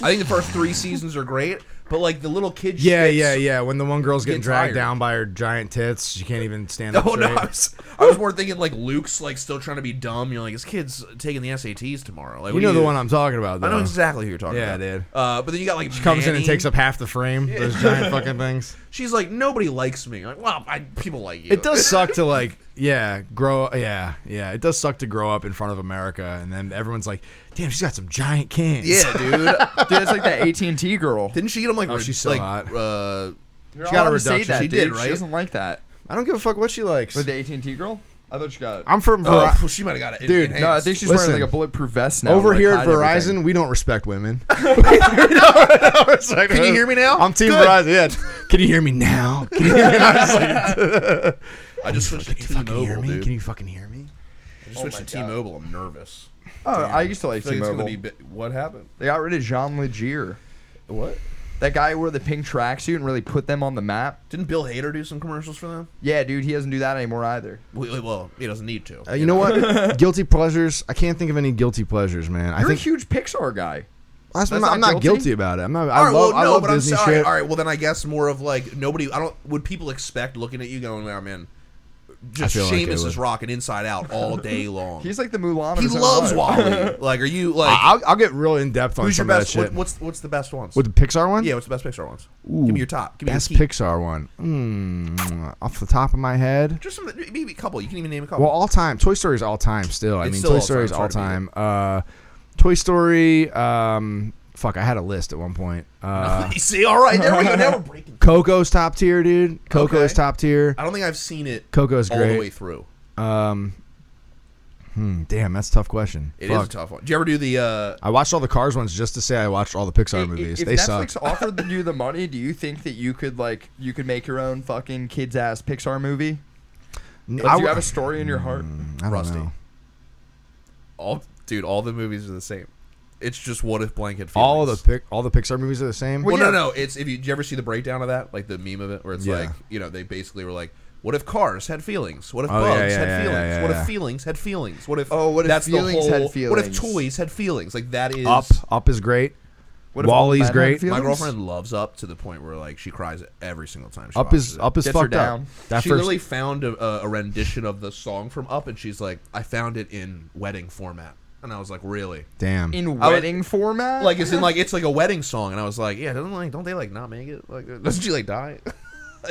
Speaker 3: I think the first three seasons are great, but like the little kid.
Speaker 2: Yeah,
Speaker 3: shits-
Speaker 2: yeah, yeah. When the one girl's getting
Speaker 3: Get
Speaker 2: dragged
Speaker 3: tired.
Speaker 2: down by her giant tits, she can't even stand up
Speaker 3: Oh no,
Speaker 2: straight.
Speaker 3: I was, I was more thinking like Luke's like still trying to be dumb. You're like, this kid's taking the SATs tomorrow. Like,
Speaker 2: You
Speaker 3: what
Speaker 2: know
Speaker 3: do
Speaker 2: the one I'm talking about. Though.
Speaker 3: I know exactly who you're talking
Speaker 2: Yeah,
Speaker 3: about.
Speaker 2: dude.
Speaker 3: Uh, but then you got like
Speaker 2: She comes in and
Speaker 3: Manny.
Speaker 2: takes up half the frame. Those giant fucking things.
Speaker 3: She's like, nobody likes me. Like, well, I, people like you.
Speaker 2: It does suck to like, yeah, grow. Yeah, yeah. It does suck to grow up in front of America, and then everyone's like, "Damn, she's got some giant cans."
Speaker 3: Yeah, dude.
Speaker 4: Dude, it's like that AT&T girl.
Speaker 3: Didn't she get him like?
Speaker 2: Oh,
Speaker 3: re-
Speaker 2: she's so
Speaker 3: like,
Speaker 2: hot.
Speaker 3: Uh,
Speaker 4: She
Speaker 2: got a reduction.
Speaker 4: That,
Speaker 3: She
Speaker 4: dude.
Speaker 3: did, right?
Speaker 4: She doesn't like that.
Speaker 2: I don't give a fuck what she likes.
Speaker 4: With the AT&T girl? I thought she got
Speaker 2: I'm from
Speaker 3: oh,
Speaker 2: Veri-
Speaker 3: well, she might have got it.
Speaker 2: Uh, Dude,
Speaker 3: enhanced.
Speaker 4: No, I think she's
Speaker 2: Listen.
Speaker 4: wearing like a bulletproof vest now.
Speaker 2: over
Speaker 4: like,
Speaker 2: here at
Speaker 4: hide everything.
Speaker 2: Verizon. We don't respect women. Can
Speaker 3: Can you hear me now?
Speaker 2: I'm Team
Speaker 3: Oh, Good.
Speaker 2: Verizon. Yeah. Can you hear me now? Can you hear me? I was like,
Speaker 3: I just switched to
Speaker 2: Can you fucking hear
Speaker 3: T-Mobile,
Speaker 2: me?
Speaker 3: dude.
Speaker 2: Can you fucking hear me?
Speaker 3: I just switched to T-Mobile. I'm nervous.
Speaker 4: Oh, I used to like
Speaker 3: I feel like it's
Speaker 4: T-Mobile.
Speaker 3: gonna be bi- what happened?
Speaker 4: They got rid of Jean Legier.
Speaker 3: What?
Speaker 4: That guy who wore the pink tracksuit and really put them on the map.
Speaker 3: Didn't Bill Hader do some commercials for them?
Speaker 4: Yeah, dude, he doesn't do that anymore either.
Speaker 3: Well, well he doesn't need to.
Speaker 2: Uh, you know what? guilty pleasures. I can't think of any guilty pleasures, man. I
Speaker 4: You're
Speaker 2: think
Speaker 4: a huge Pixar guy.
Speaker 2: that's- I'm
Speaker 4: that's
Speaker 2: not, I'm
Speaker 4: not
Speaker 2: not
Speaker 4: guilty?
Speaker 2: guilty about it. I'm not. I
Speaker 3: All right,
Speaker 2: love.
Speaker 3: well, no,
Speaker 2: I love
Speaker 3: but I'm
Speaker 2: Disney
Speaker 3: sorry.
Speaker 2: shit.
Speaker 3: All right, well then I guess more of like nobody. I don't. Would people expect looking at you going, "Oh man, just
Speaker 2: feel like they
Speaker 3: Seamus is
Speaker 2: would.
Speaker 3: rocking Inside Out all day long.
Speaker 4: He's like the Mulan. Of
Speaker 3: he
Speaker 4: his own
Speaker 3: loves
Speaker 4: life.
Speaker 3: Wally. like, are you like?
Speaker 2: I- I'll, I'll get real in depth on
Speaker 3: who's your
Speaker 2: some
Speaker 3: best?
Speaker 2: of that
Speaker 3: What,
Speaker 2: shit.
Speaker 3: what's what's the best ones?
Speaker 2: With the Pixar one?
Speaker 3: yeah, what's the best Pixar ones?
Speaker 2: Ooh,
Speaker 3: Give me your top. Give me
Speaker 2: Best
Speaker 3: your key.
Speaker 2: Pixar one. Mm, off the top of my head.
Speaker 3: Just some, maybe a couple. You can even name a couple.
Speaker 2: Well, all time. Toy Story is all time still. I
Speaker 3: It's
Speaker 2: mean,
Speaker 3: still
Speaker 2: Toy
Speaker 3: all
Speaker 2: Story is
Speaker 3: time.
Speaker 2: all
Speaker 3: It's hard to
Speaker 2: time. Uh, Toy Story. Um, fuck, I had a list at one point. Uh,
Speaker 3: See, all right, there we go. Now we're breaking.
Speaker 2: Coco's top tier, dude. Coco's
Speaker 3: Okay. Uh,
Speaker 2: top tier.
Speaker 3: I don't think I've seen it
Speaker 2: Coco's
Speaker 3: all the way
Speaker 2: great.
Speaker 3: through.
Speaker 2: Um, hmm, damn, that's a tough question.
Speaker 3: It is
Speaker 2: Fuck.
Speaker 3: a tough one. Do you ever do the? uh
Speaker 2: I watched all the Cars ones just to say I watched all the Pixar
Speaker 4: If-
Speaker 2: movies.
Speaker 4: If
Speaker 2: they
Speaker 4: Netflix
Speaker 2: suck.
Speaker 4: offered you the money, do you think that you could like you could make your own fucking kids ass Pixar movie?
Speaker 2: N- I
Speaker 4: Like, do you
Speaker 2: w-
Speaker 4: have a story in your heart?
Speaker 2: Mm, I don't
Speaker 3: Rusty.
Speaker 2: know.
Speaker 3: All dude, all the movies are the same. It's just what if blanket. Feelings.
Speaker 2: All the pic- all the Pixar movies are the same.
Speaker 3: Well,
Speaker 4: Well, yeah.
Speaker 3: no, no. It's if you, did you ever see the breakdown of that, like the meme of it, where it's
Speaker 2: Yeah.
Speaker 3: like, you know, they basically were like, "What if cars had feelings? What if
Speaker 2: Oh, yeah,
Speaker 3: bugs
Speaker 2: yeah,
Speaker 3: had
Speaker 2: yeah,
Speaker 3: feelings?
Speaker 2: yeah, yeah,
Speaker 3: what
Speaker 2: yeah.
Speaker 3: if feelings had feelings? What if
Speaker 4: Oh, what if
Speaker 3: the
Speaker 4: feelings had
Speaker 3: What if
Speaker 4: feelings?
Speaker 3: toys had feelings? Like that is
Speaker 2: Up, Up is great.
Speaker 4: What if
Speaker 2: Wally's
Speaker 4: men had
Speaker 2: great.
Speaker 4: feelings?
Speaker 3: my girlfriend loves Up to the point where like she cries every single time. She
Speaker 2: Up
Speaker 3: watches
Speaker 2: is
Speaker 3: it.
Speaker 2: Up is
Speaker 4: Gets her
Speaker 2: fucked up.
Speaker 4: down.
Speaker 2: That
Speaker 3: she
Speaker 2: first
Speaker 3: literally found a, a- a rendition of the song from Up, and she's like, "I found it in wedding format," and I was like, "Really?"
Speaker 2: damn.
Speaker 4: in
Speaker 3: I would-
Speaker 4: wedding format.
Speaker 3: Like it's in like it's like a wedding song, and I was like, "Yeah, doesn't like don't they like not make it? Like doesn't she like die?"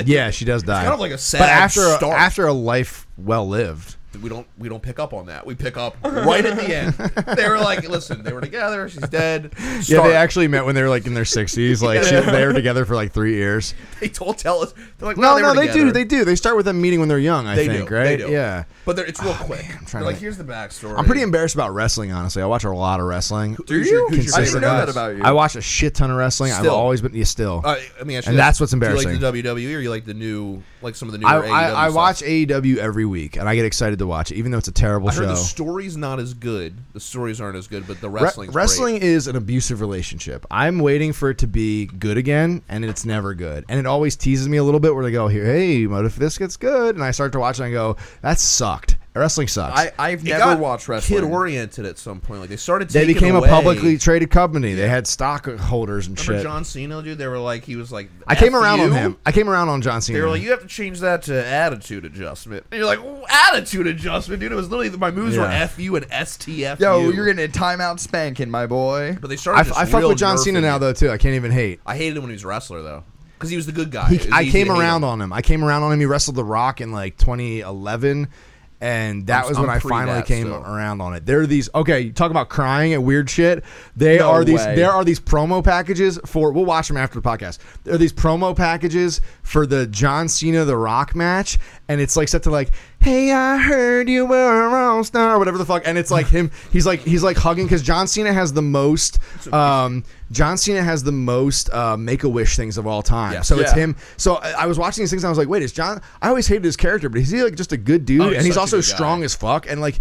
Speaker 2: yeah, she does die.
Speaker 3: kind of like a sad
Speaker 2: but after a,
Speaker 3: start.
Speaker 2: after a life well lived.
Speaker 3: we don't we don't pick up on that. We pick up right at the end. They were like, "Listen, they were together. She's dead."
Speaker 2: Yeah,
Speaker 3: Start.
Speaker 2: they actually met when they were like in their sixties. Like she, they were together for like three years.
Speaker 3: They told tell us. They're like,
Speaker 2: No,
Speaker 3: "Well,
Speaker 2: no,
Speaker 3: they,
Speaker 2: they
Speaker 3: were
Speaker 2: do.
Speaker 3: together."
Speaker 2: They do. They start with them meeting when they're young. I
Speaker 3: They
Speaker 2: think,
Speaker 3: do.
Speaker 2: right?
Speaker 3: They do.
Speaker 2: Yeah. Oh,
Speaker 3: but they're, it's real quick.
Speaker 2: trying
Speaker 3: they're
Speaker 2: to
Speaker 3: like,
Speaker 2: think.
Speaker 3: "Here's the backstory."
Speaker 2: I'm pretty embarrassed about wrestling, honestly. I watch a lot of wrestling.
Speaker 4: do you?
Speaker 3: who's your
Speaker 4: I didn't
Speaker 2: Consistent.
Speaker 4: know that
Speaker 3: guys?
Speaker 4: about you.
Speaker 2: I watch a shit ton of wrestling. I've
Speaker 3: Still.
Speaker 2: always been yeah, still.
Speaker 3: Uh, I mean,
Speaker 2: And that's what's
Speaker 3: Do
Speaker 2: embarrassing.
Speaker 3: you like the WWE or you like the new, like some of the E new?
Speaker 2: I, I, I watch AEW every week, and I get excited to watch it, even though it's a terrible
Speaker 3: I heard
Speaker 2: show.
Speaker 3: the story's not as good. The stories aren't as good, but the
Speaker 2: Re-
Speaker 3: wrestling.
Speaker 2: wrestling is an abusive relationship. I'm waiting for it to be good again, and it's never good. And it always teases me a little bit where they go, "Here, hey, what if this gets good?" And I start to watch it and I go, "That sucked. Wrestling sucks."
Speaker 4: I, I've never watched wrestling.
Speaker 3: Kid oriented at some point. Like they started.
Speaker 2: they
Speaker 3: taking
Speaker 2: became
Speaker 3: away,
Speaker 2: a publicly traded company. They had stockholders and
Speaker 3: Remember
Speaker 2: shit.
Speaker 3: John Cena, dude? They were like, he was like.
Speaker 2: I came
Speaker 3: "F
Speaker 2: around on
Speaker 3: you."
Speaker 2: him. I came around on John Cena.
Speaker 3: They were like, you have to change that to attitude adjustment. And you're like, "Well, attitude adjustment, dude. It was literally my moves were
Speaker 2: Yeah.
Speaker 3: fu and stfu.
Speaker 4: Yo, you're getting a timeout spanking, my boy.
Speaker 3: But they
Speaker 2: I,
Speaker 3: started.
Speaker 2: f-
Speaker 3: just
Speaker 2: I fuck
Speaker 3: real
Speaker 2: with John
Speaker 3: nerfing
Speaker 2: Cena now
Speaker 3: it.
Speaker 2: though too. I can't even hate.
Speaker 3: I hated him when he was a wrestler though, because he was the good guy.
Speaker 2: He,
Speaker 3: It was
Speaker 2: I
Speaker 3: easy
Speaker 2: came
Speaker 3: to hate
Speaker 2: around
Speaker 3: him.
Speaker 2: on him. I came around on him. He wrestled The Rock in like 2011, and that
Speaker 3: I'm-
Speaker 2: was when
Speaker 3: I'm
Speaker 2: i
Speaker 3: pre
Speaker 2: finally
Speaker 3: that
Speaker 2: came
Speaker 3: still.
Speaker 2: around on it. There are these. Okay, you talk about crying at weird shit. They
Speaker 4: No
Speaker 2: are these.
Speaker 4: way.
Speaker 2: There are these promo packages for. We'll watch them after the podcast. There are these promo packages for the John Cena The Rock match, and it's like set to like. Hey, I heard you were a rock star, or whatever the fuck, and it's like him. He's like he's like hugging because John Cena has the most. Um, John Cena has the most uh, Make a Wish things of all time.
Speaker 3: Yes.
Speaker 2: So it's
Speaker 4: Yeah.
Speaker 2: him so I, I was watching these things and I was like, wait, is John? I always hated his character, but is he like just a good dude?
Speaker 3: Oh, he's
Speaker 2: and he's
Speaker 3: such
Speaker 2: also
Speaker 3: a good guy.
Speaker 2: strong as fuck. And like,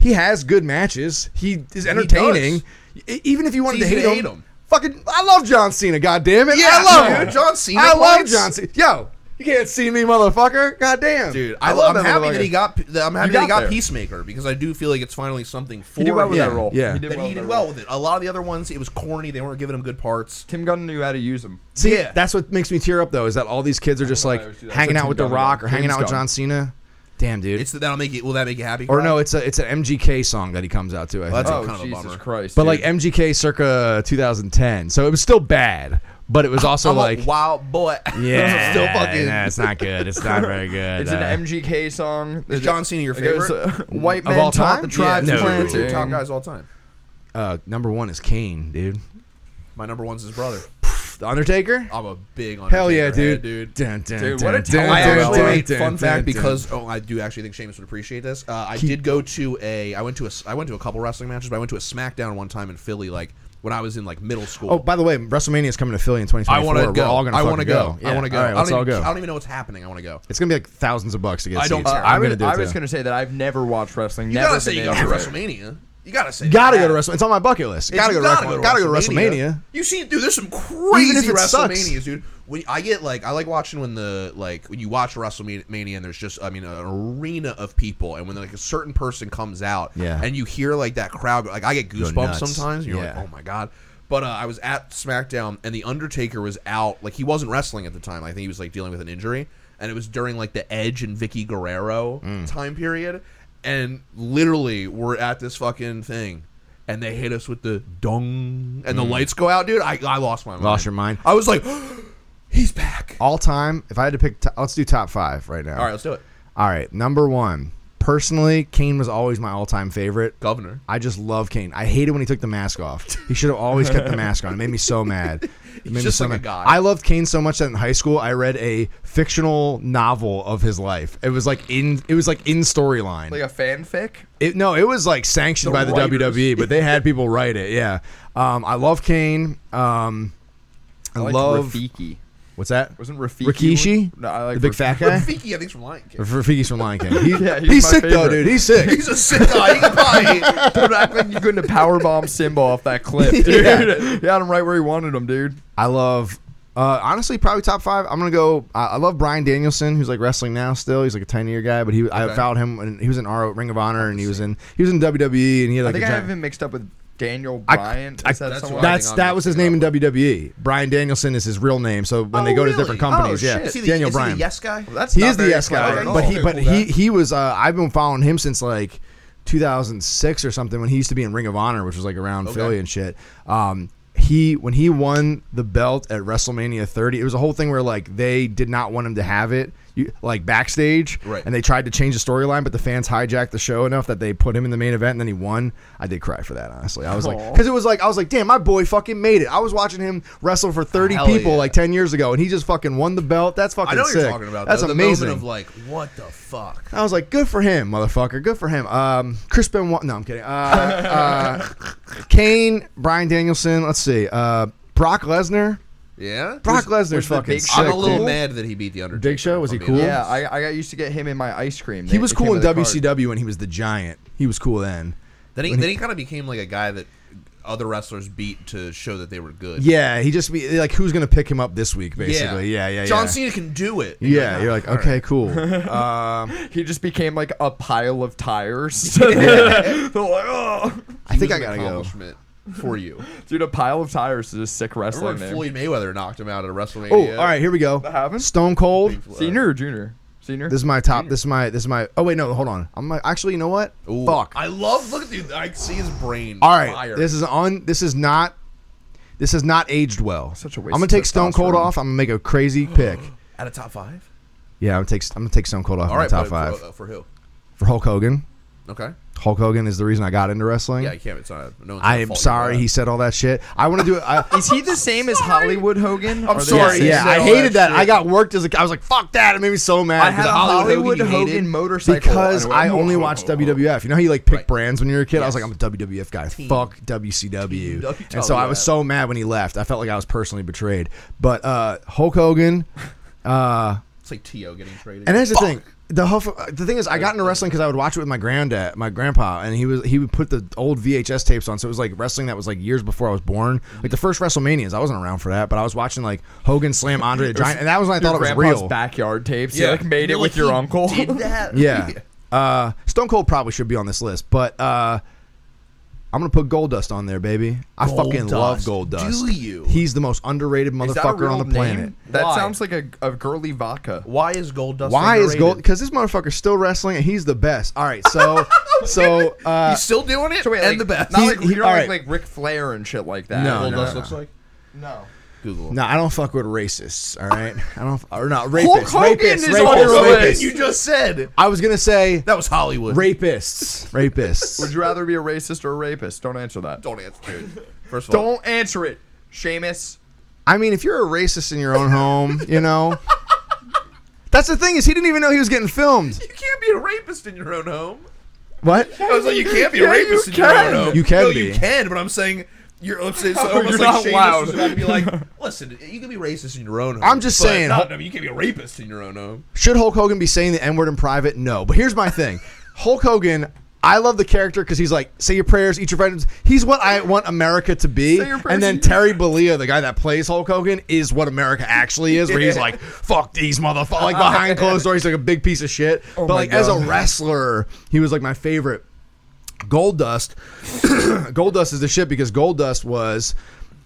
Speaker 2: He has good matches. He is entertaining. E- Even if you wanted to
Speaker 3: easy
Speaker 2: hate,
Speaker 3: to
Speaker 2: him,
Speaker 3: hate him.
Speaker 2: fucking, I love John Cena. God damn it,
Speaker 3: Yeah,
Speaker 2: I love
Speaker 3: dude,
Speaker 2: him.
Speaker 3: John Cena
Speaker 2: I love
Speaker 3: points.
Speaker 2: John Cena. Yo, you can't see me, motherfucker. God damn,
Speaker 3: Dude, I,
Speaker 2: love
Speaker 3: am
Speaker 2: that
Speaker 3: happy that
Speaker 2: motherfucker.
Speaker 3: he got. that I'm happy
Speaker 4: You
Speaker 3: that he
Speaker 4: got
Speaker 3: got
Speaker 4: there.
Speaker 3: Peacemaker because I do feel like it's finally something for
Speaker 4: He did well with
Speaker 3: him
Speaker 4: that role.
Speaker 2: yeah.
Speaker 4: He did
Speaker 3: That
Speaker 4: well
Speaker 3: he
Speaker 4: with
Speaker 3: did
Speaker 4: that
Speaker 3: well
Speaker 4: role.
Speaker 3: with it. A lot of the other ones, it was corny. They weren't giving him good parts.
Speaker 4: Tim Gunn knew how to use him.
Speaker 2: See,
Speaker 3: Yeah.
Speaker 2: that's what makes me tear up though, is that all these kids are just
Speaker 4: why I
Speaker 2: like
Speaker 4: always do that.
Speaker 2: hanging
Speaker 4: That's
Speaker 2: out
Speaker 4: what
Speaker 2: with The
Speaker 4: Tim
Speaker 2: Rock
Speaker 4: Gunn
Speaker 2: or hanging
Speaker 4: did.
Speaker 2: out with
Speaker 4: James Gunn.
Speaker 2: John Cena. Damn, dude.
Speaker 3: It's that'll make you. Will that make you happy?
Speaker 2: or
Speaker 3: Rob?
Speaker 2: no, it's a it's an MGK song that he comes out to. I
Speaker 3: Well,
Speaker 2: think.
Speaker 3: that's
Speaker 4: Oh,
Speaker 3: kind of a
Speaker 4: Jesus
Speaker 3: bummer.
Speaker 4: Christ.
Speaker 2: but
Speaker 4: dude.
Speaker 2: like MGK circa 2010, so it was still bad, but it was also
Speaker 3: I'm a
Speaker 2: like
Speaker 3: wild boy.
Speaker 2: yeah,
Speaker 3: still fucking.
Speaker 2: nah, it's not good. It's not very good.
Speaker 4: It's
Speaker 2: uh,
Speaker 4: an MGK song.
Speaker 3: Is John Cena your
Speaker 4: It goes,
Speaker 3: favorite?
Speaker 4: uh, White
Speaker 2: Of
Speaker 4: man
Speaker 2: all
Speaker 4: taught
Speaker 2: time?
Speaker 4: the tribes
Speaker 2: Yeah,
Speaker 4: yeah,
Speaker 2: no.
Speaker 3: Two
Speaker 4: planting.
Speaker 3: top guys all time.
Speaker 2: uh, number one is Kane, dude.
Speaker 3: My number one's his brother.
Speaker 2: The Undertaker.
Speaker 3: I'm a big on.
Speaker 2: Hell yeah, dude.
Speaker 3: dude.
Speaker 2: Dun, dun,
Speaker 4: Dude,
Speaker 2: dun,
Speaker 4: what a
Speaker 2: dun,
Speaker 4: talent.
Speaker 3: I
Speaker 2: dun,
Speaker 3: actually,
Speaker 2: dun,
Speaker 3: wait,
Speaker 2: dun,
Speaker 3: fun
Speaker 2: dun,
Speaker 3: fact
Speaker 2: dun.
Speaker 3: because oh, I do actually think Sheamus would appreciate this. Uh, I did go to a, I went to a, s- I went to a couple wrestling matches, but I went to a SmackDown one time in Philly, like when I was in like middle school.
Speaker 2: Oh, by the way, WrestleMania is coming to Philly in 2024.
Speaker 3: I want to go.
Speaker 2: We're all gonna
Speaker 3: I
Speaker 2: fucking
Speaker 3: want to go.
Speaker 2: Yeah.
Speaker 3: I want to go.
Speaker 2: All right, let's
Speaker 3: I, don't
Speaker 2: all
Speaker 3: even,
Speaker 2: go.
Speaker 3: I don't even know what's happening. I want to go.
Speaker 2: It's gonna be like thousands of bucks to get
Speaker 3: I don't
Speaker 2: seats.
Speaker 3: care.
Speaker 4: I,
Speaker 2: I'm
Speaker 4: was,
Speaker 2: gonna do it
Speaker 4: I was
Speaker 2: too.
Speaker 4: gonna say that I've never watched wrestling.
Speaker 3: You
Speaker 4: never
Speaker 3: gotta say
Speaker 4: been
Speaker 3: you go to
Speaker 4: into it.
Speaker 3: WrestleMania. You gotta say
Speaker 2: Gotta
Speaker 3: that.
Speaker 2: go to WrestleMania. It's on my bucket list. Gotta go
Speaker 3: You
Speaker 2: to WrestleMania. Gotta go to WrestleMania.
Speaker 3: You see, dude, there's some crazy
Speaker 2: it sucks.
Speaker 3: WrestleManias, dude. When I get like, I like watching when the like when you watch WrestleMania and there's just, I mean, an arena of people, and when like a certain person comes out,
Speaker 2: Yeah.
Speaker 3: and you hear like that crowd, go- like I get goosebumps
Speaker 2: nuts.
Speaker 3: sometimes. And you're
Speaker 2: Yeah.
Speaker 3: like, oh my god. But uh, I was at SmackDown, and the Undertaker was out. Like he wasn't wrestling at the time. I think he was like dealing with an injury, and it was during like the Edge and Vicky Guerrero
Speaker 2: Mm.
Speaker 3: time period. And literally, we're at this fucking thing, and they hit us with the dong, and the lights go out, dude. I, I lost my mind.
Speaker 2: Mm. Lost your Oh. mind.
Speaker 3: I was like, he's back.
Speaker 2: All time, if I had to pick, to- let's do top five right now.
Speaker 3: All right, let's do it.
Speaker 2: All right, number one. Personally, Kane was always my all-time favorite.
Speaker 3: Governor.
Speaker 2: I just love Kane. I hated when he took the mask off. He should have always kept the mask on. It made me so mad. It made me
Speaker 3: just
Speaker 2: so
Speaker 3: like a
Speaker 2: mad.
Speaker 3: god.
Speaker 2: I loved Kane so much that in high school I read a fictional novel of his life. It was like in it was like in storyline.
Speaker 4: Like a fanfic.
Speaker 2: It, no, it was like sanctioned
Speaker 4: The
Speaker 2: by the
Speaker 4: writers.
Speaker 2: WWE, but they had people write it. Yeah, um, I love Kane. Um, I,
Speaker 4: liked
Speaker 2: love
Speaker 4: Rafiki.
Speaker 2: what's that?
Speaker 4: Wasn't Rafiki?
Speaker 2: Rikishi?
Speaker 4: No, I like
Speaker 2: the big
Speaker 4: Rafiki.
Speaker 2: fat guy.
Speaker 3: Rafiki, I think's from Lion King.
Speaker 2: Rafiki's from Lion King. He-
Speaker 4: Yeah,
Speaker 2: he's
Speaker 4: he's my
Speaker 2: sick though,
Speaker 4: favorite.
Speaker 2: dude. He's sick.
Speaker 3: He's a sick guy. He can probably.
Speaker 4: Dude, I think you couldn't have powerbomb Simba off that clip. Dude. He had him right where he wanted him, dude.
Speaker 2: I love. Uh, honestly, probably top five. I'm gonna go. I I love Brian Danielson, who's like wrestling now still. He's like a tinier guy, but he I
Speaker 3: Okay.
Speaker 2: found him when he was in our Ring of Honor, and he was in he was in WWE, and he had
Speaker 4: I
Speaker 2: like
Speaker 4: think
Speaker 2: a
Speaker 4: I
Speaker 2: giant,
Speaker 4: have him mixed up with Daniel
Speaker 2: I-
Speaker 4: Bryan. Is
Speaker 2: I-
Speaker 4: that
Speaker 3: that's
Speaker 4: someone?
Speaker 3: what I think
Speaker 2: That's
Speaker 3: I'm
Speaker 2: that was his
Speaker 3: mixing
Speaker 2: name in
Speaker 3: it up
Speaker 2: WWE. Brian Danielson is his real name. So when they
Speaker 3: Oh,
Speaker 2: go to
Speaker 3: really?
Speaker 2: different companies,
Speaker 4: Oh,
Speaker 2: yeah,
Speaker 4: shit. Is he
Speaker 2: Daniel
Speaker 3: is
Speaker 2: Bryan.
Speaker 3: He the yes guy.
Speaker 4: Well, that's
Speaker 2: he
Speaker 4: not
Speaker 2: is the
Speaker 4: very
Speaker 2: yes
Speaker 4: clever
Speaker 2: guy,
Speaker 4: at
Speaker 2: but
Speaker 4: all.
Speaker 2: he but he he was. Uh, I've been following him since like 2006 or something when he used to be in Ring of Honor, which was like around Philly and shit. Um, he when he won the belt at WrestleMania 30, it was a whole thing where like they did not want him to have it, you, like backstage,
Speaker 3: Right.
Speaker 2: and they tried to change the storyline, but the fans hijacked the show enough that they put him in the main event, and then he won. I did cry for that honestly. I was like,
Speaker 4: Aw.
Speaker 2: because it was like I was like, damn, my boy fucking made it. I was watching him wrestle for 30
Speaker 3: Hell
Speaker 2: people
Speaker 3: yeah.
Speaker 2: like 10 years ago, and he just fucking won the belt. That's fucking
Speaker 3: I know what
Speaker 2: sick.
Speaker 3: you're talking about.
Speaker 2: That's
Speaker 3: though,
Speaker 2: amazing.
Speaker 3: The moment of like, what the fuck?
Speaker 2: I was like, good for him, motherfucker. Good for him. Um, Chris Benoit. No, I'm kidding. Uh, uh, Kane, Brian Danielson. Let's see. Uh, Brock Lesnar.
Speaker 3: Yeah.
Speaker 2: Brock Lesnar's
Speaker 4: was the
Speaker 2: fucking
Speaker 4: Big
Speaker 2: sick.
Speaker 4: Show
Speaker 3: I'm a little
Speaker 2: dude.
Speaker 3: mad that he beat the Undertaker.
Speaker 2: Big Show? Was
Speaker 3: if
Speaker 2: he
Speaker 3: I'm being
Speaker 2: cool?
Speaker 4: Yeah,
Speaker 3: honest.
Speaker 4: I, I got- used to get him in my ice cream.
Speaker 2: He was cool in
Speaker 4: WCW.
Speaker 2: WCW when he was the Giant. He was cool then.
Speaker 3: Then he, then he kind of became like a guy that other wrestlers beat to show that they were good.
Speaker 2: Yeah, he just be like, who's gonna pick him up this week? Basically, yeah, yeah, yeah.
Speaker 3: John Cena can do it.
Speaker 2: Yeah, you're like,
Speaker 3: all right.
Speaker 2: okay, cool. Um,
Speaker 4: He just became like a pile of tires. They're like, oh.
Speaker 2: I think
Speaker 3: It was
Speaker 2: I
Speaker 3: an
Speaker 2: gotta go.
Speaker 3: accomplishment for you.
Speaker 4: Dude, a pile of tires is a sick
Speaker 3: Remember
Speaker 4: wrestling
Speaker 3: when
Speaker 4: name.
Speaker 3: Floyd Mayweather knocked him out at a WrestleMania?
Speaker 2: Oh, all right, here we go.
Speaker 4: happened?
Speaker 2: Stone Cold.
Speaker 4: Senior or junior? Senior.
Speaker 2: This is my top. This is my. This is my. Oh wait, no, hold on. I'm like, actually, you know what?
Speaker 3: Ooh,
Speaker 2: Fuck.
Speaker 3: I love look at dude. I see his brain.
Speaker 2: All right,
Speaker 3: fire.
Speaker 2: this is on. This is not. This has not aged well.
Speaker 4: Such a waste
Speaker 2: I'm gonna
Speaker 4: of
Speaker 2: take Stone Cold
Speaker 4: testosterone.
Speaker 2: off. I'm gonna make a crazy pick.
Speaker 3: at a top five.
Speaker 2: Yeah, I'm gonna take. I'm gonna take Stone Cold off
Speaker 3: All
Speaker 2: in my
Speaker 3: right,
Speaker 2: top
Speaker 3: but
Speaker 2: five
Speaker 3: For, uh, for who?
Speaker 2: for Hulk Hogan.
Speaker 3: Okay.
Speaker 2: Hulk Hogan is the reason I got into wrestling.
Speaker 3: Yeah, you can't. It's not. No one's
Speaker 2: I
Speaker 3: gonna
Speaker 2: am
Speaker 3: fault you for
Speaker 2: sorry
Speaker 3: that.
Speaker 2: he said all that shit. I want to do it. I,
Speaker 4: is he the same as Hollywood Hogan? I'm
Speaker 3: sorry,
Speaker 2: yeah,
Speaker 3: he
Speaker 2: yeah,
Speaker 3: said
Speaker 2: I
Speaker 3: all
Speaker 2: hated that.
Speaker 3: that
Speaker 2: I
Speaker 3: shit.
Speaker 2: got worked as a. I was like, fuck that. It made me so mad.
Speaker 4: I had
Speaker 2: 'cause
Speaker 4: a Hollywood Hogan,
Speaker 3: hated
Speaker 4: motorcycle
Speaker 2: because
Speaker 4: and I
Speaker 2: I
Speaker 4: went,
Speaker 2: only
Speaker 4: "Whoa,
Speaker 2: watched
Speaker 4: whoa, whoa."
Speaker 2: WWF. You know how you like pick
Speaker 3: Right.
Speaker 2: brands when you're a kid? I was like,
Speaker 3: Yes.
Speaker 2: I'm a WWF guy. Fuck WCW.
Speaker 3: Team
Speaker 2: And so I was
Speaker 3: WWF.
Speaker 2: so mad when he left. I felt like I was personally betrayed. But uh, Hulk Hogan, uh,
Speaker 3: It's like Tio getting traded.
Speaker 2: and here's the
Speaker 3: Fuck.
Speaker 2: thing. the Huff, the thing is, I got into wrestling because I would watch it with my granddad, my grandpa, and he was he would put the old VHS tapes on. So it was like wrestling that was like years before I was born. Like the first WrestleManias, I wasn't around for that, but I was watching like Hogan slam Andre the Giant, and that was when I thought it was
Speaker 4: grandpa's
Speaker 2: real.
Speaker 4: backyard tapes.
Speaker 3: Yeah.
Speaker 4: You like made
Speaker 3: You're
Speaker 4: it
Speaker 3: like,
Speaker 4: with your
Speaker 3: he
Speaker 4: uncle.
Speaker 3: Did that?
Speaker 2: Yeah. Uh, Stone Cold probably should be on this list, but uh, I'm gonna put Gold Dust on there, baby. I fucking love
Speaker 3: Goldust.
Speaker 2: Gold
Speaker 3: Do
Speaker 2: Dust.
Speaker 3: you?
Speaker 2: He's the most underrated
Speaker 4: Is that a
Speaker 2: motherfucker on
Speaker 4: real
Speaker 2: the
Speaker 4: name?
Speaker 2: planet.
Speaker 4: That
Speaker 3: Why?
Speaker 4: sounds like a, a girly vodka.
Speaker 3: Why is gold dust?
Speaker 2: Why is
Speaker 3: underrated?
Speaker 2: Gold? Because this motherfucker's still wrestling, and he's the best. All right, so so uh,
Speaker 3: He's still doing it
Speaker 4: So wait,
Speaker 3: and
Speaker 4: like,
Speaker 3: the best.
Speaker 4: Not
Speaker 2: He-
Speaker 4: like
Speaker 2: he-
Speaker 4: you don't like,
Speaker 2: alright.
Speaker 4: like Ric Flair and shit like that.
Speaker 2: No,
Speaker 3: Gold
Speaker 2: no,
Speaker 3: dust
Speaker 2: no.
Speaker 3: looks like.
Speaker 4: no.
Speaker 3: Google.
Speaker 2: No, I don't fuck with racists. All right, I don't or not
Speaker 4: Hulk
Speaker 2: rapists.
Speaker 4: Hogan
Speaker 2: rapists,
Speaker 4: is
Speaker 2: rapists,
Speaker 4: on the
Speaker 3: Oh,
Speaker 4: Rapists.
Speaker 3: wait,
Speaker 2: rapists.
Speaker 3: you just said
Speaker 2: I was gonna say
Speaker 3: that was Hollywood.
Speaker 2: rapists,
Speaker 4: Would
Speaker 2: rapists.
Speaker 4: you rather be a racist or a rapist? Don't answer that.
Speaker 3: Don't answer, dude. First of all,
Speaker 4: Don't answer it, Seamus.
Speaker 2: I mean, if you're a racist in your own home, you know. That's the thing is he didn't even know he was getting filmed.
Speaker 3: you can't be a rapist in your own home.
Speaker 2: What?
Speaker 3: I was like, you can't be a
Speaker 4: Yeah, you
Speaker 3: rapist in your
Speaker 4: can.
Speaker 3: own home.
Speaker 2: You can
Speaker 3: no,
Speaker 2: be.
Speaker 3: you can, but I'm saying. You're, I'm saying, so
Speaker 4: You're
Speaker 3: almost
Speaker 4: not
Speaker 3: like Seamus
Speaker 4: allowed.
Speaker 3: was about to be like, listen, you can be racist in your own home.
Speaker 2: I'm just
Speaker 3: but
Speaker 2: saying,
Speaker 3: not,
Speaker 2: Hulk-
Speaker 3: I mean, you can be a rapist in your own home.
Speaker 2: Should Hulk Hogan be saying the N word in private? No. But here's my thing Hulk Hogan, I love the character because he's like, say your prayers, eat your vitamins. He's what I want America to be.
Speaker 4: Say your prayers,
Speaker 2: And
Speaker 4: eat
Speaker 2: then
Speaker 4: your-
Speaker 2: Terry Bollea, the guy that plays Hulk Hogan, is what America actually is, where he's like, fuck these motherfuckers. Like behind closed doors, he's like a big piece of shit. but
Speaker 4: Oh my
Speaker 2: like as a
Speaker 4: God.
Speaker 2: wrestler, he was like my favorite. Gold Dust. Gold Dust is the shit because Gold Dust was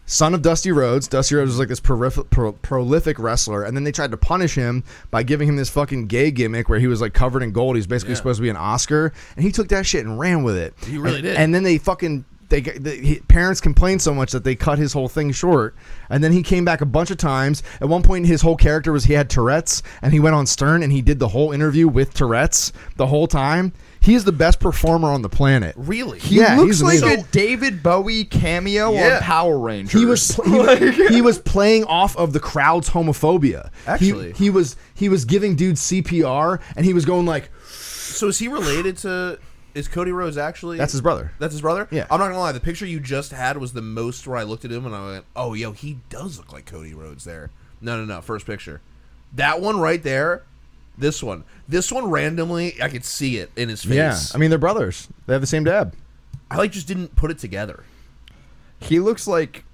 Speaker 2: son of Dusty Rhodes. Dusty Rhodes was like this prolif- pro- prolific wrestler, and then they tried to punish him by giving him this fucking gay gimmick where he was like covered in gold. He was basically
Speaker 3: Yeah.
Speaker 2: supposed to be an Oscar, and he took that shit and ran with it.
Speaker 3: He really
Speaker 2: and,
Speaker 3: did.
Speaker 2: And then they fucking. They, g- the, he, parents complained so much that they cut his whole thing short, and then he came back a bunch of times. At one point, his whole character was he had Tourette's, and he went on Stern and he did the whole interview with Tourette's the whole time. He is the best performer on the planet.
Speaker 3: Really?
Speaker 2: He Yeah,
Speaker 4: looks
Speaker 2: he's
Speaker 4: like
Speaker 2: amazing.
Speaker 4: a David Bowie cameo
Speaker 3: Yeah.
Speaker 4: on Power Rangers.
Speaker 2: He was pl- he, was- he was playing off of the crowd's homophobia. He-
Speaker 4: Actually.
Speaker 2: he, was he was giving dudes CPR and he was going like,
Speaker 3: So is he related to? Is Cody Rhodes actually?
Speaker 2: "That's his brother."
Speaker 3: That's his brother.
Speaker 2: Yeah.
Speaker 3: I'm not gonna lie. The picture you just had was the most where I looked at him and I went, "Oh, yo, he does look like Cody Rhodes." There. No, no, no. First picture. That one right there. This one. This one randomly, I could see it in his face.
Speaker 2: Yeah, I mean they're brothers. They have the same dad.
Speaker 3: I like just didn't put it together.
Speaker 4: He looks like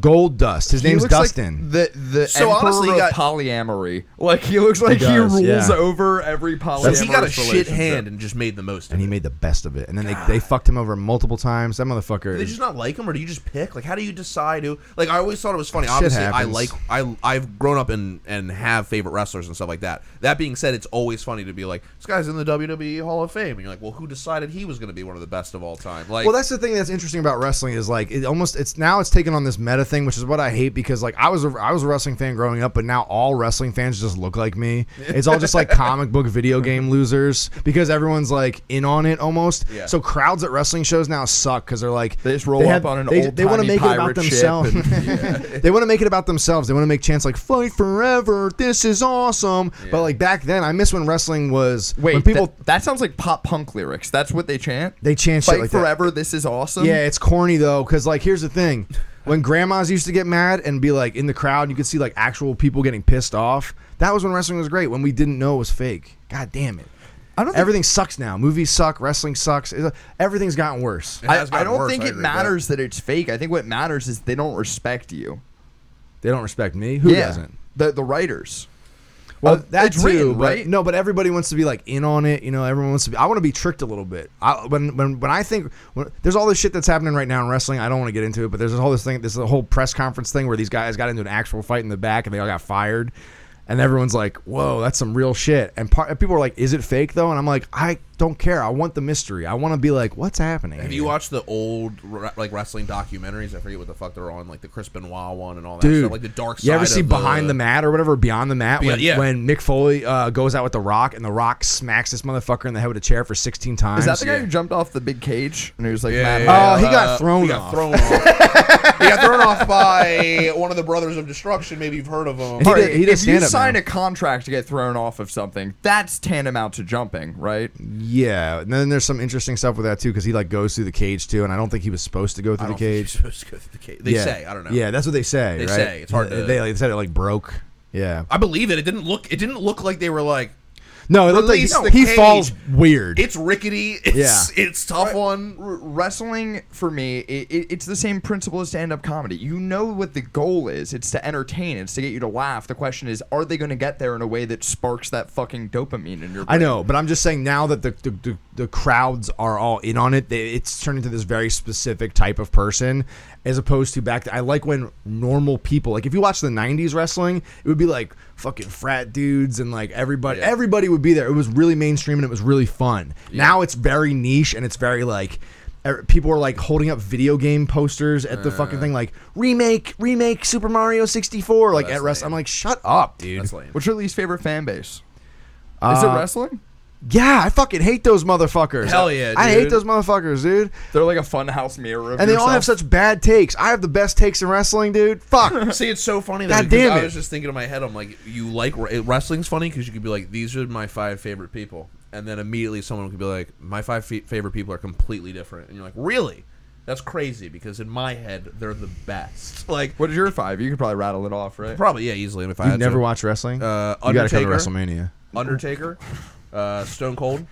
Speaker 2: Gold Dust. His
Speaker 4: he
Speaker 2: name's
Speaker 4: looks like
Speaker 2: Dustin.
Speaker 4: the the
Speaker 3: So
Speaker 4: emperor
Speaker 3: honestly, he
Speaker 4: of
Speaker 3: got-
Speaker 4: polyamory. Like he looks like he,
Speaker 2: does,
Speaker 4: rules
Speaker 2: yeah.
Speaker 4: over every
Speaker 3: So
Speaker 4: polyamorous.
Speaker 3: he got a shit
Speaker 4: relationship.
Speaker 3: hand and just made the most. Of
Speaker 2: and
Speaker 3: it.
Speaker 2: he made the best of it. And then they, they fucked him over multiple times. That motherfucker.
Speaker 3: Do they
Speaker 2: is-
Speaker 3: just not like him, or do you just pick? Like, how do you decide who? Like, I always thought it was funny. Obviously, I
Speaker 2: happens.
Speaker 3: like I I've grown up and and have favorite wrestlers and stuff like that. That being said, it's always funny to be like, this guy's in the WWE Hall of Fame, and you're like, well, who decided he was going to be one of the best of all time? Like,
Speaker 2: well, that's the thing that's interesting about wrestling is like it almost it's now it's taken on this meta thing, which is what I hate because like I was a, I was a wrestling fan growing up, but now all wrestling fans just look like me. It's all just like comic book video game losers because everyone's like in on it almost.
Speaker 3: Yeah.
Speaker 2: So crowds at wrestling shows now suck because they're like
Speaker 4: They just roll up on an
Speaker 2: they,
Speaker 4: old
Speaker 2: they wanna
Speaker 4: timey
Speaker 2: make it about
Speaker 4: pirate ship
Speaker 2: themselves.
Speaker 4: and-
Speaker 2: they want to make it about themselves. They want to make chants like "Fight forever, this is awesome." But like back then, I miss when wrestling was
Speaker 4: Wait,
Speaker 2: when people.
Speaker 4: that, that sounds like pop punk lyrics. That's what they chant.
Speaker 2: They chant shit
Speaker 4: Fight
Speaker 2: like that.
Speaker 4: forever. This is awesome.
Speaker 2: Yeah, it's corny though, because like here's the thing: when grandmas used to get mad and be like in the crowd, you could see like actual people getting pissed off. That was when wrestling was great. When we didn't know it was fake. God damn it!
Speaker 4: I don't. Think,
Speaker 2: Everything sucks now. Movies suck. Wrestling sucks. It- Everything's gotten worse.
Speaker 3: It
Speaker 4: I,
Speaker 3: has
Speaker 4: I
Speaker 3: gotten
Speaker 4: don't
Speaker 3: worse,
Speaker 4: think
Speaker 3: I
Speaker 4: it
Speaker 3: agree with that.
Speaker 4: matters that it's fake. I think what matters is they don't respect you.
Speaker 2: They don't respect me. Who
Speaker 4: yeah.
Speaker 2: doesn't?
Speaker 4: The the writers.
Speaker 2: Well,
Speaker 4: Uh,
Speaker 2: that's
Speaker 4: it's
Speaker 2: too,
Speaker 4: written,
Speaker 2: but-
Speaker 4: right?
Speaker 2: No, but everybody wants to be like in on it. You know, everyone wants to be. I want to be tricked a little bit. I, when when when I think when, there's all this shit that's happening right now in wrestling, I don't want to get into it. But there's this whole this thing, this whole press conference thing where these guys got into an actual fight in the back and they all got fired, and everyone's like, "Whoa, that's some real shit." And, par- and people are like, "Is it fake though?" And I'm like, "I don't care. I want the mystery. I want to be like, what's happening?"
Speaker 3: Have
Speaker 2: here?"
Speaker 3: you watched the old re- like wrestling documentaries? I forget what the fuck they're on, like the Chris Benoit one and all that
Speaker 2: Dude,
Speaker 3: stuff, like the dark side.
Speaker 2: You ever see
Speaker 3: of uh,
Speaker 2: behind the mat or whatever, beyond the mat?
Speaker 3: Beyond-
Speaker 2: when,
Speaker 3: yeah.
Speaker 2: when Mick Foley uh, goes out with the Rock and the Rock smacks this motherfucker in the head with a chair for 16 times.
Speaker 4: Is that the guy who jumped off the big cage and he was like,
Speaker 3: Yeah,
Speaker 4: "Mad
Speaker 3: yeah,
Speaker 4: Mike"?
Speaker 3: yeah.
Speaker 2: Oh, he got
Speaker 3: Uh,
Speaker 2: thrown
Speaker 3: he got
Speaker 2: off.
Speaker 3: thrown off. he got thrown off by one of the Brothers of Destruction. Maybe you've heard of him.
Speaker 2: He
Speaker 4: All
Speaker 2: did-
Speaker 4: right,
Speaker 2: he did
Speaker 4: if you
Speaker 2: stand-up
Speaker 4: sign
Speaker 2: now.
Speaker 4: a contract to get thrown off of something, that's tantamount to jumping, right?
Speaker 2: Yeah, and then there's some interesting stuff with that too, because he like goes through the cage too, and I don't think he was supposed to go through
Speaker 3: I
Speaker 2: the
Speaker 3: don't think
Speaker 2: cage.
Speaker 3: You're supposed to go through the cage. They
Speaker 2: yeah.
Speaker 3: say. I don't know.
Speaker 2: Yeah, that's what they say.
Speaker 3: They
Speaker 2: right?
Speaker 3: say. It's hard to- Uh,
Speaker 2: They, like, said it like broke. Yeah.
Speaker 3: I believe it. It didn't look. It didn't look like they were like.
Speaker 2: No, it looked like
Speaker 3: Release the
Speaker 2: he
Speaker 3: cage.
Speaker 2: falls weird.
Speaker 3: It's rickety. It's it's tough one.
Speaker 4: R- wrestling for me it, it, it's the same principle as stand-up comedy you know what the goal is it's to entertain it's to get you to laugh the question is are they going to get there in a way that sparks that fucking dopamine in your
Speaker 2: I
Speaker 4: brain?
Speaker 2: know, but I'm just saying now that the the, the, the crowds are all in on it, they, it's turned into this very specific type of person, as opposed to back. To, I like when normal people, like if you watch the '90s wrestling, it would be like fucking frat dudes and like everybody,
Speaker 3: Yeah.
Speaker 2: everybody would be there. It was really mainstream and it was really fun. Now it's very niche and it's very like. er, People are like holding up video game posters at the fucking
Speaker 3: Uh.
Speaker 2: thing, like remake, remake Super Mario sixty four, like
Speaker 3: that's
Speaker 2: at rest.
Speaker 3: lame.
Speaker 2: I'm like, shut up, dude.
Speaker 3: That's lame.
Speaker 4: what's your least favorite fan base is it
Speaker 2: Uh,
Speaker 4: wrestling
Speaker 2: Yeah, I fucking hate those motherfuckers.
Speaker 3: Hell yeah,
Speaker 2: I hate
Speaker 3: dude.
Speaker 2: those motherfuckers, dude.
Speaker 4: they're like a funhouse mirror of
Speaker 2: And they all have
Speaker 4: yourself.
Speaker 2: such bad takes. I have the best takes in wrestling, dude. Fuck.
Speaker 3: See, it's so funny.
Speaker 2: God
Speaker 3: That because
Speaker 2: damn
Speaker 3: I
Speaker 2: it.
Speaker 3: was just thinking in my head. I'm like, you like wre- wrestling's funny because you could be like, these are my five favorite people, and then immediately someone could be like, my five fe- favorite people are completely different, and you're like, really? That's crazy because in my head they're the best. Like,
Speaker 4: what is your five you could probably rattle it off right
Speaker 3: probably yeah, easily. If I
Speaker 2: You've
Speaker 3: had
Speaker 2: never
Speaker 3: to.
Speaker 2: watched wrestling?
Speaker 3: Uh,
Speaker 2: you gotta come to
Speaker 3: Undertaker.
Speaker 2: WrestleMania.
Speaker 3: Undertaker, uh, Stone Cold.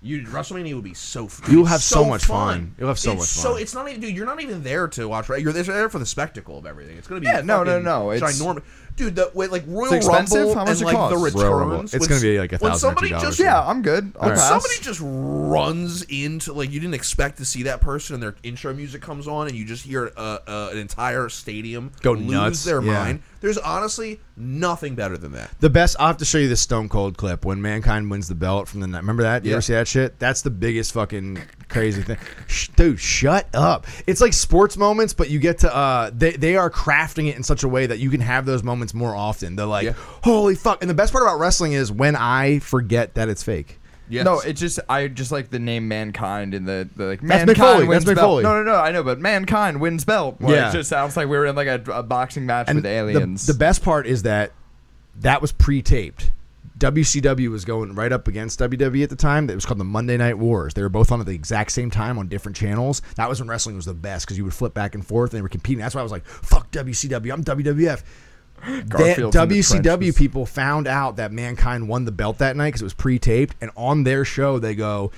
Speaker 3: You WrestleMania would be so. f-
Speaker 2: You'll have
Speaker 3: so
Speaker 2: so much fun. You'll have so
Speaker 3: It's
Speaker 2: much
Speaker 3: So
Speaker 2: fun.
Speaker 3: it's not even, dude. You're not even there to watch. Right, you're there for the spectacle of everything. It's gonna be
Speaker 4: Yeah, no, no,
Speaker 3: fucking
Speaker 4: no, it's-
Speaker 3: ginormous, dude. The with like Royal
Speaker 4: It's expensive?
Speaker 3: Rumble
Speaker 4: How much
Speaker 3: and
Speaker 4: it
Speaker 3: like the
Speaker 4: costs?
Speaker 3: returns.
Speaker 2: Royal Rumble. It's
Speaker 3: when
Speaker 2: gonna
Speaker 3: s-
Speaker 2: be, like,
Speaker 3: When
Speaker 2: 1,000 or
Speaker 3: somebody just
Speaker 2: $2.
Speaker 4: yeah i'm good I'll
Speaker 3: when
Speaker 4: pass.
Speaker 3: somebody just runs into like you didn't expect to see that person and their intro music comes on and you just hear uh, uh, an entire stadium
Speaker 2: Go
Speaker 3: lose
Speaker 2: nuts,
Speaker 3: their
Speaker 2: yeah.
Speaker 3: mind. There's honestly nothing better than that.
Speaker 2: The best. I'll have to show you the Stone Cold clip when Mankind wins the belt from the night. Remember that? You
Speaker 3: Yeah.
Speaker 2: ever see that shit? That's the biggest fucking crazy thing. Sh- Dude, shut up. It's like sports moments, but you get to. uh They they are crafting it in such a way that you can have those moments more often. They're like,
Speaker 3: Yeah.
Speaker 2: holy fuck. And the best part about wrestling is when I forget that it's fake.
Speaker 3: Yes.
Speaker 4: No, it's just I just like the name mankind and the, the like
Speaker 2: That's
Speaker 4: mankind
Speaker 2: Mick Foley,
Speaker 4: wins
Speaker 2: that's Mick
Speaker 4: belt.
Speaker 2: Foley.
Speaker 4: No, no, no, I know, but mankind wins belt. Where
Speaker 2: Yeah.
Speaker 4: it just sounds like we were in like a, a boxing match with
Speaker 2: the-
Speaker 4: aliens.
Speaker 2: The, best part is that that was pre-taped. WCW was going right up against WWE at the time. It was called the Monday Night Wars. They were both on at the exact same time on different channels. That was when wrestling was the best because you would flip back and forth and they were competing. That's why I was like, "Fuck WCW, I'm WWF." That
Speaker 4: Garfield's in the
Speaker 2: WCW
Speaker 4: trenches.
Speaker 2: people found out that Mankind won the belt that night because it was pre-taped, and on their show they go,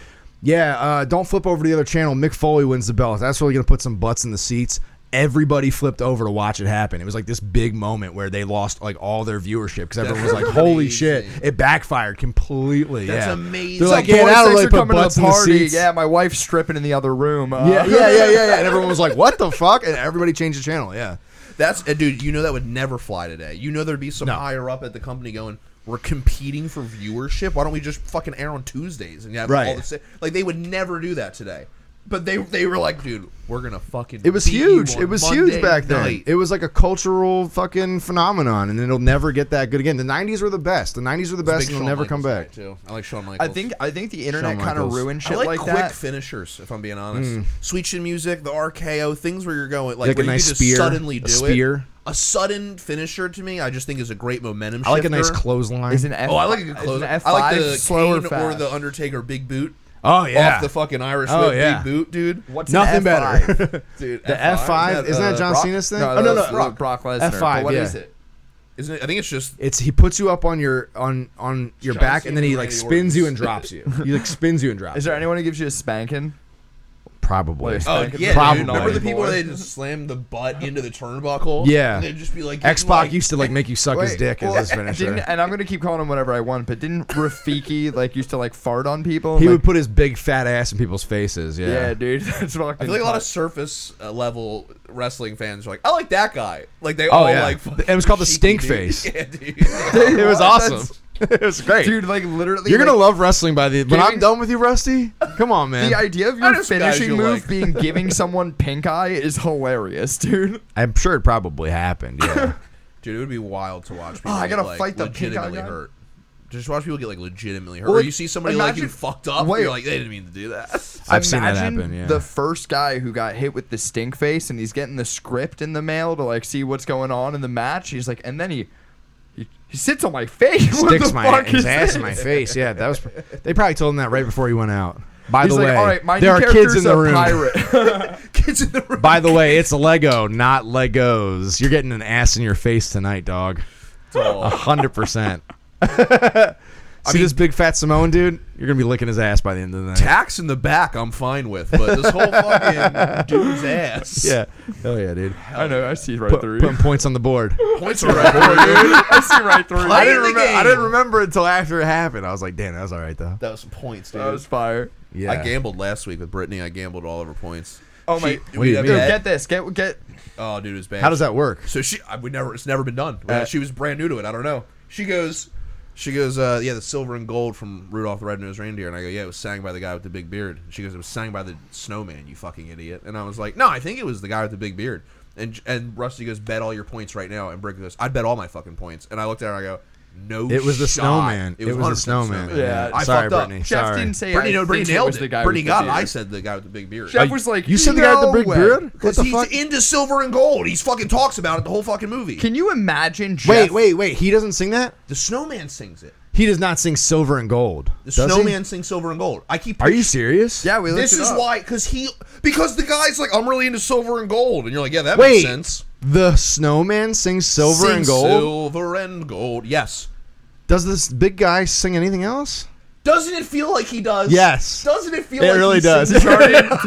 Speaker 2: "Yeah, uh, don't flip over to the other channel. Mick Foley wins the belt. That's really gonna put some butts in the seats." Everybody flipped over to watch it happen. It was like this big moment where they lost like all their viewership because everyone was like, "Holy shit!"
Speaker 3: amazing.
Speaker 2: It backfired completely.
Speaker 3: That's
Speaker 2: yeah.
Speaker 3: amazing.
Speaker 2: They're like,
Speaker 4: Boys,
Speaker 2: "Yeah, that'll
Speaker 4: thanks
Speaker 2: really
Speaker 4: for
Speaker 2: put
Speaker 4: coming to
Speaker 2: butts in the
Speaker 4: party.
Speaker 2: seats."
Speaker 4: Yeah, my wife's stripping in the other room. Uh,
Speaker 2: Yeah, yeah, yeah, yeah, yeah. And everyone was like, "What the fuck?" And everybody changed the channel. Yeah.
Speaker 3: That's uh, dude. You know that would never fly today. You know there'd be some
Speaker 2: No.
Speaker 3: higher up at the company going, "We're competing for viewership. Why don't we just fucking air on Tuesdays and have all
Speaker 2: Right.
Speaker 3: the sa-" like they would never do that today." But they they were like, "Dude, we're gonna fucking."
Speaker 2: It was
Speaker 3: beat you
Speaker 2: huge.
Speaker 3: on
Speaker 2: It was
Speaker 3: Monday
Speaker 2: huge back then.
Speaker 3: night."
Speaker 2: It was like a cultural fucking phenomenon, and it'll never get that good again. The '90s were the best. The '90s were the
Speaker 3: Big
Speaker 2: best, and
Speaker 3: Shawn
Speaker 2: it'll never come
Speaker 3: Michaels
Speaker 2: back.
Speaker 3: guy, Too. I like Shawn Michaels.
Speaker 4: I think I think the internet
Speaker 2: Shawn
Speaker 4: kind of
Speaker 2: Michaels.
Speaker 4: ruined
Speaker 3: I
Speaker 4: shit
Speaker 3: like,
Speaker 4: like,
Speaker 3: quick
Speaker 4: that.
Speaker 3: finishers. If I'm
Speaker 2: Hmm.
Speaker 3: being honest, switch in music, the RKO things where you're going like,
Speaker 2: Like a
Speaker 3: where
Speaker 2: nice
Speaker 3: you just
Speaker 2: spear,
Speaker 3: suddenly
Speaker 2: a
Speaker 3: do
Speaker 2: spear.
Speaker 3: it. A sudden finisher to me, I just think is a great momentum.
Speaker 2: I like a nice
Speaker 3: shifter.
Speaker 2: clothesline.
Speaker 4: Is an F-
Speaker 3: Oh, I like a good
Speaker 4: is an
Speaker 3: close. I
Speaker 4: F5
Speaker 3: like the
Speaker 4: slower
Speaker 3: Kane or
Speaker 4: fast.
Speaker 3: the Undertaker big boot.
Speaker 2: oh yeah,
Speaker 3: Off the fucking Irish
Speaker 2: Oh,
Speaker 3: whip
Speaker 2: yeah.
Speaker 3: big boot, dude.
Speaker 4: What's an
Speaker 2: nothing
Speaker 4: F5?
Speaker 2: better.
Speaker 3: dude?
Speaker 2: the F5
Speaker 3: Isn't
Speaker 2: isn't that
Speaker 3: uh,
Speaker 2: John
Speaker 3: Brock?
Speaker 2: Cena's thing?
Speaker 4: No,
Speaker 2: oh no,
Speaker 4: that's
Speaker 2: no,
Speaker 4: Brock, Brock Lesnar.
Speaker 2: F5,
Speaker 4: But what
Speaker 2: yeah.
Speaker 4: is it?
Speaker 3: Isn't it? I think it's just
Speaker 2: It's he puts you up on your on on your
Speaker 3: John
Speaker 2: back, and then
Speaker 3: Cena
Speaker 2: he
Speaker 3: and
Speaker 2: like
Speaker 3: Randy
Speaker 2: spins you
Speaker 3: Orton.
Speaker 2: and drops you. He like spins you and drops.
Speaker 4: Is there anyone who gives you a spanking?
Speaker 2: you. probably?
Speaker 4: Like-
Speaker 3: Oh
Speaker 4: Spanking
Speaker 3: yeah,
Speaker 4: the
Speaker 2: Probably.
Speaker 3: dude. Remember the people
Speaker 4: boy.
Speaker 3: where they just slam the butt into the turnbuckle?
Speaker 2: Yeah.
Speaker 3: And they'd just be like
Speaker 2: Xbox
Speaker 3: like,
Speaker 2: used to like make you suck his
Speaker 4: Wait,
Speaker 2: dick
Speaker 4: well,
Speaker 2: as his
Speaker 4: didn't-
Speaker 2: finisher.
Speaker 4: and I'm gonna keep calling him whatever I want, but didn't Rafiki like used to like fart on people?
Speaker 2: He
Speaker 4: Like,
Speaker 2: would put his big fat ass in people's faces.
Speaker 4: yeah. dude, that's fucking.
Speaker 3: I feel like a lot of surface uh, level wrestling fans are like, I like that guy. Like they
Speaker 2: Oh,
Speaker 3: all
Speaker 2: yeah.
Speaker 3: like.
Speaker 2: And it was called the
Speaker 3: fucking
Speaker 2: stink
Speaker 3: dude.
Speaker 2: face.
Speaker 3: yeah, dude.
Speaker 2: it was
Speaker 4: What?
Speaker 2: awesome. it was great.
Speaker 4: dude, like literally,
Speaker 2: You're gonna
Speaker 4: like,
Speaker 2: love wrestling by the when I'm
Speaker 4: giving-
Speaker 2: done with you, Rusty. Come on, man.
Speaker 4: The idea of
Speaker 3: I
Speaker 4: your
Speaker 3: just guys
Speaker 4: finishing
Speaker 3: you
Speaker 4: move
Speaker 3: like.
Speaker 4: being giving someone pink eye is hilarious, dude.
Speaker 2: I'm sure it probably happened. Yeah,
Speaker 3: Dude, it would be wild to watch. People
Speaker 4: I gotta
Speaker 3: get, like,
Speaker 4: fight the pink
Speaker 3: legitimately
Speaker 4: eye guy.
Speaker 3: hurt. Just watch people get like legitimately hurt.
Speaker 4: Well,
Speaker 3: or
Speaker 4: like,
Speaker 3: you see somebody like you
Speaker 4: imagine-
Speaker 3: fucked up.
Speaker 4: wait.
Speaker 3: and you're like, they didn't mean to do that.
Speaker 2: I've seen that
Speaker 4: Imagine
Speaker 2: happen. Yeah,
Speaker 4: The first guy who got hit with the stink face, and he's getting the script in the mail to like see what's going on in the match. He's like, and then he he, he sits on my face. What
Speaker 2: sticks
Speaker 4: the
Speaker 2: my
Speaker 4: fuck
Speaker 2: his
Speaker 4: is
Speaker 2: ass
Speaker 4: this?
Speaker 2: in my face. Yeah, that was. They probably told him that right before he went out. By
Speaker 4: He's
Speaker 2: the
Speaker 4: like,
Speaker 2: way,
Speaker 4: all right, my
Speaker 2: there
Speaker 4: new
Speaker 2: are kids
Speaker 4: character's
Speaker 2: in the
Speaker 4: a
Speaker 2: room.
Speaker 4: Pirate.
Speaker 3: Kids in the room.
Speaker 2: By the way, it's Lego, not Legos. You're getting an ass in your face tonight, dog.
Speaker 3: Oh.
Speaker 2: hundred percent. See this big fat Samoan dude? You're gonna be licking his ass by the end of the night.
Speaker 3: Tax in the back, I'm fine with, but this whole fucking dude's ass.
Speaker 2: yeah. Hell yeah, dude.
Speaker 4: I know. I see right
Speaker 2: Put,
Speaker 4: through.
Speaker 2: putting points on the board.
Speaker 3: Points are right for you.
Speaker 4: I see right through.
Speaker 2: I
Speaker 3: Play
Speaker 2: didn't,
Speaker 3: the
Speaker 2: remember, I
Speaker 3: game.
Speaker 2: didn't remember until after it happened. I was like, damn, that was all right though.
Speaker 3: That was some points, dude.
Speaker 4: That was fire.
Speaker 2: Yeah.
Speaker 3: I gambled last week with Brittany. I gambled all of her points.
Speaker 4: Oh
Speaker 3: She-
Speaker 4: my!
Speaker 3: we
Speaker 2: do you
Speaker 3: have
Speaker 2: mean?
Speaker 4: Dude,
Speaker 3: that-
Speaker 4: get this. Get get.
Speaker 3: Oh, dude, it was bad.
Speaker 2: How does that work?
Speaker 3: So she, I, we never, it's never been done. she was brand new to it. I don't know. Uh, She goes, she goes, uh, yeah, the silver and gold from Rudolph the Red-Nosed Reindeer. And I go, yeah, it was sang by the guy with the big beard. And she goes, it was sang by the snowman, you fucking idiot. And I was like, no, I think it was the guy with the big beard. And and Rusty goes, bet all your points right now. And Brick goes, I'd bet all my fucking points. And I looked at her and I go, no
Speaker 2: It was the
Speaker 3: shot.
Speaker 2: snowman. It was the
Speaker 3: 100%
Speaker 2: snowman.
Speaker 4: Yeah.
Speaker 3: I
Speaker 2: Sorry,
Speaker 3: fucked up.
Speaker 2: Brittany.
Speaker 4: Jeff
Speaker 2: Sorry.
Speaker 4: didn't say.
Speaker 3: Brittany,
Speaker 4: I
Speaker 3: no, Brittany
Speaker 4: think it
Speaker 3: nailed
Speaker 4: was
Speaker 3: it.
Speaker 4: the guy
Speaker 3: Brittany
Speaker 4: with
Speaker 3: got
Speaker 4: the
Speaker 3: it. I
Speaker 4: beard.
Speaker 3: said the guy with the big beard.
Speaker 4: Jeff was like,
Speaker 2: You said the guy with the big beard? What
Speaker 3: Because
Speaker 2: the
Speaker 3: he's
Speaker 2: fuck?
Speaker 3: into silver and gold. He's fucking talks about it the whole fucking movie.
Speaker 4: Can you imagine? Jeff?
Speaker 2: Wait, wait, wait. He doesn't sing that?
Speaker 3: the snowman sings it.
Speaker 2: He does not sing silver and gold.
Speaker 3: The
Speaker 2: does he?
Speaker 3: snowman sings silver and gold. I keep.
Speaker 2: Are you serious?
Speaker 4: Yeah, we looked
Speaker 3: This
Speaker 4: it
Speaker 3: is
Speaker 4: up.
Speaker 3: why, because he, because the guy's like, I'm really into silver and gold, and you're like, yeah, that
Speaker 2: Wait.
Speaker 3: makes sense.
Speaker 2: The snowman sings silver
Speaker 3: Sing
Speaker 2: and gold.
Speaker 3: Silver and gold. Yes.
Speaker 2: Does this big guy sing anything else?
Speaker 3: Doesn't it feel like he does?
Speaker 2: Yes.
Speaker 3: Doesn't it feel?
Speaker 2: It
Speaker 3: like
Speaker 2: really
Speaker 3: he
Speaker 2: does.
Speaker 3: sings-
Speaker 4: edit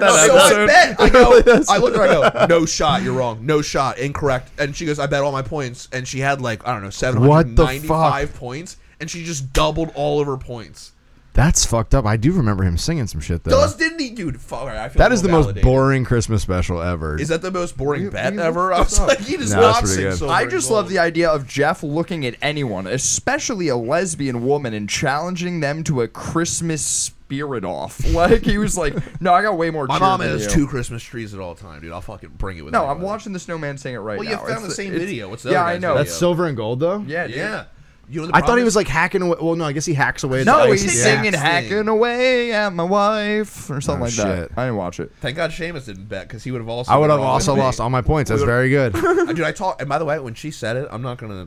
Speaker 4: that
Speaker 3: so I
Speaker 4: episode.
Speaker 3: bet. I
Speaker 2: really
Speaker 3: go.
Speaker 2: does.
Speaker 3: I look at her. I go. No shot. You're wrong. No shot. Incorrect. And she goes. I bet all my points. And she had like I don't know
Speaker 2: What the
Speaker 3: 795 points, and she just doubled all of her points.
Speaker 2: That's fucked up. I do remember him singing some shit though.
Speaker 3: Does didn't he, dude? Fuck. all right, I feel
Speaker 2: that is the
Speaker 3: more
Speaker 2: most
Speaker 3: validated.
Speaker 2: boring Christmas special ever.
Speaker 3: Is that the most boring bet
Speaker 4: we
Speaker 3: ever? I
Speaker 4: looked
Speaker 3: was
Speaker 4: this up.
Speaker 3: like, he does
Speaker 2: No, that's
Speaker 3: not
Speaker 2: pretty
Speaker 3: sing
Speaker 2: good.
Speaker 3: silver
Speaker 4: I
Speaker 3: and
Speaker 4: just love
Speaker 3: gold.
Speaker 4: the idea of Jeff looking at anyone, especially a lesbian woman, and challenging them to a Christmas spirit off. Like he was like, "No, I got way more."
Speaker 3: My
Speaker 4: cheer
Speaker 3: mom
Speaker 4: than
Speaker 3: has
Speaker 4: you."
Speaker 3: two Christmas trees at all time, dude. I'll fucking bring it with
Speaker 4: No,
Speaker 3: anybody.
Speaker 4: I'm watching the snowman sing it right
Speaker 3: Well, you
Speaker 4: now.
Speaker 3: found the same
Speaker 4: it's-
Speaker 3: video. What's the
Speaker 4: yeah,
Speaker 3: other
Speaker 4: I
Speaker 3: guy's
Speaker 4: know.
Speaker 2: That's
Speaker 3: video?
Speaker 2: silver and gold though.
Speaker 4: yeah, dude.
Speaker 3: Yeah. You know, the
Speaker 2: I thought
Speaker 3: problem
Speaker 2: he was
Speaker 3: is-
Speaker 2: like hacking away. Well, no, I guess he hacks away. at
Speaker 4: No,
Speaker 2: the
Speaker 3: It's
Speaker 4: he's
Speaker 2: ice.
Speaker 3: like
Speaker 4: singing
Speaker 3: Zach's
Speaker 4: "Hacking
Speaker 3: thing.
Speaker 4: Away at My Wife" or something
Speaker 2: Oh,
Speaker 4: like that.
Speaker 2: shit.
Speaker 4: I didn't watch it.
Speaker 3: Thank God Seamus didn't bet because he would have also.
Speaker 2: I would have
Speaker 3: been wrong
Speaker 2: also
Speaker 3: with me.
Speaker 2: lost all my points. That's very good.
Speaker 3: Uh, dude, I talk. And by the way, when she said it, I'm not gonna.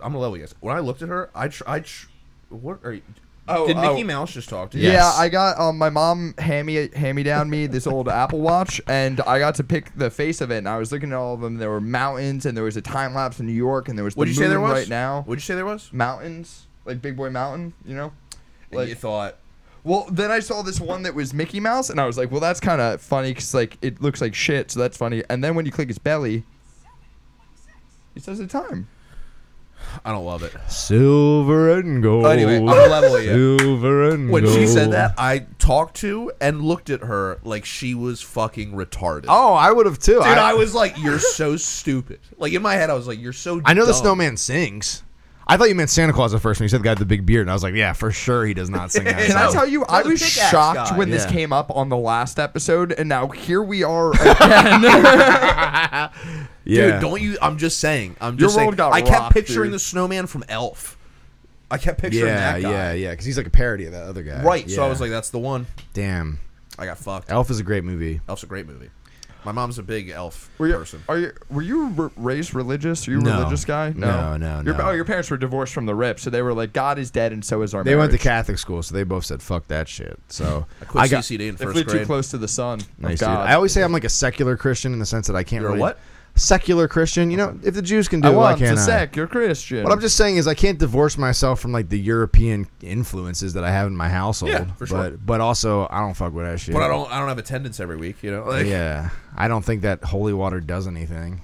Speaker 3: I'm gonna level you guys. When I looked at her, I tr- I tr- what are you?
Speaker 4: Oh,
Speaker 3: did Mickey
Speaker 4: oh.
Speaker 3: Mouse just talk to you?
Speaker 2: Yes.
Speaker 4: Yeah, I got um, my mom hammy hammy down me this old Apple Watch, and I got to pick the face of it. And I was looking at all of them. There were mountains, and there was a time lapse in New York, and there was the
Speaker 3: Would you say
Speaker 4: moon
Speaker 3: there was
Speaker 4: right now.
Speaker 3: Would you say there was?
Speaker 4: mountains, like Big Boy Mountain, you know?
Speaker 3: And
Speaker 4: Like,
Speaker 3: you thought
Speaker 4: well, then I saw this one that was Mickey Mouse, and I was like, well, that's kind of funny because like it looks like shit, so that's funny. And then when you click his belly, it says the time.
Speaker 3: I don't love it.
Speaker 2: Silver and gold.
Speaker 3: Anyway, I'm gonna level you.
Speaker 2: Silver and
Speaker 3: When
Speaker 2: gold.
Speaker 3: she said that, I talked to and looked at her like she was fucking retarded.
Speaker 2: oh, I would have too.
Speaker 3: Dude,
Speaker 2: I,
Speaker 3: I, was like, "You're so stupid." Like in my head, I was like, "You're so."
Speaker 2: I know the
Speaker 3: dumb.
Speaker 2: snowman sings. I thought you meant Santa Claus at first when you said the guy with the big beard, and I was like, yeah, for sure he does not sing that.
Speaker 4: Can I
Speaker 2: song.
Speaker 4: tell you, I
Speaker 3: the
Speaker 4: was
Speaker 3: pickaxe
Speaker 4: shocked
Speaker 3: guy,
Speaker 4: when this
Speaker 2: yeah.
Speaker 4: came up on the last episode, and now here we are again.
Speaker 2: Yeah.
Speaker 3: Dude, don't you? I'm just saying. I'm just
Speaker 4: Your
Speaker 3: saying.
Speaker 4: world got
Speaker 3: I kept
Speaker 4: rocked,
Speaker 3: picturing
Speaker 4: dude.
Speaker 3: the snowman from Elf. I kept picturing
Speaker 2: yeah,
Speaker 3: that guy.
Speaker 2: yeah, yeah, because he's like a parody of that other guy.
Speaker 3: Right. So I
Speaker 2: Yeah.
Speaker 3: was like, "That's the one."
Speaker 2: damn,
Speaker 3: I got fucked.
Speaker 2: Elf is a great movie.
Speaker 3: Elf's a great movie. My mom's a big Elf
Speaker 4: were you,
Speaker 3: person.
Speaker 4: are you, were you r- raised religious? Are you a
Speaker 2: No.
Speaker 4: religious guy?
Speaker 2: No, no,
Speaker 4: Your,
Speaker 2: no.
Speaker 4: Oh, your parents were divorced from the rip, so they were like, God is dead, and so is our
Speaker 2: They went to
Speaker 4: marriage."
Speaker 2: Catholic school, so they both said "fuck that shit." So
Speaker 3: I quit
Speaker 2: I got
Speaker 3: CCD in
Speaker 4: They
Speaker 3: first
Speaker 4: flew
Speaker 3: grade.
Speaker 4: too close to the sun. of
Speaker 2: nice, dude.
Speaker 4: God.
Speaker 2: I always say I'm like a secular Christian in the sense that I can't
Speaker 3: You're a
Speaker 2: really
Speaker 3: what?
Speaker 2: secular Christian. You know, if the Jews can do
Speaker 4: I
Speaker 2: it, why
Speaker 4: want to
Speaker 2: can't I?
Speaker 4: sec. You're Christian.
Speaker 2: What I'm just saying is I can't divorce myself from like the European influences that I have in my household.
Speaker 3: Yeah, for sure.
Speaker 2: But but also I don't fuck with that shit.
Speaker 3: But I don't. I don't have attendance every week. You know. Like,
Speaker 2: Yeah, I don't think that holy water does anything.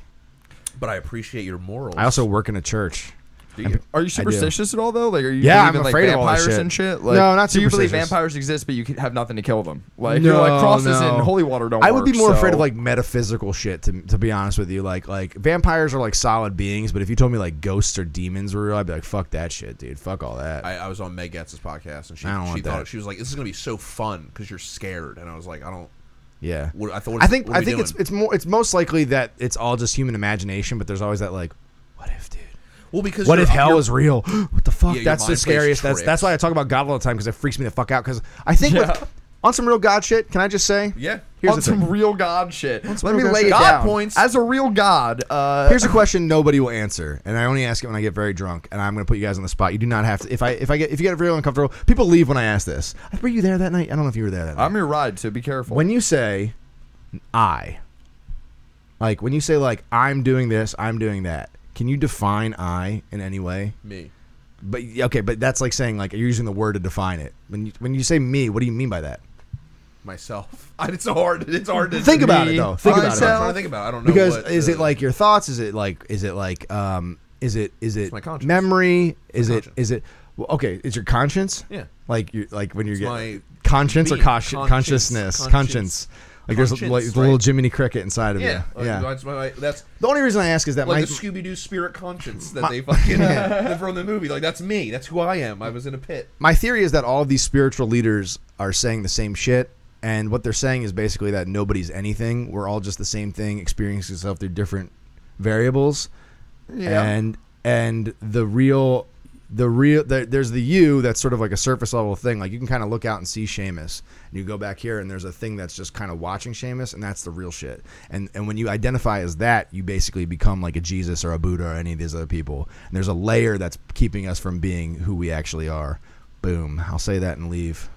Speaker 3: But I appreciate your morals.
Speaker 2: I also work in a church.
Speaker 3: Do you?
Speaker 4: Are
Speaker 2: I
Speaker 4: you
Speaker 2: do.
Speaker 4: superstitious at all though? Like, are you
Speaker 2: Yeah,
Speaker 4: believe
Speaker 2: I'm
Speaker 4: in, like,
Speaker 2: afraid of all that
Speaker 4: vampires
Speaker 2: shit.
Speaker 4: and shit?
Speaker 2: No,
Speaker 4: Like,
Speaker 2: not
Speaker 4: Do you believe
Speaker 2: superstitious.
Speaker 4: vampires exist, but you could have nothing to kill them? Like, you're like
Speaker 2: No,
Speaker 4: crosses
Speaker 2: no.
Speaker 4: and holy water don't.
Speaker 2: I would be
Speaker 4: work,
Speaker 2: more
Speaker 4: so-
Speaker 2: afraid of like metaphysical shit to, to be honest with you. Like like vampires are like solid beings, but if you told me like ghosts or demons were real, I'd be like, fuck that shit, dude. Fuck all that.
Speaker 3: I, I was on Meg Gatz's podcast, and she
Speaker 2: I don't
Speaker 3: she
Speaker 2: want
Speaker 3: thought
Speaker 2: that.
Speaker 3: she was like, "This is gonna be so fun because you're scared," and I was like, "I don't."
Speaker 2: yeah.
Speaker 3: What, I thought.
Speaker 2: I think
Speaker 3: what are
Speaker 2: I
Speaker 3: we
Speaker 2: think it's
Speaker 3: doing?
Speaker 2: it's more it's most likely that it's all just human imagination, but there's always that like, what if, dude?
Speaker 3: well because
Speaker 2: What
Speaker 3: you're-
Speaker 2: if hell
Speaker 3: you're-
Speaker 2: is real? what the fuck?
Speaker 3: Yeah, your
Speaker 2: that's the
Speaker 3: mind plays
Speaker 2: scariest. That's that's
Speaker 3: tricks.
Speaker 2: why I talk about God all the time because it freaks me the fuck out. Because I think
Speaker 4: Yeah.
Speaker 2: with, on some real God shit, can I just say?
Speaker 3: Yeah.
Speaker 2: Here's
Speaker 4: on
Speaker 2: the thing.
Speaker 4: some real god shit. Let
Speaker 2: real
Speaker 4: me
Speaker 2: God
Speaker 4: lay
Speaker 2: shit.
Speaker 4: it
Speaker 3: God
Speaker 4: down.
Speaker 3: points.
Speaker 4: As a real god, uh,
Speaker 2: Here's a question nobody will answer, and I only ask it when I get very drunk, and I'm going to put you guys on the spot. You do not have to. If I if I get if you get real uncomfortable, people leave when I ask this. Were you there that night? I don't know if you were there that night.
Speaker 4: I'm your ride, so be careful.
Speaker 2: when you say I, like when you say like I'm doing this, I'm doing that. Can you define I in any way?
Speaker 3: me.
Speaker 2: But okay, but that's like saying like you're using the word to define it. When you, when you say me, what do you mean by that?
Speaker 3: myself. It's so hard. It's hard to
Speaker 2: Think about it though. Think about
Speaker 3: Oh, I'm trying
Speaker 2: it.
Speaker 3: to think about. It. I don't know
Speaker 2: Because
Speaker 3: what
Speaker 2: is
Speaker 3: the-
Speaker 2: it like your thoughts? Is it like is it like um is it is it
Speaker 3: my conscience.
Speaker 2: memory? Is it
Speaker 3: conscience.
Speaker 2: is it well, okay? It's your conscience.
Speaker 3: Yeah.
Speaker 2: Like you like when you're
Speaker 3: It's
Speaker 2: getting
Speaker 3: my
Speaker 2: conscience or
Speaker 3: being.
Speaker 2: caution,
Speaker 3: Conscience.
Speaker 2: consciousness
Speaker 3: Conscience.
Speaker 2: conscience. Like there's like
Speaker 3: Conscience,
Speaker 2: the little
Speaker 3: right.
Speaker 2: Jiminy Cricket inside of
Speaker 3: Yeah,
Speaker 2: you. Yeah.
Speaker 3: Like, that's, my, that's
Speaker 2: the only reason I ask is that
Speaker 3: like
Speaker 2: my
Speaker 3: the Scooby Doo spirit conscience that they fucking uh, from the movie. Like that's me. That's who I am. I was in a pit.
Speaker 2: my theory is that all of these spiritual leaders are saying the same shit and what they're saying is basically that nobody's anything we're all just the same thing experiencing itself through different variables
Speaker 3: Yeah.
Speaker 2: and and the real the real there there's the you that's sort of like a surface level thing like you can kind of look out and see Seamus and you go back here and there's a thing that's just kind of watching Seamus and that's the real shit and and when you identify as that you basically become like a Jesus or a Buddha or any of these other people and there's a layer that's keeping us from being who we actually are boom I'll say that and leave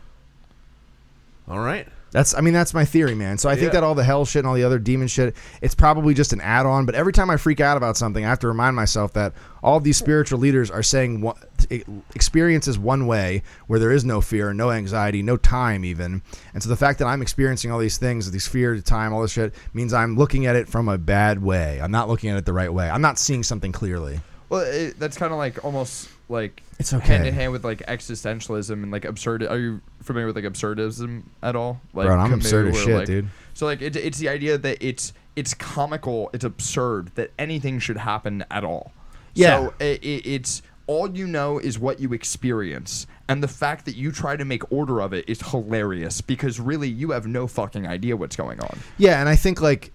Speaker 3: All right.
Speaker 2: that's I mean that's my theory, man. So I think
Speaker 3: Yeah.
Speaker 2: that all the hell shit and all the other demon shit, it's probably just an add-on. But every time I freak out about something, I have to remind myself that all these spiritual leaders are saying what experience is one way, where there is no fear, no anxiety, no time even. And so the fact that I'm experiencing all these things, these fear, time, all this shit, means I'm looking at it from a bad way. I'm not looking at it the right way. I'm not seeing something clearly.
Speaker 4: Well, it, that's kind of like almost like
Speaker 2: It's
Speaker 4: hand
Speaker 2: okay.
Speaker 4: in hand with like existentialism and like absurd. Are you familiar with like absurdism at all? Like
Speaker 2: Bro, I'm absurd as
Speaker 4: or,
Speaker 2: shit,
Speaker 4: like-
Speaker 2: dude.
Speaker 4: So like it, it's the idea that it's it's comical, it's absurd that anything should happen at all.
Speaker 2: Yeah.
Speaker 4: So i i it's all you know is what you experience. And the fact that you try to make order of it is hilarious because really you have no fucking idea what's going on.
Speaker 2: Yeah, and I think like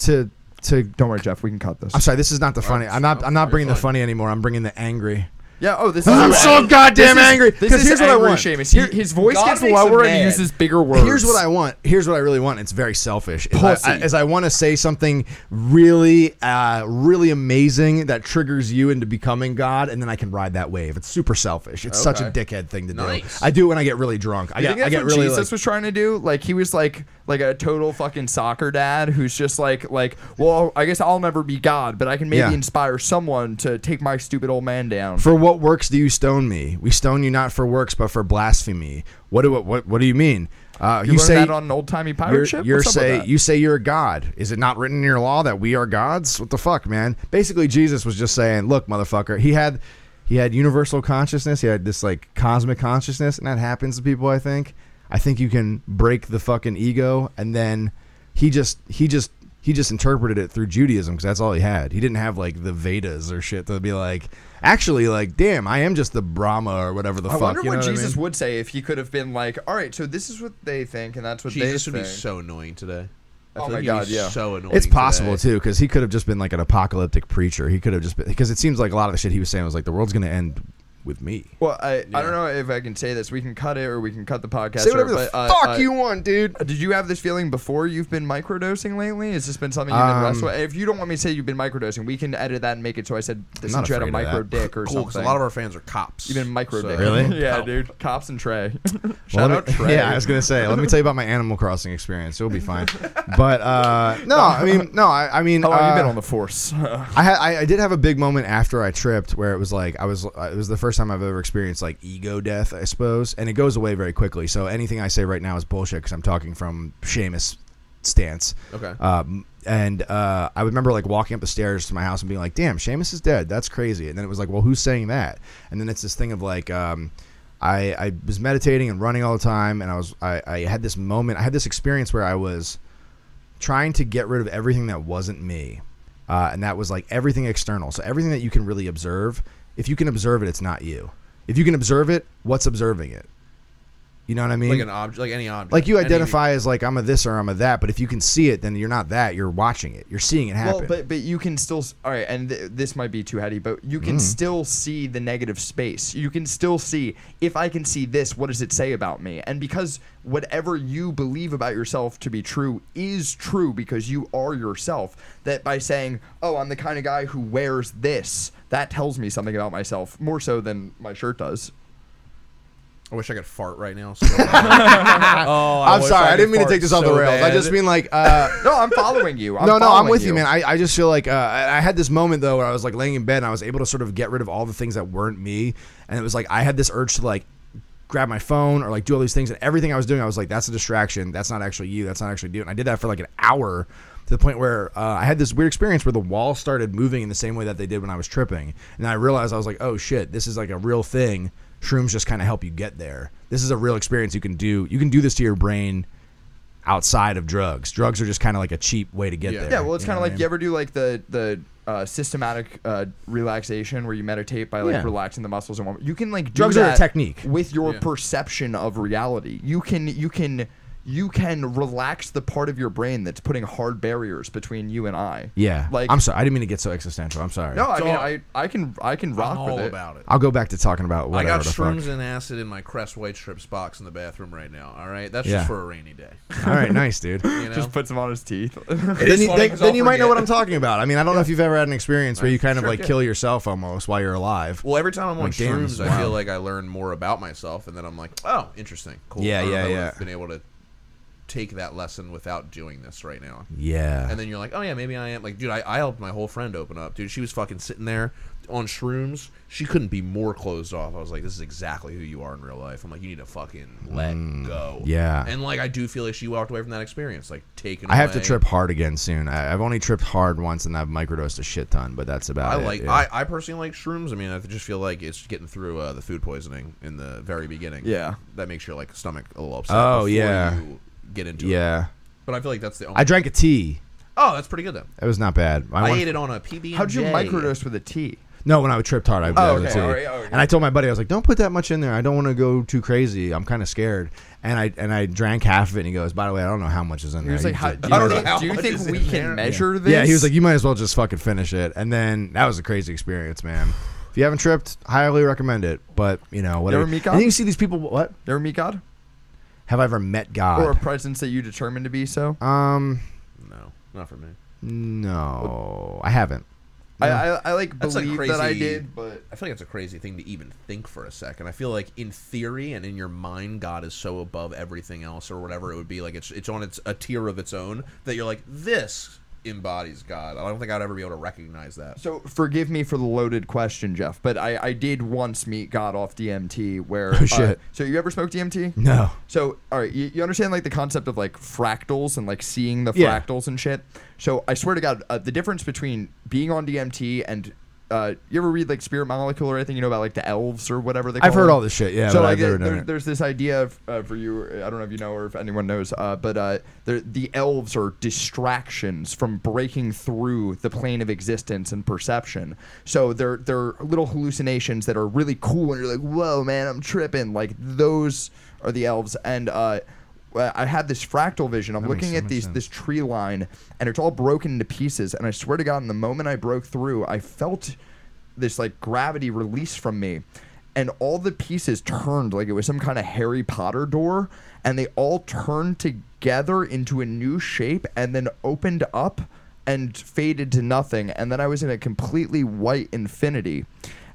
Speaker 2: to to
Speaker 4: Don't worry, Jeff. We can cut this.
Speaker 2: I'm sorry, this is not the funny.
Speaker 3: right,
Speaker 2: I'm not.
Speaker 3: no,
Speaker 2: I'm not
Speaker 3: you're
Speaker 2: bringing the
Speaker 3: fine.
Speaker 2: funny anymore. I'm bringing the angry.
Speaker 4: Yeah. Oh, this
Speaker 2: I'm
Speaker 4: is
Speaker 2: so goddamn
Speaker 4: This is-
Speaker 2: angry.
Speaker 4: This
Speaker 2: 'Cause
Speaker 4: is
Speaker 2: here's what I
Speaker 4: angry
Speaker 2: want.
Speaker 4: Seamus. He-
Speaker 2: Here-
Speaker 4: his voice
Speaker 3: God
Speaker 4: gets
Speaker 3: makes him
Speaker 4: lower and he
Speaker 3: mad.
Speaker 4: uses bigger words.
Speaker 2: Here's what I want. Here's what I really want. It's very selfish. Is I,
Speaker 4: Pussy.
Speaker 2: I- is I want to say something really, uh, really amazing that triggers you into becoming God, and then I can ride that wave. It's super selfish. It's such a
Speaker 3: Okay.
Speaker 2: dickhead thing to
Speaker 3: Nice.
Speaker 2: do. I do it when I get really drunk. I
Speaker 4: You
Speaker 2: get,
Speaker 4: think that's
Speaker 2: I get
Speaker 4: what
Speaker 2: really.
Speaker 4: Jesus
Speaker 2: like-
Speaker 4: was trying to do? Like he was like like a total fucking soccer dad who's just like like well I guess I'll never be God, but I can maybe
Speaker 2: Yeah.
Speaker 4: inspire someone to take my stupid old man down.
Speaker 2: For what works do you stone me? We stone you not for works, but for blasphemy. What do what What do you mean? Uh,
Speaker 4: you,
Speaker 2: you
Speaker 4: learned
Speaker 2: say
Speaker 4: that on an old timey pirate
Speaker 2: you're,
Speaker 4: ship?
Speaker 2: you're
Speaker 4: What's up with
Speaker 2: say
Speaker 4: that?
Speaker 2: you say you're a god. Is it not written in your law that we are gods? What the fuck, man? Basically, Jesus was just saying, "Look, motherfucker." He had he had universal consciousness. He had this like cosmic consciousness, and that happens to people. I think. I think you can break the fucking ego, and then he just he just he just interpreted it through Judaism because that's all he had. He didn't have like the Vedas or shit to be like, actually, like, damn, I am just the Brahma or whatever the
Speaker 4: I
Speaker 2: fuck.
Speaker 4: wonder
Speaker 2: you know
Speaker 4: what
Speaker 2: I
Speaker 4: Jesus
Speaker 2: mean?
Speaker 4: would say if he could have been like, all right, so this is what they think and that's what
Speaker 3: Jesus
Speaker 4: they
Speaker 3: would be
Speaker 4: think.
Speaker 3: so annoying today. I
Speaker 4: Oh
Speaker 3: feel like
Speaker 4: my
Speaker 3: he'd be
Speaker 4: God, yeah.
Speaker 3: So annoying.
Speaker 2: It's possible
Speaker 3: today.
Speaker 2: too, because he could have just been like an apocalyptic preacher. He could have just been because it seems like a lot of the shit he was saying was like the world's going to end with me.
Speaker 4: Well, I, I
Speaker 3: Yeah.
Speaker 4: don't know if I can say this. We can cut it or we can cut the podcast.
Speaker 2: Say
Speaker 4: or-
Speaker 2: whatever the
Speaker 4: but, uh,
Speaker 2: fuck
Speaker 4: uh,
Speaker 2: you want, dude.
Speaker 4: Did you have this feeling before you've been microdosing lately? Has this been something you've been
Speaker 2: Um,
Speaker 4: wrestling? If you don't want me to say you've been microdosing, we can edit that and make it so I said this
Speaker 2: not
Speaker 4: you had a
Speaker 2: afraid of
Speaker 4: micro
Speaker 2: that.
Speaker 4: dick or
Speaker 3: Cool, because
Speaker 4: something.
Speaker 3: a lot of our fans are cops.
Speaker 4: even micro dick.
Speaker 2: Really?
Speaker 4: yeah,
Speaker 3: Cow.
Speaker 4: dude. Cops and Trey.
Speaker 2: Well,
Speaker 4: Shout
Speaker 2: let
Speaker 4: out
Speaker 2: me-
Speaker 4: Trey.
Speaker 2: Yeah, I was gonna say. Let me tell you about my Animal Crossing experience. It'll be fine. But uh, no, I mean, no, I, I mean,
Speaker 4: How long have you Oh, been
Speaker 2: uh,
Speaker 4: on the force?
Speaker 2: I, had, I I did have a big moment after I tripped where it was like I was uh, it was the first time I've ever experienced like ego death I suppose and it goes away very quickly so anything I say right now is bullshit because I'm talking from Seamus stance
Speaker 3: Okay.
Speaker 2: um, and uh, I remember like walking up the stairs to my house and being like damn Seamus is dead that's crazy and then it was like well who's saying that and then it's this thing of like um, I, I was meditating and running all the time and I was I, I had this moment I had this experience where I was trying to get rid of everything that wasn't me. Uh, and that was like everything external. So everything that you can really observe, if you can observe it, it's not you. If you can observe it, what's observing it? You know what I mean?
Speaker 3: like an object, like any object.
Speaker 2: Like you
Speaker 3: Any-
Speaker 2: identify as like I'm a this or I'm a that, but if you can see it, then you're not that. You're watching it. You're seeing it happen.
Speaker 4: well, but but you can still s- all right, and th- this might be too heady, but you
Speaker 2: Mm-hmm.
Speaker 4: can still see the negative space. You can still see if I can see this, what does it say about me? And because whatever you believe about yourself to be true is true because you are yourself. That by saying, "Oh, I'm the kind of guy who wears this," that tells me something about myself more so than my shirt does.
Speaker 3: I wish I could fart right now. So oh, I
Speaker 2: I'm
Speaker 3: wish
Speaker 2: sorry. I,
Speaker 3: could
Speaker 2: didn't mean to
Speaker 3: fart
Speaker 2: take this off
Speaker 3: so
Speaker 2: the rails. I
Speaker 3: bad.
Speaker 2: just mean like. Uh,
Speaker 4: No, I'm following you. I'm
Speaker 2: no, no, I'm
Speaker 4: following
Speaker 2: with you, man. I, I just feel like uh, I I had this moment though where I was like laying in bed and I was able to sort of get rid of all the things that weren't me, and it was like I had this urge to like grab my phone or like do all these things, and everything I was doing, I was like, that's a distraction. That's not actually you. That's not actually you. And I did that for like an hour to the point where uh, I had this weird experience where the wall started moving in the same way that they did when I was tripping, and I realized I was like, oh shit, this is like a real thing. Shrooms just kind of help you get there. This is a real experience you can do. You can do this to your brain outside of drugs. Drugs are just kind of like a cheap way to get
Speaker 3: Yeah.
Speaker 2: there.
Speaker 4: Yeah, well, it's
Speaker 2: you
Speaker 4: kind
Speaker 2: know what
Speaker 4: of like
Speaker 2: I
Speaker 4: you ever do like the the uh, systematic uh, relaxation where you meditate by like
Speaker 2: Yeah.
Speaker 4: relaxing the muscles and warm. You can like do
Speaker 2: Drugs are a
Speaker 4: that
Speaker 2: technique.
Speaker 4: with your
Speaker 3: Yeah.
Speaker 4: perception of reality. You can you can you can relax the part of your brain that's putting hard barriers between you and I.
Speaker 2: Yeah.
Speaker 4: like
Speaker 2: I'm sorry. I didn't mean to get so existential. I'm sorry.
Speaker 4: No, I mean
Speaker 3: Dog.
Speaker 4: I, I can I can rock
Speaker 3: I'm all
Speaker 4: with it.
Speaker 3: about it.
Speaker 2: I'll go back to talking about
Speaker 3: I
Speaker 2: whatever
Speaker 3: got
Speaker 2: the
Speaker 3: shrooms and acid in my Crest White Strips box in the bathroom right now. All right, that's
Speaker 2: Yeah.
Speaker 3: just for a rainy day.
Speaker 2: fuck. All right, nice, dude. then
Speaker 3: You know?
Speaker 4: Just puts them on his teeth.
Speaker 3: is
Speaker 2: you,
Speaker 3: funny
Speaker 2: then-
Speaker 3: 'cause
Speaker 2: then
Speaker 3: I'll
Speaker 2: you might know
Speaker 3: forget.
Speaker 2: what I'm talking about. I mean, I don't know if you've ever had an experience where you kind of
Speaker 4: Sure,
Speaker 2: like
Speaker 4: yeah.
Speaker 2: kill yourself almost while you're alive.
Speaker 3: well, every time I'm on
Speaker 2: Like, damn,
Speaker 3: shrooms,
Speaker 2: this is
Speaker 3: I feel
Speaker 2: wild.
Speaker 3: like I learn more about myself, and then I'm like, oh, interesting, cool.
Speaker 2: Yeah,
Speaker 3: I don't
Speaker 2: yeah,
Speaker 3: know if
Speaker 2: yeah.
Speaker 3: I've been able to take that lesson without doing this right now.
Speaker 2: yeah.
Speaker 3: And then you're like, oh yeah, maybe I am. Like, dude, I, I helped my whole friend open up. Dude, she was fucking sitting there on shrooms. She couldn't be more closed off. I was like, this is exactly who you are in real life. I'm like, you need to fucking let go.
Speaker 2: Mm, yeah.
Speaker 3: And like, I do feel like she walked away from that experience, like taken.
Speaker 2: I have to
Speaker 3: away.
Speaker 2: trip hard again soon. I, I've only tripped hard once and I've microdosed a shit ton, but that's about
Speaker 3: I
Speaker 2: it.
Speaker 3: like.
Speaker 2: yeah.
Speaker 3: I, I personally like shrooms. I mean, I just feel like it's getting through uh, the food poisoning in the very beginning.
Speaker 4: Yeah.
Speaker 3: That makes your like stomach a little upset.
Speaker 2: Oh,
Speaker 3: before
Speaker 2: yeah.
Speaker 3: You get into it.
Speaker 2: yeah.
Speaker 3: But I feel like that's the only.
Speaker 2: I drank a tea.
Speaker 3: oh, that's pretty good though.
Speaker 2: It was not bad.
Speaker 3: I,
Speaker 2: went-
Speaker 3: ate it on a PB.
Speaker 4: How'd you microdose with a T?
Speaker 2: No, when I tripped hard, I
Speaker 4: Oh,
Speaker 2: was
Speaker 4: okay,
Speaker 2: too.
Speaker 4: alright, alright.
Speaker 2: And I told my buddy, I was like, "Don't put that much in there. I don't want to go too crazy. I'm kind of scared." And I and I drank half of it, and he goes, "By the way, I don't know how much is in
Speaker 4: He
Speaker 2: there."
Speaker 4: was like,
Speaker 2: You
Speaker 4: how,
Speaker 2: just-
Speaker 4: do
Speaker 3: I don't
Speaker 4: you
Speaker 3: know
Speaker 4: think,
Speaker 3: how
Speaker 4: do you
Speaker 3: much
Speaker 4: think
Speaker 3: is
Speaker 4: we
Speaker 3: in
Speaker 4: can
Speaker 3: there.
Speaker 4: measure this?
Speaker 2: yeah, he was like, "You might as well just fucking finish it." And then that was a crazy experience, man. If you haven't tripped, highly recommend it. But you know, whatever.
Speaker 4: ever meet
Speaker 2: and then
Speaker 4: God?
Speaker 2: you see these people. What
Speaker 4: you ever meet God?
Speaker 2: have I ever met
Speaker 4: Or a
Speaker 2: God?
Speaker 4: presence that you determined to be so?
Speaker 2: um,
Speaker 3: No, not for me.
Speaker 2: no, I haven't.
Speaker 4: I, I, I like
Speaker 3: That's like
Speaker 4: believe that I
Speaker 3: crazy-
Speaker 4: did, but
Speaker 3: I feel like it's a crazy thing to even think for a second. I feel like in theory and in your mind, God is so above everything else or whatever it would be. Like it's it's on its a tier of its own that you're like this embodies God. I don't think I'd ever be able to recognize that.
Speaker 4: So forgive me for the loaded question, Jeff, but I, I did once meet God off DMT where.
Speaker 2: Oh, shit. Mm-hmm.
Speaker 4: Uh, so you ever smoked DMT?
Speaker 2: No.
Speaker 4: So all right, you, you understand like the concept of like fractals and like seeing the
Speaker 2: Yeah.
Speaker 4: fractals and shit. So I swear to God, uh, the difference between being on DMT and uh, you ever read like Spirit Molecule or anything? You know about like the elves or whatever they. Call
Speaker 2: I've heard
Speaker 4: them?
Speaker 2: all this shit, yeah,
Speaker 4: So
Speaker 2: but
Speaker 4: like
Speaker 2: I've never
Speaker 4: there-
Speaker 2: done
Speaker 4: there-
Speaker 2: it.
Speaker 4: there's this idea of, uh, for you. I don't know if you know or if anyone knows, uh, but uh, the the elves are distractions from breaking through the plane of existence and perception. So they're they're little hallucinations that are really cool, and you're like, whoa, man, I'm tripping. Like those are the elves, and uh, I had this fractal vision. I'm
Speaker 2: makes
Speaker 4: looking
Speaker 2: so
Speaker 4: at
Speaker 2: much
Speaker 4: these
Speaker 2: sense.
Speaker 4: this tree line, and it's all broken into pieces. And I swear to God, in the moment I broke through, I felt this like gravity release from me, and all the pieces turned like it was some kind of Harry Potter door, and they all turned together into a new shape, and then opened up and faded to nothing. And then I was in a completely white infinity.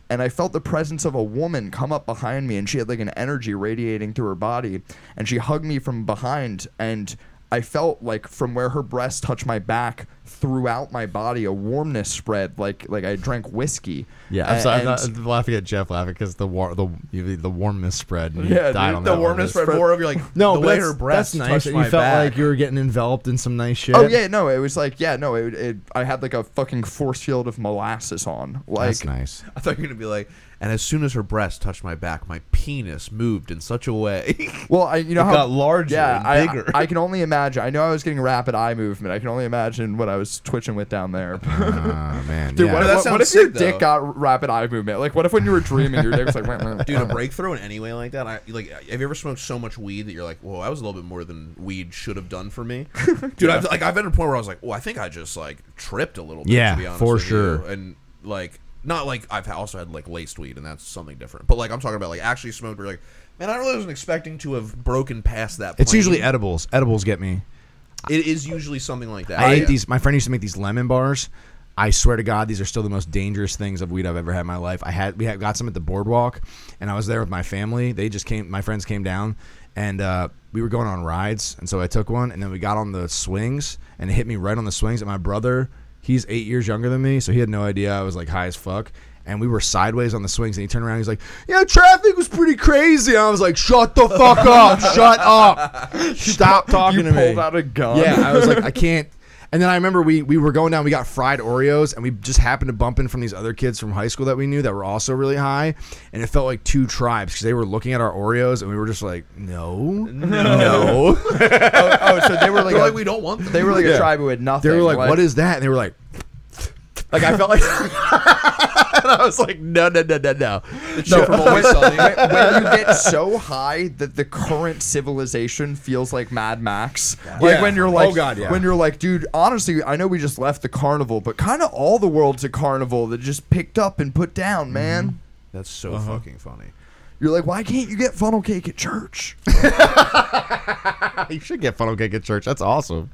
Speaker 4: And I felt the presence of a woman come up behind me, and she had like an energy radiating through her body. And she hugged me from behind, and I felt like from where her breast touched my back throughout my body, a warmness spread, like like I drank whiskey. A- and-
Speaker 2: laughing at Jeff laughing because the war the the warmness spread. And
Speaker 4: Yeah, died dude, on the that one. warmness
Speaker 3: spread more of you like
Speaker 2: No,
Speaker 3: the
Speaker 2: but
Speaker 3: way
Speaker 2: that's,
Speaker 3: her breast
Speaker 2: that's nice.
Speaker 3: touched
Speaker 2: that You
Speaker 3: my
Speaker 2: felt
Speaker 3: back.
Speaker 2: like you were getting enveloped in some nice shit.
Speaker 4: Oh yeah, no, it was like yeah, no, it, it I had like a fucking force field of molasses on, like
Speaker 2: that's nice.
Speaker 3: I thought you were gonna be like, and as soon as her breast touched my back, my penis moved in such a way.
Speaker 4: Well, I you know
Speaker 3: It
Speaker 4: how
Speaker 3: got larger
Speaker 4: Yeah,
Speaker 3: and
Speaker 4: I-
Speaker 3: bigger.
Speaker 4: I, can only imagine. I know I was getting rapid eye movement. I can only imagine what I was twitching with down there.
Speaker 2: Ah man,
Speaker 4: Dude,
Speaker 2: yeah.
Speaker 4: what,
Speaker 3: No, that
Speaker 4: what- what if
Speaker 3: sounds
Speaker 4: your
Speaker 3: sick,
Speaker 4: dick
Speaker 3: though.
Speaker 4: got rapid eye movement? Like, what if when you were dreaming, your dick was like, wah, wah, wah.
Speaker 3: Dude, a breakthrough in any way like that. I like. Have you ever smoked so much weed that you're like, "Whoa, that was a little bit more than weed should have done for me." Dude, I've, like I've been at a point where I was like, "Well, I think I just like tripped a little bit."
Speaker 2: Yeah,
Speaker 3: to be honest
Speaker 2: for
Speaker 3: with you.
Speaker 2: sure.
Speaker 3: And like, not like I've ha- also had like laced weed, and that's something different. But like, I'm talking about like actually smoked. Where you're like, man, I really wasn't expecting to have broken past that.
Speaker 2: It's
Speaker 3: plane."
Speaker 2: usually edibles. Edibles get me.
Speaker 3: it is usually something like that.
Speaker 2: I
Speaker 3: Yeah.
Speaker 2: ate these. My friend used to make these lemon bars. I swear to God, these are still the most dangerous things of weed I've ever had in my life. I had we had, got some at the boardwalk, and I was there with my family. They just came, my friends came down, and uh, we were going on rides, and so I took one, and then we got on the swings, and it hit me right on the swings. And my brother, he's eight years younger than me, so he had no idea I was like high as fuck. And we were sideways on the swings, and he turned around. He's like, "Yeah, traffic was pretty crazy." I was like, "Shut the fuck up! Shut up! Stop talking
Speaker 4: you
Speaker 2: to me!"
Speaker 4: pulled out a gun.
Speaker 2: Yeah, I was like, I can't. And then I remember we we were going down. We got fried Oreos, and we just happened to bump in from these other kids from high school that we knew that were also really high. And it felt like two tribes because they were looking at our Oreos, and we were just like, no, no.
Speaker 4: oh, oh, so they
Speaker 3: They're
Speaker 4: were like, a-
Speaker 3: like, uh, we don't want them.
Speaker 4: they were like
Speaker 2: Yeah.
Speaker 4: a tribe who had nothing.
Speaker 2: they were like, what is that? And they were like,
Speaker 4: Like I felt like
Speaker 2: and I was like, no, no, no, no, no.
Speaker 4: no,
Speaker 3: from
Speaker 4: when,
Speaker 3: Always Sunny.
Speaker 4: when- when you get so high that the current civilization feels like Mad Max. Like
Speaker 2: Yeah.
Speaker 4: when you're like,
Speaker 2: Oh, God, yeah.
Speaker 4: when you're like, dude, honestly, I know we just left the carnival, but kind of all the world's a carnival that just picked up and put down, man.
Speaker 2: Mm-hmm.
Speaker 3: That's so fucking funny.
Speaker 4: You're like, why can't you get funnel cake at church?
Speaker 2: You should get funnel cake at church. That's awesome.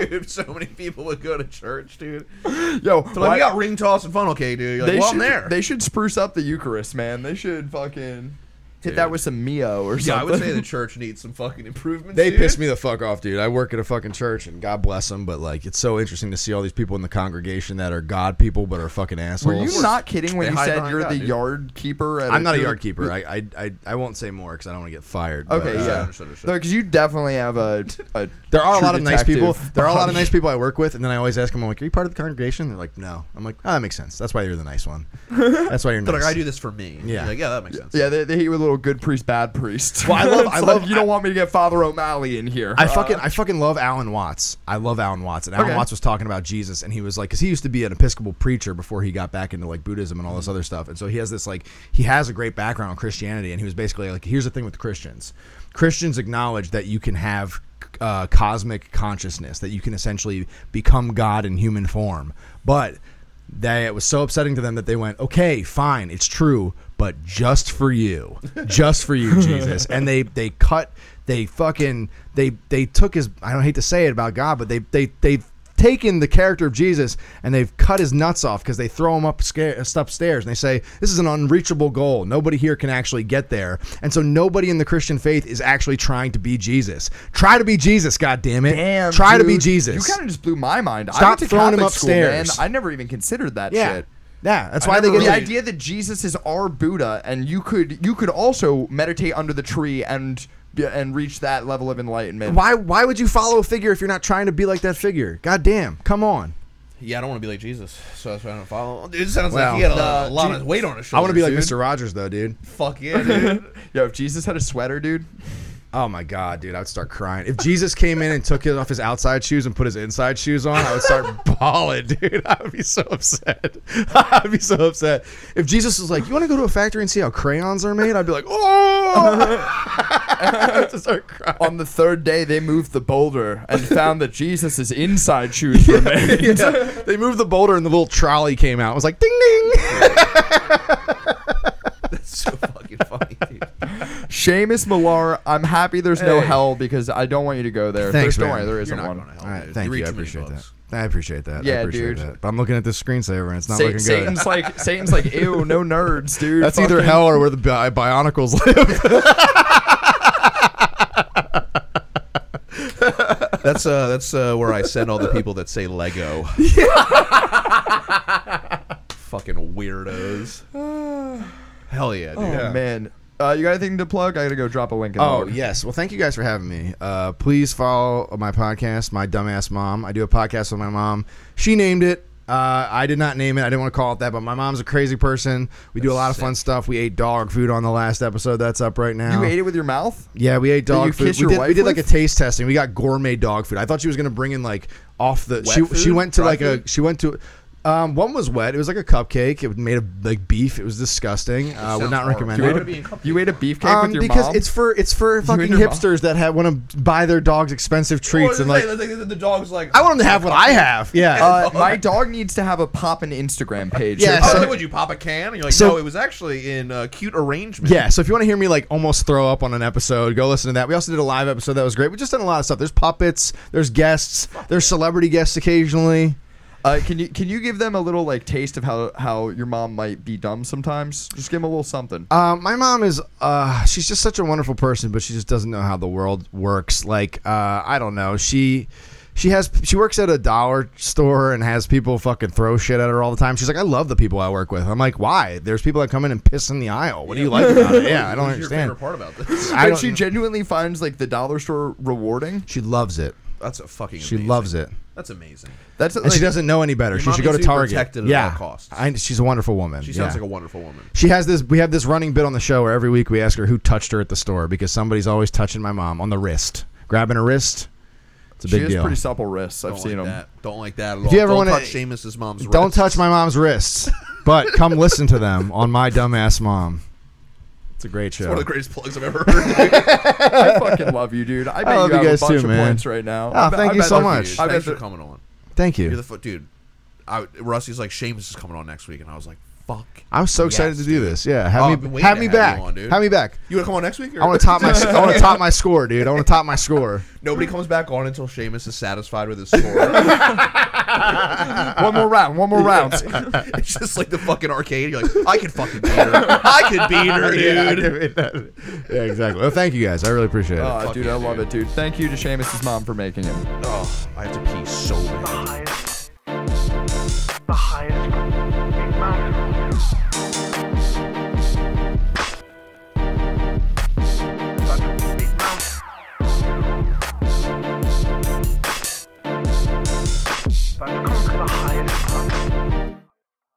Speaker 3: Dude, so many people would go to church, dude.
Speaker 4: Yo,
Speaker 3: So like, we got ring toss and funnel cake, dude. You're like,
Speaker 4: they
Speaker 3: well,
Speaker 4: should,
Speaker 3: I'm there.
Speaker 4: They should spruce up the Eucharist, man. They should fucking hit that with some Mio or
Speaker 3: yeah,
Speaker 4: something.
Speaker 3: I would say the church needs some fucking improvements.
Speaker 2: They
Speaker 3: dude.
Speaker 2: pissed me the fuck off, dude. I work at a fucking church, and God bless them, but like, it's so interesting to see all these people in the congregation that are God people but are fucking
Speaker 4: Were
Speaker 2: assholes.
Speaker 4: you not kidding when
Speaker 3: They
Speaker 4: you
Speaker 3: hide
Speaker 4: said
Speaker 3: behind
Speaker 4: you're
Speaker 3: God,
Speaker 4: the
Speaker 3: dude.
Speaker 4: yard keeper? At
Speaker 2: I'm not a
Speaker 4: you're
Speaker 2: yard
Speaker 4: the-
Speaker 2: keeper. I I, I, I won't say more because I don't want to get fired. but,
Speaker 4: Okay,
Speaker 2: uh,
Speaker 4: yeah,
Speaker 3: understood, understood.
Speaker 4: no, because you definitely have a. a
Speaker 2: There are a
Speaker 4: true
Speaker 2: lot of nice
Speaker 4: detective
Speaker 2: people. There are a lot of
Speaker 4: behind
Speaker 2: nice people I work with, and then I always ask them, I'm like, "Are you part of the congregation?" They're like, "No." I'm like, "Oh, that makes sense. That's why you're the nice one. That's why you're nice."
Speaker 3: They're like, I do this for me.
Speaker 2: Yeah.
Speaker 3: You're like, yeah, that makes sense.
Speaker 4: you. Yeah, they, they hate you with little good priest, bad priest.
Speaker 2: Well, I love-
Speaker 4: It's
Speaker 2: I
Speaker 4: like,
Speaker 2: love-
Speaker 4: you don't want me to get Father O'Malley in here. Uh,
Speaker 2: I fucking I fucking love Alan Watts. I love Alan Watts. And Alan
Speaker 4: Okay.
Speaker 2: Watts was talking about Jesus, and he was like, because he used to be an Episcopal preacher before he got back into like Buddhism and all
Speaker 4: Mm-hmm.
Speaker 2: this other stuff. And so he has this like he has a great background on Christianity, and he was basically like, here's the thing with Christians: Christians acknowledge that you can have uh, cosmic consciousness, that you can essentially become God in human form, but they it was so upsetting to them that they went, okay, fine, it's true, but just for you, just for you, Jesus. And they they cut, they fucking they they took his. I don't hate to say it about God, but they they they've taken the character of Jesus and they've cut his nuts off because they throw him up sca- upstairs and they say this is an unreachable goal. Nobody here can actually get there, and so nobody in the Christian faith is actually trying to be Jesus. Try to be Jesus, God damn it!
Speaker 4: Damn,
Speaker 2: Try to be
Speaker 4: dude.
Speaker 2: Jesus.
Speaker 4: You kind of just blew my mind. I
Speaker 2: Stop
Speaker 4: went to
Speaker 2: throwing him
Speaker 4: Catholic school,
Speaker 2: upstairs.
Speaker 4: man. I never even considered that
Speaker 2: yeah,
Speaker 4: shit.
Speaker 2: yeah. That's
Speaker 3: I
Speaker 2: why they
Speaker 3: never
Speaker 2: get
Speaker 4: The
Speaker 3: really-
Speaker 4: idea that Jesus is our Buddha, and you could you could also meditate under the tree and and reach that level of enlightenment.
Speaker 2: Why why would you follow a figure if you're not trying to be like that figure? God damn, come on.
Speaker 3: Yeah, I don't want to be like Jesus, so that's why I don't follow. Dude, it sounds
Speaker 2: Well,
Speaker 3: like he had a,
Speaker 4: uh,
Speaker 3: a lot
Speaker 4: Je-
Speaker 3: of weight on his shoulders.
Speaker 2: I want to be like
Speaker 3: dude.
Speaker 2: Mr. Rogers though, dude.
Speaker 3: Fuck yeah, dude.
Speaker 4: Yo, if Jesus had a sweater, dude,
Speaker 2: Oh my god, dude, I would start crying. If Jesus came in and took his off his outside shoes and put his inside shoes on, I would start bawling, dude. I would be so upset. I'd be so upset. If Jesus was like, "You want to go to a factory and see how crayons are made?" I'd be like, "Oh!" I would just start crying.
Speaker 4: on the third day they moved the boulder and found that Jesus' inside shoes were made.
Speaker 2: Yeah. They moved the boulder and the little trolley came out. It was like, "Ding ding."
Speaker 3: That's so fucking funny, dude.
Speaker 4: Seamus Millar, I'm happy there's no
Speaker 3: Hey.
Speaker 4: hell because I don't want you to go there.
Speaker 2: Thanks,
Speaker 4: There's- don't
Speaker 2: man.
Speaker 4: worry, there isn't
Speaker 3: You're not
Speaker 4: one.
Speaker 3: going to help.
Speaker 2: All right,
Speaker 3: dude.
Speaker 2: thank
Speaker 3: read
Speaker 2: you. I
Speaker 3: too many
Speaker 2: appreciate that.
Speaker 3: books.
Speaker 2: I appreciate that. I
Speaker 4: Yeah,
Speaker 2: appreciate
Speaker 4: dude.
Speaker 2: that. But I'm looking at this screensaver and it's not
Speaker 4: Sa-
Speaker 2: looking good.
Speaker 4: Satan's like Satan's like ew, no nerds, dude.
Speaker 2: That's either
Speaker 4: Fucking-
Speaker 2: hell or where the bi- Bionicles live.
Speaker 3: That's uh, that's uh, where I send all the people that say Lego. fucking weirdos. Hell yeah, dude.
Speaker 4: Oh, Man, uh, you got anything to plug? I gotta go drop a link. In the
Speaker 2: oh
Speaker 4: log.
Speaker 2: yes. Well, thank you guys for having me. Uh, please follow my podcast, my dumbass mom. I do a podcast with my mom. She named it. Uh, I did not name it. I didn't want to call it that, but my mom's a crazy person. We do a lot of fun stuff. We ate dog food on the last episode. That's up right now.
Speaker 4: you ate it with your mouth.
Speaker 2: Yeah, we ate dog
Speaker 4: you
Speaker 2: food.
Speaker 4: kiss
Speaker 2: We
Speaker 4: your
Speaker 2: did, we
Speaker 4: wife
Speaker 2: did like a
Speaker 4: with?
Speaker 2: taste testing. We got gourmet dog food. I thought she was gonna bring in like off the. she
Speaker 3: food?
Speaker 2: she went to
Speaker 3: Dry
Speaker 2: like a
Speaker 3: food?
Speaker 2: she went to. Um, one was wet. It was like a cupcake. It was made of like beef. It was disgusting. I would
Speaker 3: sounds
Speaker 2: not
Speaker 3: horrible.
Speaker 2: recommend
Speaker 3: You
Speaker 2: it.
Speaker 3: ate be a couple
Speaker 4: You ate a beefcake with
Speaker 2: Um,
Speaker 4: your
Speaker 2: because
Speaker 4: mom.
Speaker 2: it's for it's for fucking
Speaker 4: and your mom.
Speaker 2: hipsters that have want to buy their dogs expensive treats and like
Speaker 3: the, dog's like,
Speaker 2: I want them to have what I have. Yeah.
Speaker 4: uh, my dog needs to have a pop and Instagram page.
Speaker 2: Yeah,
Speaker 4: So-
Speaker 3: Oh,
Speaker 2: so-
Speaker 3: like, would you pop a can? And you're like,
Speaker 2: So-
Speaker 3: no, it was actually in uh, cute arrangement.
Speaker 2: Yeah, so if you want to hear me like almost throw up on an episode, go listen to that. We also did a live episode that was great. We just did a lot of stuff. There's puppets, there's guests, there's celebrity guests occasionally.
Speaker 4: Uh, can you can you give them a little like taste of how how your mom might be dumb sometimes? Just give them a little something.
Speaker 2: Uh, my mom is uh, she's just such a wonderful person, but she just doesn't know how the world works. Like uh, I don't know, she she has she works at a dollar store and has people fucking throw shit at her all the time. She's like, I love the people I work with. I'm like, why? There's people that come in and piss in the aisle. What do you like about it? Yeah, I don't
Speaker 3: What's your
Speaker 2: understand.
Speaker 3: favorite part about this?
Speaker 2: I
Speaker 4: and
Speaker 2: don't,
Speaker 4: she
Speaker 2: she,
Speaker 4: genuinely finds like the dollar store rewarding.
Speaker 2: loves it.
Speaker 3: That's a fucking.
Speaker 2: She
Speaker 3: amazing.
Speaker 2: loves it.
Speaker 3: That's amazing.
Speaker 4: That's
Speaker 2: And she doesn't know any better.
Speaker 3: Your
Speaker 2: She
Speaker 3: mom
Speaker 2: should go
Speaker 3: needs
Speaker 2: to
Speaker 3: to be
Speaker 2: Target.
Speaker 3: protected at
Speaker 2: yeah,
Speaker 3: all costs.
Speaker 2: I, she's a wonderful woman.
Speaker 3: She sounds
Speaker 2: yeah.
Speaker 3: like a wonderful woman.
Speaker 2: She has this. We have this running bit on the show where every week we ask her who touched her at the store because somebody's always touching my mom on the wrist, grabbing her wrist. It's a
Speaker 4: She
Speaker 2: big
Speaker 4: has
Speaker 2: deal.
Speaker 4: pretty supple wrists. I've
Speaker 3: Don't
Speaker 4: seen
Speaker 3: like
Speaker 4: them.
Speaker 3: that. Don't like that at all.
Speaker 2: you ever
Speaker 3: Don't
Speaker 2: wanna-
Speaker 3: touch Seamus's mom's.
Speaker 2: Don't
Speaker 3: wrist.
Speaker 2: touch my mom's wrists, but come listen to them on my dumbass mom. It's a great show.
Speaker 3: One of the greatest plugs I've ever heard.
Speaker 4: I fucking love you, dude. I bet
Speaker 2: love
Speaker 4: you,
Speaker 2: you
Speaker 4: have
Speaker 2: guys
Speaker 4: a
Speaker 2: too,
Speaker 4: bunch of
Speaker 2: man.
Speaker 4: points right now.
Speaker 2: Ah,
Speaker 4: I bet-
Speaker 2: thank
Speaker 4: I
Speaker 2: you
Speaker 4: bet
Speaker 2: so
Speaker 4: I've-
Speaker 2: much.
Speaker 4: I bet
Speaker 3: Thanks for
Speaker 4: the-
Speaker 3: coming on.
Speaker 2: Thank
Speaker 3: You're
Speaker 2: you.
Speaker 3: the fu- dude. I, Rusty's like Seamus is coming on next week, and I was like, fuck.
Speaker 2: I'm so excited to do this. Yeah, have
Speaker 3: Oh, I've been
Speaker 2: me
Speaker 3: waiting
Speaker 2: have
Speaker 3: to
Speaker 2: me
Speaker 3: have you
Speaker 2: back.
Speaker 3: on, dude.
Speaker 2: have me back.
Speaker 3: You want to come on next week? Or?
Speaker 2: I want to top my I want to top my score, dude. I want to top my score.
Speaker 3: Nobody comes back on until Seamus is satisfied with his score.
Speaker 4: one more round. One more round.
Speaker 3: it's just like the fucking arcade. You're like, I could fucking beat her. I could beat her, dude.
Speaker 2: yeah, exactly. Well, thank you guys. I really appreciate
Speaker 3: Oh,
Speaker 2: it.
Speaker 4: Oh, Ah, dude, I love it, dude. Thank you to Seamus' mom for making it.
Speaker 3: Oh, I have to pee so bad.
Speaker 1: highest